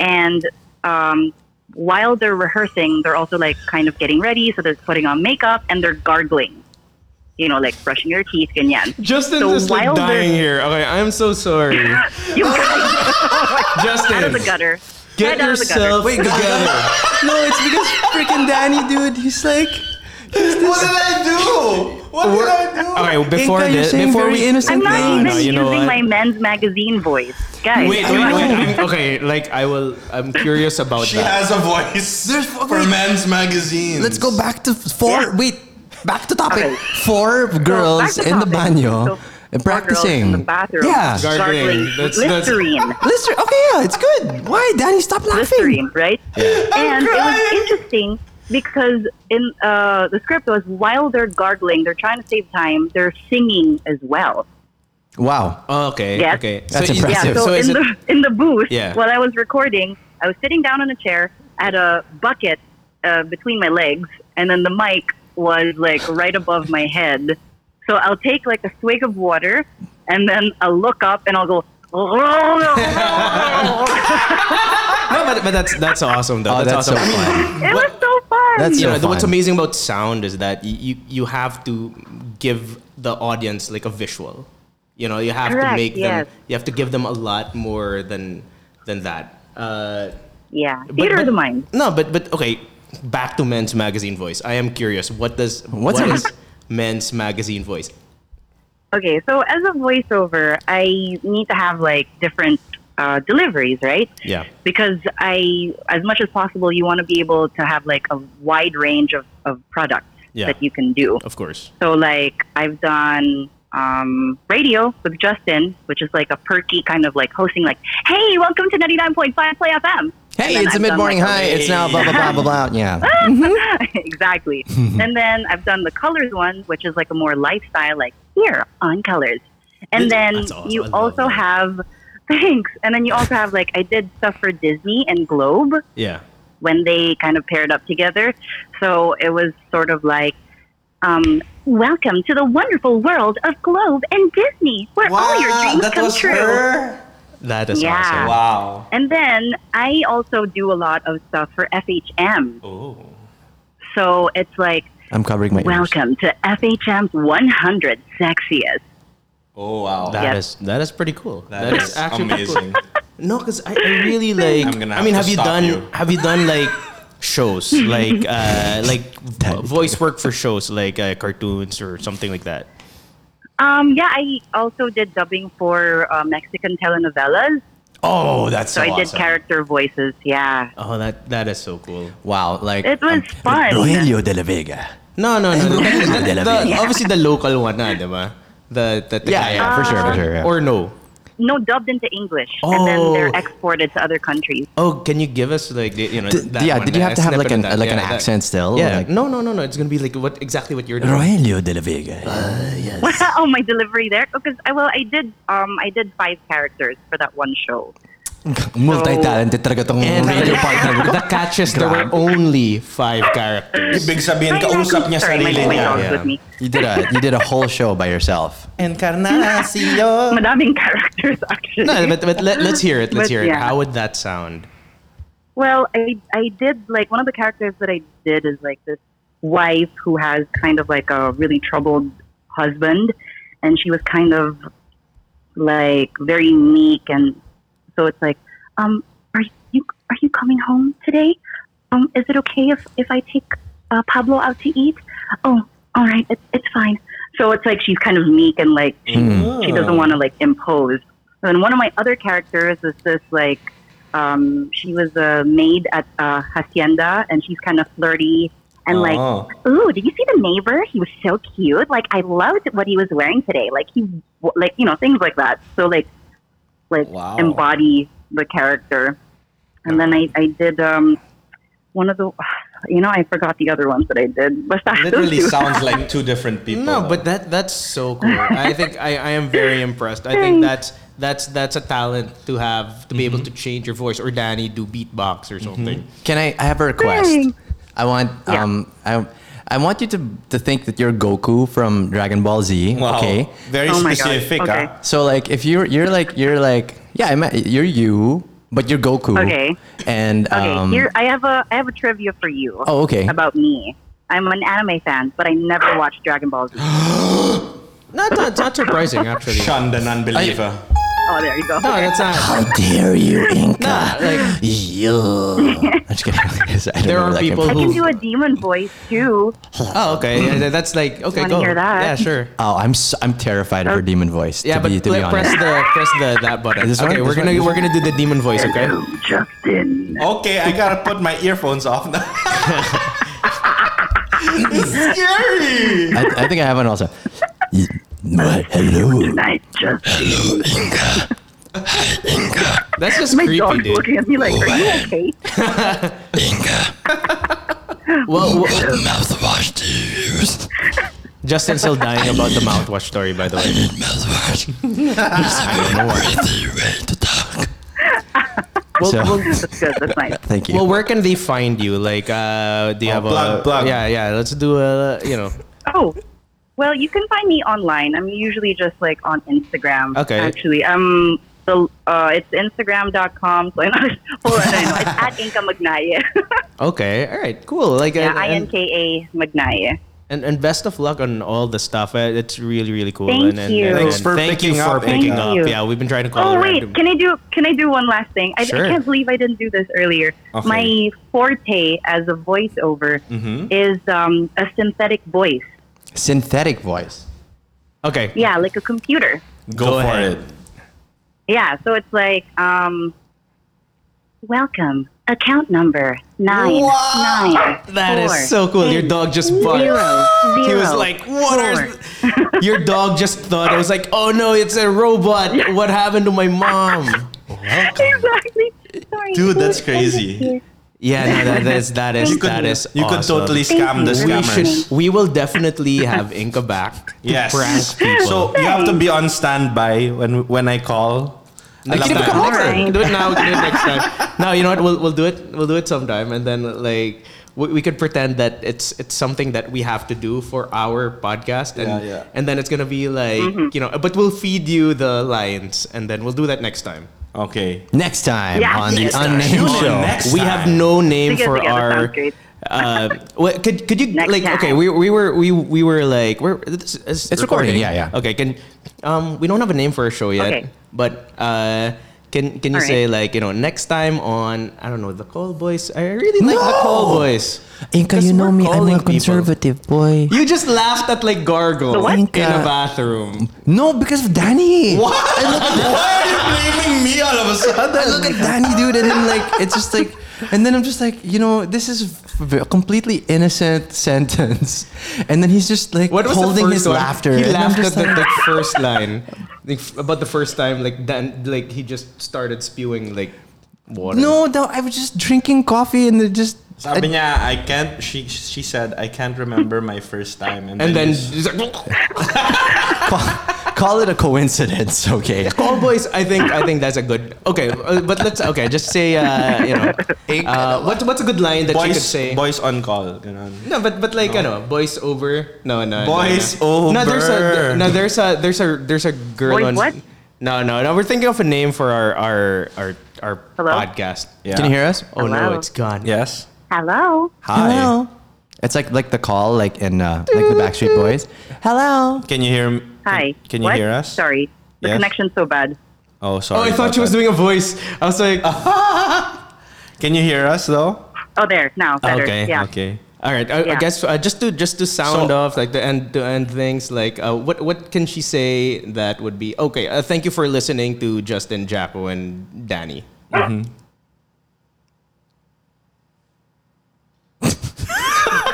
Speaker 7: and um, while they're rehearsing, they're also like kind of getting ready, so they're putting on makeup and they're gargling, you know, like brushing their teeth, ganyan.
Speaker 8: Justin's
Speaker 7: So
Speaker 8: just like
Speaker 7: while they're-
Speaker 8: dying here. Okay, I'm so sorry.
Speaker 7: You guys, out of the
Speaker 8: Justin,
Speaker 7: gutter.
Speaker 8: get
Speaker 7: Right out of the gutter.
Speaker 8: yourself together.
Speaker 1: no, it's because freaking Danny, dude. He's like,
Speaker 5: What did I do? What did I do?
Speaker 2: Okay, before
Speaker 1: Inka, you're
Speaker 2: this,
Speaker 1: saying
Speaker 2: before
Speaker 1: very
Speaker 2: we,
Speaker 1: innocent
Speaker 7: I'm not
Speaker 1: things.
Speaker 7: even
Speaker 2: No, you
Speaker 7: using
Speaker 2: know what?
Speaker 7: my men's magazine voice, guys.
Speaker 2: Wait, wait, wait. I'm, okay, like I will. I'm curious about
Speaker 5: She
Speaker 2: that.
Speaker 5: has a voice
Speaker 1: There's-
Speaker 5: for
Speaker 1: wait.
Speaker 5: men's magazines.
Speaker 1: Let's go back to four.
Speaker 7: Yeah.
Speaker 1: Wait, back to topic.
Speaker 7: Okay.
Speaker 1: Four girls
Speaker 7: back to
Speaker 1: in the
Speaker 7: topic.
Speaker 1: baño
Speaker 7: So,
Speaker 1: and
Speaker 7: four girls
Speaker 1: practicing.
Speaker 7: in the bathroom.
Speaker 1: Yeah.
Speaker 8: Gar- Gargling.
Speaker 7: Gargling.
Speaker 8: That's- that's-
Speaker 7: Listerine.
Speaker 1: Lister. Okay, yeah, it's good. Why, Danny? Stop laughing.
Speaker 7: Listerine, right? And it was interesting because in uh, the script was while they're gargling, they're trying to save time, they're singing as well.
Speaker 1: Wow.
Speaker 2: Oh, okay,
Speaker 7: Yes.
Speaker 2: okay.
Speaker 1: That's
Speaker 2: so is-
Speaker 1: impressive.
Speaker 7: Yeah, so,
Speaker 2: So
Speaker 7: in
Speaker 2: is it?
Speaker 7: the in the booth
Speaker 2: Yeah.
Speaker 7: while I was recording, I was sitting down on a chair at a bucket uh, between my legs, and then the mic was like right above my head. So I'll take like a swig of water, and then I'll look up and I'll go. "Oh,
Speaker 2: No, but, but that's that's awesome though.
Speaker 1: Oh, that's
Speaker 2: that's, awesome.
Speaker 1: so
Speaker 2: I mean,
Speaker 7: it was so fun.
Speaker 1: That's
Speaker 2: you
Speaker 1: so
Speaker 2: know, the- what's
Speaker 1: fun.
Speaker 2: amazing about sound is that y- you you have to give the audience like a visual. You know, you have to
Speaker 7: Correct,
Speaker 2: make
Speaker 7: yes.
Speaker 2: them. You have to give them a lot more than than that. Uh,
Speaker 7: yeah, theater
Speaker 2: but,
Speaker 7: of the mind.
Speaker 2: No, but but okay. Back to men's magazine voice. I am curious. What does
Speaker 1: What's
Speaker 2: what's
Speaker 1: a-
Speaker 2: men's magazine voice?
Speaker 7: Okay, so as a voiceover, I need to have like different uh, deliveries, right?
Speaker 2: Yeah.
Speaker 7: Because I, as much as possible, you want to be able to have like a wide range of, of products
Speaker 2: Yeah.
Speaker 7: that you can do.
Speaker 2: Of course.
Speaker 7: So, like, I've done um, radio with Justin, which is like a perky kind of like hosting, like, hey, welcome to 99.5 Play FM. And
Speaker 1: Hey,
Speaker 7: then
Speaker 1: it's a
Speaker 7: I've done,
Speaker 1: mid morning
Speaker 7: like, a
Speaker 1: high. It's now blah blah blah blah blah. Yeah.
Speaker 2: Mm-hmm.
Speaker 7: exactly. and then I've done the colors one, which is like a more lifestyle, like here on colors. And then
Speaker 2: That's awesome. I
Speaker 7: you
Speaker 2: love
Speaker 7: also
Speaker 2: that.
Speaker 7: have thanks. And then you also have like I did stuff for Disney and Globe
Speaker 2: Yeah.
Speaker 7: when they kind of paired up together. So it was sort of like. Um, welcome to the wonderful world of Globe and Disney, where all Oh, your dreams
Speaker 5: that
Speaker 7: come
Speaker 5: was
Speaker 7: true.
Speaker 5: her.
Speaker 2: That is
Speaker 7: Yeah.
Speaker 2: awesome.
Speaker 5: Wow.
Speaker 7: And then I also do a lot of stuff for FHM.
Speaker 5: Oh.
Speaker 7: So it's like
Speaker 1: I'm covering my ears.
Speaker 7: Welcome to FHM's 100 Sexiest.
Speaker 5: Oh wow.
Speaker 2: That
Speaker 7: Yep.
Speaker 2: is that is pretty cool.
Speaker 5: that is
Speaker 2: actually pretty cool.
Speaker 5: amazing.
Speaker 2: No, because I, I really like.
Speaker 5: I'm gonna
Speaker 2: I mean,
Speaker 5: have
Speaker 2: have
Speaker 5: to
Speaker 2: you
Speaker 5: stop
Speaker 2: done
Speaker 5: you.
Speaker 2: have you done like shows like uh, like vo- voice work for shows like uh, cartoons or something like that?
Speaker 7: Um, yeah, I also did dubbing for uh, Mexican telenovelas.
Speaker 1: Oh, that's
Speaker 7: So,
Speaker 1: so,
Speaker 7: I did
Speaker 1: awesome.
Speaker 7: character voices, yeah.
Speaker 2: Oh, that that is so cool.
Speaker 1: wow, like um,
Speaker 7: It was fun.
Speaker 1: Rogelio de la Vega.
Speaker 2: No, no, no. the,
Speaker 1: Dela
Speaker 2: the-
Speaker 1: Vega.
Speaker 2: Obviously, the local one, na, diba? The the
Speaker 1: Yeah, yeah, for sure, for sure. Yeah.
Speaker 2: Or no?
Speaker 7: No, dubbed into English, and then
Speaker 2: Oh.
Speaker 7: they're exported to other countries.
Speaker 2: Oh, can you give us like the- you know?
Speaker 1: Did-
Speaker 2: that
Speaker 1: yeah,
Speaker 2: one,
Speaker 1: did you
Speaker 2: uh,
Speaker 1: have to have, like,
Speaker 2: snippet of
Speaker 1: an-
Speaker 2: that?
Speaker 1: like, an
Speaker 2: that-
Speaker 1: accent still,
Speaker 2: Yeah.
Speaker 1: like-
Speaker 2: no, no, no, no. It's gonna be like what exactly what you're doing.
Speaker 1: Rogelio de la Vega.
Speaker 7: oh, my delivery there, because I well, I did, um, I did five characters for that one show.
Speaker 1: Multi-talented talaga tong
Speaker 2: And
Speaker 1: radio partner ko.
Speaker 2: the catches there were only five characters.
Speaker 5: Ibig sabihin,
Speaker 7: Hi,
Speaker 5: kausap niya
Speaker 7: sorry, my,
Speaker 5: sarili
Speaker 7: my
Speaker 5: niya.
Speaker 7: dog's
Speaker 2: yeah.
Speaker 7: with me.
Speaker 1: Oh, You did a you did a whole show by yourself.
Speaker 5: Encarnacion.
Speaker 7: Madaming characters, actually.
Speaker 2: Uh. No, but, but let, us hear it. Let's
Speaker 7: But
Speaker 2: hear it.
Speaker 7: yeah.
Speaker 2: How would that sound?
Speaker 7: Well, I I did like one of the characters that I did is like this wife who has kind of like a really troubled husband, and she was kind of like very meek, and so it's like, um, are you are you coming home today? Um, is it okay if if I take uh, Pablo out to eat? Oh, all right, it's it's fine. So it's like she's kind of meek and like she, she doesn't want to like impose. And one of my other characters is this like um, she was a maid at uh, hacienda, and she's kind of flirty and like
Speaker 3: Oh.
Speaker 7: Ooh, did you see the neighbor? He was so cute. Like I loved what he was wearing today. Like he, like you know, things like that. So like, like
Speaker 3: Wow.
Speaker 7: embody the character. And then I, I did um, one of the, you know, I forgot the other ones that I did. Basta those
Speaker 3: Literally
Speaker 7: two.
Speaker 3: sounds like two different people.
Speaker 2: No,
Speaker 3: though.
Speaker 2: but that that's so cool. I think I, I am very impressed. I think that's that's that's a talent to have to be
Speaker 1: Mm-hmm.
Speaker 2: able to change your voice or Danny do beatbox or something.
Speaker 1: Can I? I have a request.
Speaker 7: Thanks.
Speaker 1: I want.
Speaker 7: Yeah.
Speaker 1: Um. I. I want you to to think that you're Goku from Dragon Ball Z.
Speaker 3: wow.
Speaker 1: Okay.
Speaker 3: Very
Speaker 7: Oh my God.
Speaker 3: specific.
Speaker 7: Okay.
Speaker 3: ah.
Speaker 1: So like, if you're you're like you're like yeah, I'm, you're you, but you're Goku.
Speaker 7: Okay.
Speaker 1: And
Speaker 7: Okay,
Speaker 1: um.
Speaker 7: here I have a I have a trivia for you.
Speaker 1: Oh, okay.
Speaker 7: About me. I'm an anime fan, but I never watched Dragon Ball Z. oh,
Speaker 2: Not, not not surprising actually.
Speaker 3: Shun the non-believer.
Speaker 7: Oh, there you go.
Speaker 2: No, that's not.
Speaker 1: How dare you, Inca?
Speaker 2: like-
Speaker 1: you. I'm just kidding. I don't
Speaker 2: There
Speaker 1: know where
Speaker 2: are
Speaker 1: that came
Speaker 2: people
Speaker 1: from.
Speaker 7: I can
Speaker 2: who-
Speaker 7: do a demon voice too.
Speaker 2: Oh, okay. Yeah, that- that's like okay.
Speaker 7: Wanna
Speaker 2: Go.
Speaker 7: hear that?
Speaker 2: Yeah, sure.
Speaker 1: Oh, I'm so, I'm terrified of
Speaker 7: Oh.
Speaker 1: her demon voice.
Speaker 2: Yeah,
Speaker 1: to
Speaker 2: but
Speaker 1: be, to be
Speaker 2: like, press
Speaker 1: honest.
Speaker 2: the press the that button.
Speaker 1: This one?
Speaker 2: okay, we're
Speaker 1: This one?
Speaker 2: gonna
Speaker 1: This
Speaker 2: we're
Speaker 1: one?
Speaker 2: gonna do the demon voice. Okay.
Speaker 7: Justin.
Speaker 3: Okay, I gotta put my earphones off now.
Speaker 1: I, I think I have one also. Y- What? Hello.
Speaker 7: Night, Justin.
Speaker 2: That's just
Speaker 7: My
Speaker 2: creepy,
Speaker 7: dog's
Speaker 2: dude.
Speaker 7: looking at me like, "Are you okay?"
Speaker 2: Well, well,
Speaker 1: Mouthwash to use.
Speaker 2: Justin's still dying about the mouthwash story, by the way.
Speaker 1: Mouthwash. ready to talk. So-
Speaker 7: That's good. That's nice.
Speaker 1: Thank you.
Speaker 2: Well, where can they find you? Like, uh, do you have
Speaker 3: plug,
Speaker 2: a
Speaker 3: plug.
Speaker 2: Yeah, yeah. Let's do a you know.
Speaker 7: Oh, well, you can find me online. I'm usually just like on Instagram.
Speaker 2: Okay.
Speaker 7: Actually, um, the uh, it's Instagram.com. So I know. Hold on, I know. It's at Inka Magnaye.
Speaker 2: Okay, all right, cool. Like,
Speaker 7: yeah,
Speaker 2: and,
Speaker 7: I N
Speaker 2: and,
Speaker 7: K A Magnaye.
Speaker 2: and, and best of luck on all the stuff. Uh, It's really really cool.
Speaker 7: Thank
Speaker 2: and, and,
Speaker 7: you.
Speaker 2: And,
Speaker 3: Thanks for
Speaker 2: thank you
Speaker 3: picking
Speaker 2: for
Speaker 3: up,
Speaker 2: picking
Speaker 7: Inga.
Speaker 2: up.
Speaker 7: Thank you.
Speaker 2: Yeah, we've been trying to call.
Speaker 7: Oh
Speaker 2: a
Speaker 7: wait,
Speaker 2: random-
Speaker 7: can I do can I do one last thing? I,
Speaker 2: Sure.
Speaker 7: I can't believe I didn't do this earlier.
Speaker 3: Okay.
Speaker 7: My forte as a voiceover
Speaker 2: Mm-hmm.
Speaker 3: Mhm.
Speaker 7: is um, a synthetic voice.
Speaker 1: Synthetic voice.
Speaker 2: okay.
Speaker 7: Yeah, like a computer.
Speaker 3: Go, for
Speaker 2: ahead.
Speaker 3: it.
Speaker 7: Yeah, so it's like, um, welcome, account number nine nine.
Speaker 2: That is
Speaker 7: four,
Speaker 2: so cool. Your dog just barked.
Speaker 7: Zero, zero.
Speaker 2: He was like, "What are?"
Speaker 7: four."
Speaker 2: th- Your dog just thought I was like, "Oh no, it's a robot. What happened to my mom?"
Speaker 7: exactly. Sorry.
Speaker 3: Dude, that's crazy.
Speaker 2: Yeah, no, that is that is
Speaker 7: You
Speaker 3: could-
Speaker 2: that is.
Speaker 3: you could
Speaker 2: awesome.
Speaker 3: totally
Speaker 7: Thank
Speaker 3: scam the
Speaker 7: you.
Speaker 2: We
Speaker 3: scammers.
Speaker 2: should. We will definitely have Inca back. to
Speaker 3: Yes.
Speaker 2: Prank people.
Speaker 3: So you have to be on standby when when I call.
Speaker 2: Next
Speaker 3: Alam
Speaker 2: time.
Speaker 3: na-
Speaker 7: come over. Alright.
Speaker 2: Do it now. Do it next time. No, you know what? We'll, we'll do it. We'll do it sometime, and then like we, we could pretend that it's it's something that we have to do for our podcast, and
Speaker 3: Yeah, yeah.
Speaker 2: and then it's gonna be like you know. But we'll feed you the lines, and then we'll do that next time.
Speaker 3: Okay.
Speaker 1: Next time
Speaker 7: Yeah,
Speaker 1: on the
Speaker 7: next time.
Speaker 1: unnamed
Speaker 3: Tune in
Speaker 1: show.
Speaker 3: next
Speaker 2: we
Speaker 3: time.
Speaker 2: have no name
Speaker 7: Together,
Speaker 2: for
Speaker 7: together,
Speaker 2: our.
Speaker 7: sounds great.
Speaker 2: Uh, what, could could you
Speaker 7: Next
Speaker 2: like okay?
Speaker 7: time.
Speaker 2: We, we were we we were like we're this, is
Speaker 1: It's recording, yeah, yeah.
Speaker 2: Okay, can um we don't have a name for our show yet,
Speaker 7: Okay.
Speaker 2: but uh can can you
Speaker 7: All
Speaker 2: say like you know next time on I don't know the Call Boys? I really like the Call Boys.
Speaker 1: Inca,
Speaker 2: 'Cause
Speaker 1: you know
Speaker 2: we're
Speaker 1: me. I'm a
Speaker 2: calling people.
Speaker 1: conservative boy.
Speaker 2: You just laughed at like gargle
Speaker 7: The what?
Speaker 2: in
Speaker 1: Inca.
Speaker 2: a bathroom.
Speaker 1: No, because of Danny.
Speaker 3: Why are you blaming me all of a sudden?
Speaker 1: I look at Danny, dude, and then like it's just like, and then I'm just like, you know, this is a completely innocent sentence, and then he's just like
Speaker 2: What was
Speaker 1: holding
Speaker 2: the
Speaker 1: his
Speaker 2: first one?
Speaker 1: laughter.
Speaker 2: He
Speaker 1: and I'm
Speaker 2: laughed at
Speaker 1: just
Speaker 2: the,
Speaker 1: like,
Speaker 2: the first line, like, f- about the first time like Dan, like he just started spewing like water.
Speaker 1: no, no, I was just drinking coffee and it just.
Speaker 3: Sabi niya, I can't. She she said I can't remember my first time, and,
Speaker 2: And then
Speaker 3: you-
Speaker 2: he's like,
Speaker 1: Call it a coincidence, okay?
Speaker 2: Call boys, I think I think that's a good okay. uh, But let's okay, just say uh, you know uh, what what's a good line that you
Speaker 3: boys
Speaker 2: could say?
Speaker 3: boys on call. Ganun.
Speaker 2: No, but but like ano, boys over. No, no, no,
Speaker 3: Boys
Speaker 2: no. No, there's a
Speaker 3: over.
Speaker 2: no, there's a there's a there's a girl.
Speaker 7: Boys
Speaker 2: on,
Speaker 7: what?
Speaker 2: No, no, no. We're thinking of a name for our our our our
Speaker 7: Hello?
Speaker 2: podcast.
Speaker 3: Yeah.
Speaker 1: Can you hear us?
Speaker 2: Oh no,
Speaker 7: Hello?
Speaker 2: it's gone.
Speaker 3: Yes.
Speaker 7: Hello.
Speaker 3: Hi.
Speaker 1: Hello. It's like like the call, like in uh, like the Backstreet Boys. Hello.
Speaker 3: Can you hear? m-
Speaker 7: Hi.
Speaker 3: Can you
Speaker 7: What?
Speaker 3: hear us?
Speaker 7: Sorry, the
Speaker 3: Yes.
Speaker 7: connection's so bad.
Speaker 3: Oh, sorry.
Speaker 2: Oh, I
Speaker 3: about
Speaker 2: thought she was
Speaker 3: that.
Speaker 2: doing a voice. I was like,
Speaker 3: Can you hear us though?
Speaker 7: Oh, there now better.
Speaker 2: Okay,
Speaker 7: yeah.
Speaker 3: Okay.
Speaker 2: All right. I, I
Speaker 7: Yeah.
Speaker 2: guess uh, just to just to sound
Speaker 9: So-
Speaker 2: off like the end to end things. Like, uh, what what can she say that would be okay? Uh, thank you for listening to Justin, Jaco, and Danny.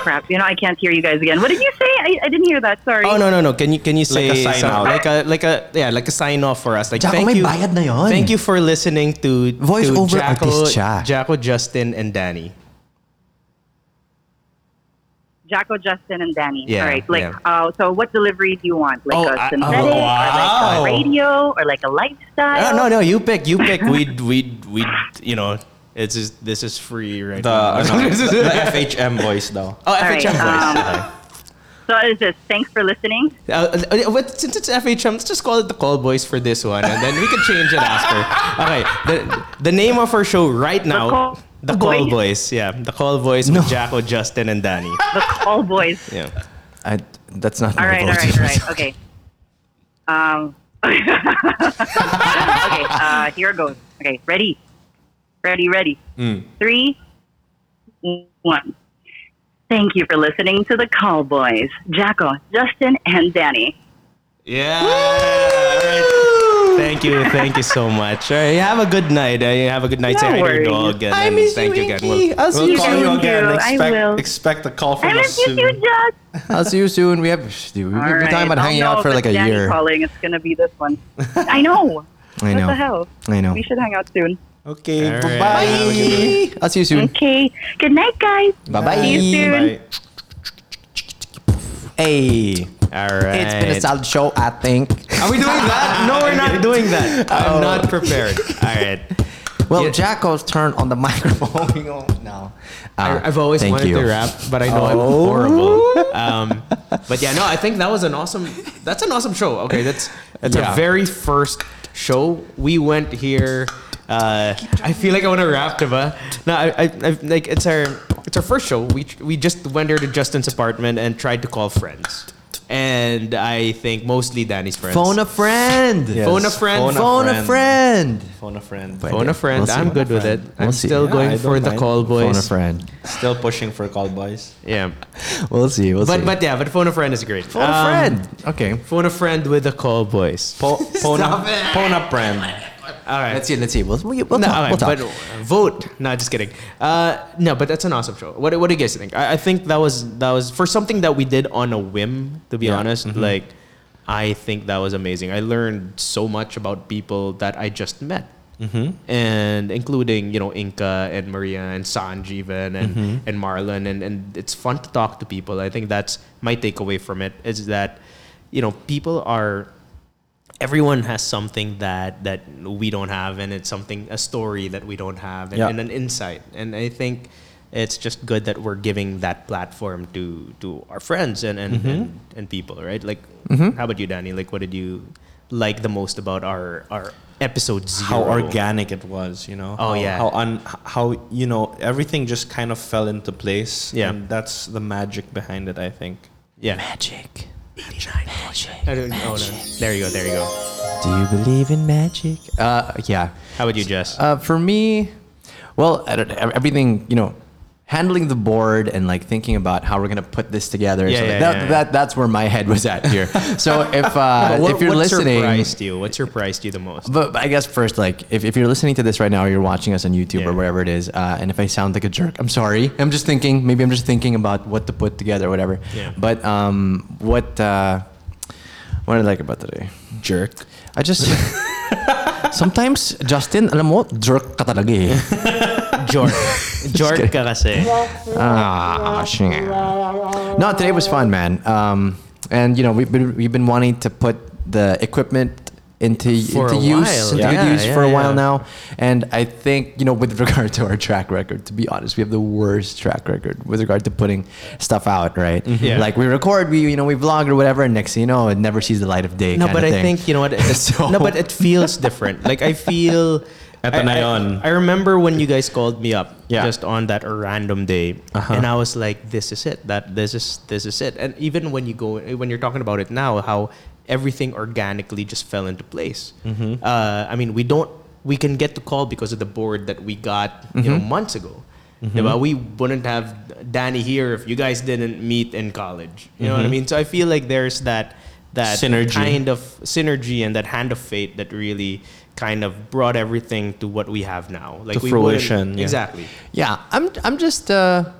Speaker 7: Crap, you know, I can't hear you guys again. What did you say? I, I didn't hear that. Sorry.
Speaker 2: Oh no no no! Can you can you say
Speaker 3: Like a sign
Speaker 2: some-
Speaker 3: out.
Speaker 2: like a like a yeah like a sign off for us? Like
Speaker 1: Jaco,
Speaker 2: thank
Speaker 1: may
Speaker 2: you,
Speaker 1: bayad na yon.
Speaker 2: thank you for listening to
Speaker 1: Voice
Speaker 2: to
Speaker 1: over
Speaker 2: Jaco,
Speaker 1: artist siya.
Speaker 2: Jaco, Justin, and Danny.
Speaker 7: Jacko, Justin, and Danny.
Speaker 2: Yeah,
Speaker 7: All right. Like,
Speaker 2: yeah.
Speaker 7: uh, so what delivery do you want? Like
Speaker 2: Oh, I-
Speaker 7: a
Speaker 2: oh,
Speaker 7: synthetic, or like
Speaker 9: wow.
Speaker 7: a radio, or like a lifestyle?
Speaker 2: No no no! You pick you pick. We we we you know it's just, this is free right
Speaker 3: The,
Speaker 2: now.
Speaker 3: ano, the FHM voice daw.
Speaker 2: Oh,
Speaker 7: All right,
Speaker 2: FHM voice.
Speaker 7: um, So it's just thanks for listening.
Speaker 2: Uh, uh, but since it's FHM, let's just call it the Call Boys for this one, and then we can change it after. Okay, the, the name of our show right now,
Speaker 7: Call
Speaker 2: the Call
Speaker 7: Boys?
Speaker 2: Boys. Yeah, the Call Boys
Speaker 1: No.
Speaker 2: with Jacko, Justin, and Danny.
Speaker 7: The call boys.
Speaker 2: Yeah.
Speaker 1: I, that's not
Speaker 7: All
Speaker 1: my
Speaker 7: right.
Speaker 1: vote.
Speaker 7: All right. All right. Okay. Um. okay. Uh, here goes. Okay. Ready. Ready. Ready.
Speaker 1: Hmm.
Speaker 7: Three. One. Thank you for listening to the Call Boys, Jacko, Justin, and Danny.
Speaker 2: Yeah. all right. Thank you, thank you so much. All right, have a good night. Uh, have a good night.
Speaker 7: No
Speaker 2: Say hi to your
Speaker 7: worries.
Speaker 2: dog. And
Speaker 1: I
Speaker 2: then
Speaker 1: miss
Speaker 2: thank
Speaker 1: you,
Speaker 2: again.
Speaker 1: Inky.
Speaker 2: We'll-
Speaker 1: I'll see
Speaker 3: We'll
Speaker 1: you
Speaker 3: call
Speaker 1: soon.
Speaker 3: you
Speaker 7: soon.
Speaker 3: again.
Speaker 7: I will.
Speaker 3: Expect, expect a call from
Speaker 7: I
Speaker 3: us
Speaker 7: miss you
Speaker 3: soon.
Speaker 7: too, Jack.
Speaker 1: I'll see you soon. We have dude, we've been
Speaker 7: All right.
Speaker 1: talking about
Speaker 7: Oh,
Speaker 1: hanging
Speaker 7: no,
Speaker 1: out for
Speaker 7: if
Speaker 1: like a
Speaker 7: it's Danny
Speaker 1: year.
Speaker 7: calling. It's gonna be this one. I know.
Speaker 1: I know.
Speaker 7: What the hell?
Speaker 1: I know.
Speaker 7: We should hang out soon.
Speaker 3: Okay,
Speaker 2: All right.
Speaker 3: bye-bye.
Speaker 1: Bye. I'll see you soon.
Speaker 7: Okay. Good night, guys.
Speaker 1: Bye-bye.
Speaker 7: See you soon.
Speaker 3: Bye.
Speaker 1: Hey,
Speaker 2: all right.
Speaker 1: it's been a solid show, I think.
Speaker 2: Are we doing
Speaker 3: Uh,
Speaker 2: that? No, we're not doing
Speaker 1: Oh.
Speaker 2: that. I'm not prepared. All right.
Speaker 1: Well,
Speaker 2: Yeah.
Speaker 1: Jacko's turn on the microphone. Hang on. no, Uh,
Speaker 2: I, I've always
Speaker 1: thank
Speaker 2: wanted
Speaker 1: you. Oh.
Speaker 2: to rap, but I know I'm horrible. Um, but yeah, no, I think that was an awesome. That's an awesome show. Okay, that's that's
Speaker 1: Yeah.
Speaker 2: our very first show. We went here. Uh, I feel like I want to rap, diba? No, I, I, I like it's our it's our first show. We we just went here to Justin's apartment and tried to call friends, and I think mostly Danny's friends.
Speaker 1: Phone a friend.
Speaker 2: Phone a friend.
Speaker 1: Phone a friend.
Speaker 3: Phone a friend.
Speaker 2: Phone a friend.
Speaker 1: We'll see.
Speaker 2: I'm good with it. I'm
Speaker 1: We'll see.
Speaker 2: still
Speaker 1: Yeah,
Speaker 2: going
Speaker 3: I
Speaker 2: for
Speaker 3: don't
Speaker 2: the
Speaker 3: mind.
Speaker 2: call, boys.
Speaker 1: Phone a friend.
Speaker 3: Still pushing for call boys.
Speaker 2: Yeah,
Speaker 1: We'll see. We'll
Speaker 2: but
Speaker 1: see.
Speaker 2: but yeah, but phone a friend is great.
Speaker 1: phone a
Speaker 2: Um,
Speaker 1: friend. Okay.
Speaker 2: Phone a friend with the call boys.
Speaker 3: Po- phone, a, phone a friend.
Speaker 2: All right.
Speaker 1: Let's see. Let's see. We'll, we'll, we'll
Speaker 2: no,
Speaker 1: talk.
Speaker 2: all right,
Speaker 1: we'll talk.
Speaker 2: but vote. No, just kidding. Uh, no, but that's an awesome show. What, what do you guys think? I, I think that was that was for something that we did on a whim. To be honest,
Speaker 1: mm-hmm.
Speaker 2: like I think that was amazing. I learned so much about people that I just met,
Speaker 1: Mm-hmm.
Speaker 2: and including you know Inca and Maria and Sanjeevan and
Speaker 1: Mm-hmm.
Speaker 2: and Marlon, and and it's fun to talk to people. I think that's my takeaway from it is that you know people are everyone has something that that we don't have and it's something a story that we don't have and,
Speaker 3: Yeah.
Speaker 2: and an insight and i think it's just good that we're giving that platform to to our friends and
Speaker 3: Mm-hmm.
Speaker 2: and and, and people right like how about you danny like what did you like the most about our our episode zero
Speaker 3: how organic it was, you know.
Speaker 2: Oh,
Speaker 3: how,
Speaker 2: yeah.
Speaker 3: How un, how you know everything just kind of fell into place.
Speaker 2: Yeah.
Speaker 3: And that's the magic behind it, I think.
Speaker 2: yeah
Speaker 1: magic.
Speaker 2: I don't- oh, no. there you go there you go
Speaker 1: Do you believe in magic? Uh, yeah.
Speaker 2: how about you jess
Speaker 1: Uh, for me, well, I don't, e-, everything you know, handling the board and like thinking about how we're gonna put this together. and
Speaker 2: Yeah,
Speaker 1: stuff
Speaker 2: yeah,
Speaker 1: like that,
Speaker 2: yeah, yeah.
Speaker 1: that that's where my head was at here. so if uh,
Speaker 2: What-
Speaker 1: if you're
Speaker 2: what
Speaker 1: listening,
Speaker 2: surprised you what surprised you the most
Speaker 1: but, but I guess first, like, if, if you're listening to this right now, or you're watching us on YouTube or
Speaker 2: Yeah.
Speaker 1: wherever it is, uh, and if I sound like a jerk, I'm sorry. I'm just thinking, maybe I'm just thinking about what to put together, whatever.
Speaker 2: Yeah.
Speaker 1: But um, what uh, what did I like about today?
Speaker 3: Jerk.
Speaker 1: I just sometimes Justin, alam mo, jerk ka talaga eh.
Speaker 2: jork jork ka kasi
Speaker 1: Ah, shit. No, today was fun, man. Um, and you know we've been we've been wanting to put the equipment into
Speaker 2: For
Speaker 1: into
Speaker 2: a
Speaker 1: use
Speaker 2: while.
Speaker 1: into good
Speaker 2: Yeah,
Speaker 1: use
Speaker 2: yeah,
Speaker 1: for a while
Speaker 2: yeah.
Speaker 1: now. And I think you know with regard to our track record, to be honest, we have the worst track record with regard to putting stuff out. Right?
Speaker 2: Mm-hmm. Yeah.
Speaker 1: Like we record, we you know we vlog or whatever, and next thing you know, it never sees the light of day.
Speaker 2: No,
Speaker 1: kinda
Speaker 2: but I
Speaker 1: thing.
Speaker 2: think you know what. It,
Speaker 1: So-
Speaker 2: no, but it feels different. Like I feel. I-
Speaker 3: Eto na
Speaker 2: I-
Speaker 3: yon.
Speaker 2: I, remember when you guys called me up
Speaker 3: Yeah.
Speaker 2: just on that random day, and I was like, "This is it. That this is this is it." And even when you go when you're talking about it now, how everything organically just fell into place. Uh, I mean, we don't we can get the call because of the board that we got you know months ago. Diba? We wouldn't have Danny here if you guys didn't meet in college. You know what I mean? So I feel like there's that that
Speaker 10: Synergy.
Speaker 2: kind of synergy and that hand of fate that really kind of brought everything to what we have now. Like we wouldn't-
Speaker 3: fruition, yeah.
Speaker 2: Exactly.
Speaker 1: Yeah, I'm. I'm just. Uh,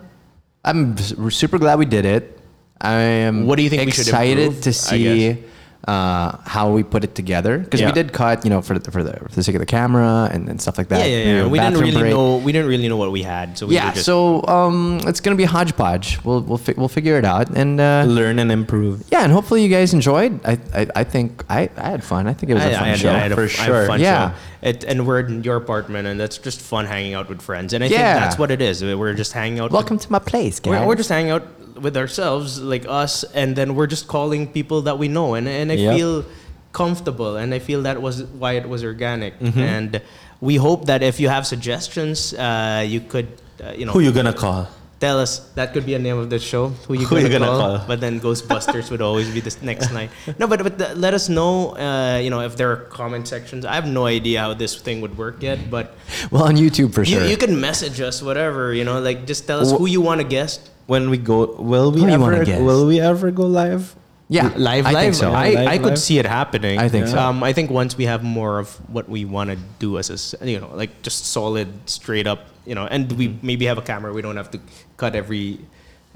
Speaker 1: I'm s- super glad we did it. I am.
Speaker 2: What do you think we should
Speaker 1: Excited
Speaker 2: improve, I
Speaker 1: to see uh, how we put it together because
Speaker 2: Yeah.
Speaker 1: we did cut, you know, for the, for the for the sake of the camera and, and stuff like that.
Speaker 2: Yeah, yeah, yeah.
Speaker 1: Your
Speaker 2: We didn't
Speaker 1: bathroom
Speaker 2: really
Speaker 1: break.
Speaker 2: know. We didn't really know what we had. So we
Speaker 1: Yeah,
Speaker 2: were just,
Speaker 1: so um, it's gonna be hodgepodge. We'll we'll fi- we'll figure it out and. Uh,
Speaker 3: Learn and improve.
Speaker 1: yeah, and hopefully you guys enjoyed. I, I, I think I, I had fun. I think it was a
Speaker 2: I,
Speaker 1: fun
Speaker 2: I had,
Speaker 1: show.
Speaker 2: I had a,
Speaker 3: for
Speaker 2: I had a
Speaker 3: sure.
Speaker 2: fun
Speaker 1: Yeah.
Speaker 2: show. It, and we're in your apartment, and that's just fun hanging out with friends. And I
Speaker 1: Yeah.
Speaker 2: think that's what it is. We're just hanging out.
Speaker 1: Welcome to my place, guys.
Speaker 2: With, we're, we're just hanging out with ourselves, like us, and then we're just calling people that we know. And and I
Speaker 3: Yep.
Speaker 2: feel comfortable, and I feel that was why it was organic.
Speaker 3: Mm-hmm.
Speaker 2: And we hope that if you have suggestions, uh, you could. Uh, you know,
Speaker 3: Who you gonna call?
Speaker 2: Tell us. That could be a name of the show. Who you
Speaker 3: Who
Speaker 2: gonna,
Speaker 3: you gonna
Speaker 2: call?
Speaker 3: call?
Speaker 2: But then Ghostbusters would always be the next night. No, but but the, let us know. Uh, you know if there are comment sections. I have no idea how this thing would work yet, but
Speaker 1: well on YouTube for
Speaker 2: you,
Speaker 1: sure.
Speaker 2: you can message us whatever. You know, like just tell us who you want to guest.
Speaker 3: When we go, will we
Speaker 1: Who you wanna
Speaker 3: ever?
Speaker 1: guess?
Speaker 3: Will we ever go live?
Speaker 1: yeah,
Speaker 2: Live,
Speaker 1: I Think
Speaker 2: live.
Speaker 1: so.
Speaker 2: I,
Speaker 3: Live,
Speaker 2: I could
Speaker 3: live.
Speaker 2: see it happening.
Speaker 1: I think so.
Speaker 2: Um, I think once we have more of what we want to do as a, s- you know, like just solid, straight up, you know, and we
Speaker 1: Mm-hmm.
Speaker 2: maybe have a camera. We don't have to cut every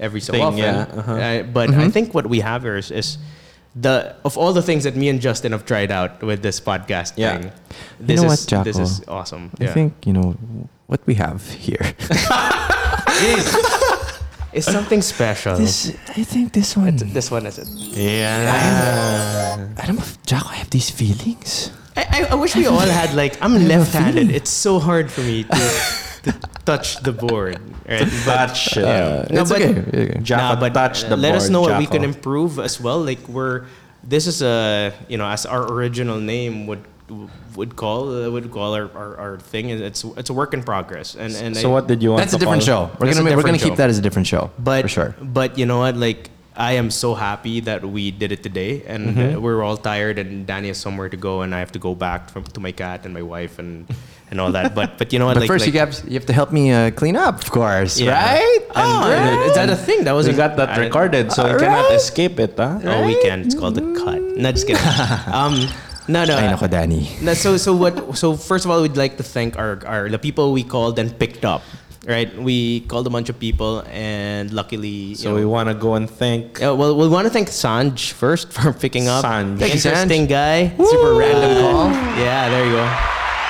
Speaker 2: every so
Speaker 3: Thing,
Speaker 2: often.
Speaker 3: yeah, uh-huh.
Speaker 2: Uh, but
Speaker 1: Mm-hmm.
Speaker 2: I think what we have here is, is the of all the things that me and Justin have tried out with this podcast
Speaker 3: Yeah.
Speaker 2: thing.
Speaker 1: You
Speaker 2: This
Speaker 1: know
Speaker 2: is
Speaker 1: what,
Speaker 2: this
Speaker 1: Jaco?
Speaker 2: is awesome.
Speaker 1: I
Speaker 2: Yeah.
Speaker 1: think you know what we have here.
Speaker 2: it's something special. This,
Speaker 1: This, I think this one.
Speaker 2: one is it.
Speaker 1: I don't know, if- Jaco. I have these feelings.
Speaker 2: I, I, I wish we all had like I'm left-handed. It's so hard for me to, to touch the board. Right?
Speaker 3: That shit.
Speaker 2: No,
Speaker 1: it's
Speaker 2: but-
Speaker 1: okay. okay.
Speaker 3: Jaffa
Speaker 2: Nah, but uh,
Speaker 3: touched the
Speaker 2: let us
Speaker 3: board,
Speaker 2: know what we can
Speaker 3: Jaffa.
Speaker 2: improve as well. Like we're this is a you know as our original name would would call uh, would call our, our, our thing. It's it's a work in progress. And and
Speaker 3: So
Speaker 2: I-
Speaker 3: what did you want?
Speaker 1: That's a
Speaker 3: to
Speaker 1: different
Speaker 3: call?
Speaker 1: show. We're
Speaker 2: That's a
Speaker 1: gonna make, we're gonna
Speaker 2: different
Speaker 1: keep
Speaker 2: show.
Speaker 1: that as a different show.
Speaker 2: But
Speaker 1: for sure.
Speaker 2: But you know what? Like I am so happy that we did it today, and uh, we're all tired, and Danny has somewhere to go, and I have to go back from, to my cat and my wife and and all that. But but you know what?
Speaker 1: But
Speaker 2: like,
Speaker 1: first,
Speaker 2: like,
Speaker 1: you have you have to help me uh, clean up, of course,
Speaker 2: Yeah.
Speaker 1: right?
Speaker 2: And- and it- is that a thing? That
Speaker 3: We
Speaker 2: wasn't-
Speaker 3: got
Speaker 2: I
Speaker 3: that
Speaker 2: didn't-
Speaker 3: recorded, so we cannot escape it, huh?
Speaker 2: Oh, we can. It's called the cut. No, just kidding. um, no, no.
Speaker 1: I know, Danny.
Speaker 2: No, so so what? So first of all, we'd like to thank our, our the people we called and picked up. Right, we called a bunch of people, and luckily,
Speaker 3: So
Speaker 2: you
Speaker 3: we
Speaker 2: know,
Speaker 3: want to go and thank.
Speaker 2: uh, well, we want to thank Sanj first for picking up.
Speaker 3: Sanj.
Speaker 1: Thank you, Sanj.
Speaker 2: interesting guy, super random call. Yeah, there you go.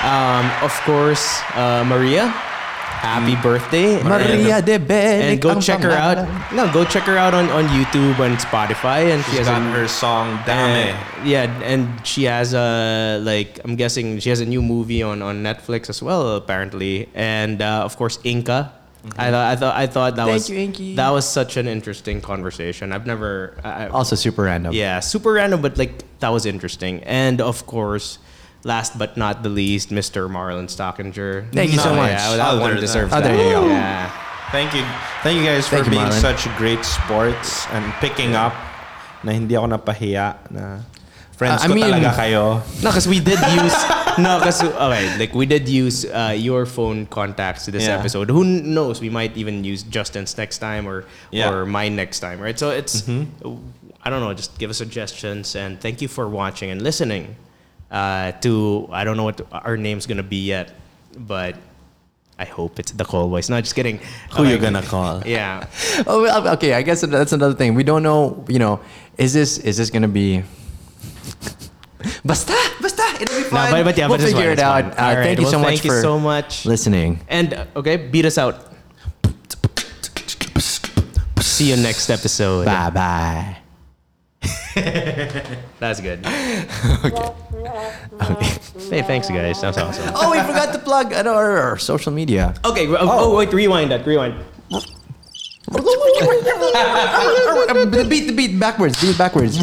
Speaker 2: Um, of course, uh, Maria. Happy birthday,
Speaker 1: Mm. Maria
Speaker 2: And-
Speaker 1: de Benedict.
Speaker 2: And go check her out. No, go check her out on, on YouTube and Spotify, and she has a
Speaker 3: her song
Speaker 2: uh, yeah, and she has a like I'm guessing she has a new movie on, on Netflix as well apparently, and uh, of course Inca. I, thought I thought I thought that was
Speaker 1: you, Inky.
Speaker 2: that was such an interesting conversation. I've never I, I-
Speaker 1: Also, super random.
Speaker 2: yeah super random, but like that was interesting, and of course. Last but not the least, Mr. Marlon Stockinger.
Speaker 1: Thank you so much.
Speaker 2: Yeah, that
Speaker 3: Oh,
Speaker 2: one
Speaker 3: there-
Speaker 2: deserves
Speaker 1: oh,
Speaker 2: that.
Speaker 1: there you go.
Speaker 2: Yeah.
Speaker 3: Thank you. Thank you guys
Speaker 1: Thank
Speaker 3: for
Speaker 1: you,
Speaker 3: being
Speaker 1: Marlon.
Speaker 3: such great sports and picking up na hindi ako napahiya na friends
Speaker 1: Uh, I
Speaker 3: ko
Speaker 1: mean-
Speaker 3: talaga kayo.
Speaker 2: No, because Ah, we did use no, because okay, like we did use uh, your phone contacts to this
Speaker 3: Yeah.
Speaker 2: episode. Who knows? We might even use Justin's next time or
Speaker 3: Yeah. Mm-hmm.
Speaker 2: or mine next time, right? So it's I don't know. Just give us suggestions and thank you for watching and listening. Uh, to I don't know what our name's gonna be yet, but I hope it's the call voice. No, just kidding.
Speaker 3: Who you
Speaker 2: Okay.
Speaker 3: gonna call?
Speaker 2: Yeah.
Speaker 1: Oh, well, okay. I guess that's another thing. We don't know. You know, is this is this gonna be? Basta, basta. It'll be
Speaker 2: No,
Speaker 1: fun.
Speaker 2: but, but yeah,
Speaker 1: we'll
Speaker 2: but it's
Speaker 1: figure
Speaker 2: fine,
Speaker 1: it
Speaker 2: it's fine.
Speaker 1: out. Uh,
Speaker 2: All right,
Speaker 1: Thank you
Speaker 2: well,
Speaker 1: so much
Speaker 2: Thank
Speaker 1: for
Speaker 2: you so much.
Speaker 1: listening.
Speaker 2: And uh, okay, beat us out. See you next episode.
Speaker 1: Bye bye.
Speaker 2: That's good. okay. Hey, thanks, guys. That was awesome.
Speaker 1: Oh, we forgot to plug uh, our, our social media.
Speaker 2: Okay. w- Oh. wait. Rewind that. Rewind.
Speaker 1: the beat, the beat, backwards, beat backwards.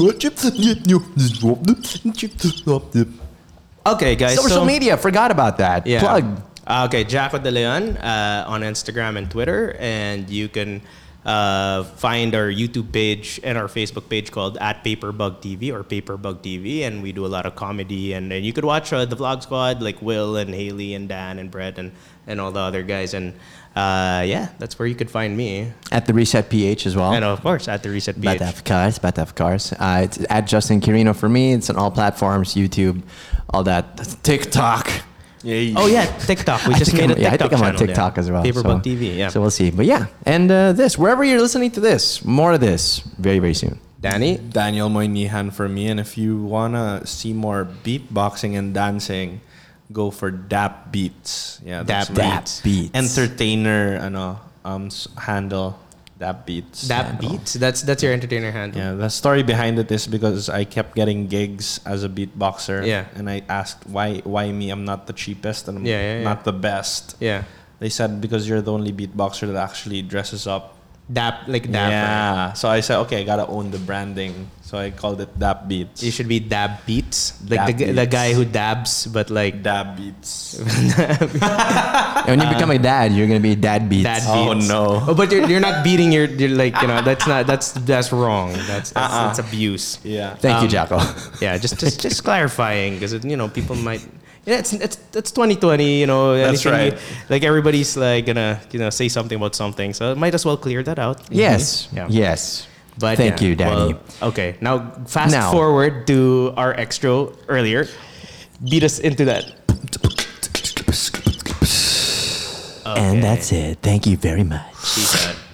Speaker 2: Okay, guys.
Speaker 1: Social
Speaker 2: so-
Speaker 1: media, forgot about that.
Speaker 2: Yeah.
Speaker 1: Plug.
Speaker 2: Uh, okay, Jaco De Leon uh, on Instagram and Twitter, and you can uh, find our YouTube page and our Facebook page called at Paperbug TV or Paperbug TV, and we do a lot of comedy. And, and you could watch uh, the Vlog Squad like Will and Haley and Dan and Brett and and all the other guys. And uh, yeah, that's where you could find me.
Speaker 1: At the Reset PH as well.
Speaker 2: And of course, at the Reset
Speaker 1: Bat
Speaker 2: PH.
Speaker 1: F cars, Bat F cars. Uh, it's at Justin Kirino for me. It's on all platforms, YouTube, all that. TikTok.
Speaker 2: Oh yeah, TikTok. We
Speaker 1: I
Speaker 2: just
Speaker 1: think
Speaker 2: made a
Speaker 1: I'm- yeah,
Speaker 2: TikTok
Speaker 1: I think I'm on
Speaker 2: channel, yeah.
Speaker 1: TikTok as well.
Speaker 2: Paperboat
Speaker 1: so-
Speaker 2: TV. Yeah.
Speaker 1: So we'll see. But yeah, and uh, this, wherever you're listening to this, more of this very, very soon.
Speaker 2: Danny.
Speaker 3: Daniel Moynihan for me. And if you wanna see more beatboxing and dancing, go for Dap Beats. Yeah, that's
Speaker 2: Dap
Speaker 3: my
Speaker 2: Beats.
Speaker 1: Beats.
Speaker 3: Entertainer, ano, um, s- handle Dap Beats.
Speaker 2: That
Speaker 3: handle.
Speaker 2: beat. That's that's your entertainer handle.
Speaker 3: Yeah, the story behind it is because I kept getting gigs as a beatboxer.
Speaker 2: Yeah.
Speaker 3: And I asked why why me? I'm not the cheapest and I'm
Speaker 2: Yeah, yeah, yeah.
Speaker 3: not the best.
Speaker 2: Yeah.
Speaker 3: They said because you're the only beatboxer that actually dresses up.
Speaker 2: Dap like dap. right?
Speaker 3: yeah. So I said, okay, I gotta own the branding. So I called it Dap Beats.
Speaker 2: You should be dab beats. Like
Speaker 3: Dab
Speaker 2: the, g the
Speaker 3: Beats.
Speaker 2: guy who dabs, but like
Speaker 3: Dab Beats.
Speaker 1: And when you become a dad, you're going to be dad beats.
Speaker 2: dad beats.
Speaker 3: Oh, no.
Speaker 2: Oh, but you're, you're not beating your you're like you know that's not that's that's wrong. That's that's, that's abuse.
Speaker 3: Uh-uh. yeah.
Speaker 1: Thank you,
Speaker 2: Um,
Speaker 1: Jacko.
Speaker 2: Yeah, just just, just clarifying because you know people might. Yeah, it's it's it's 2020. You know,
Speaker 3: That's
Speaker 2: anything-
Speaker 3: right.
Speaker 2: Like everybody's like gonna you know say something about something, so might as well clear that out.
Speaker 1: yes.
Speaker 2: Mm-hmm. Yeah.
Speaker 1: Yes.
Speaker 2: But
Speaker 1: Thank
Speaker 2: yeah,
Speaker 1: you, Danny.
Speaker 2: well, okay, now fast
Speaker 1: Now.
Speaker 2: forward to our extra earlier. Beat us into that.
Speaker 1: And that's it. Thank you very much.
Speaker 2: She said.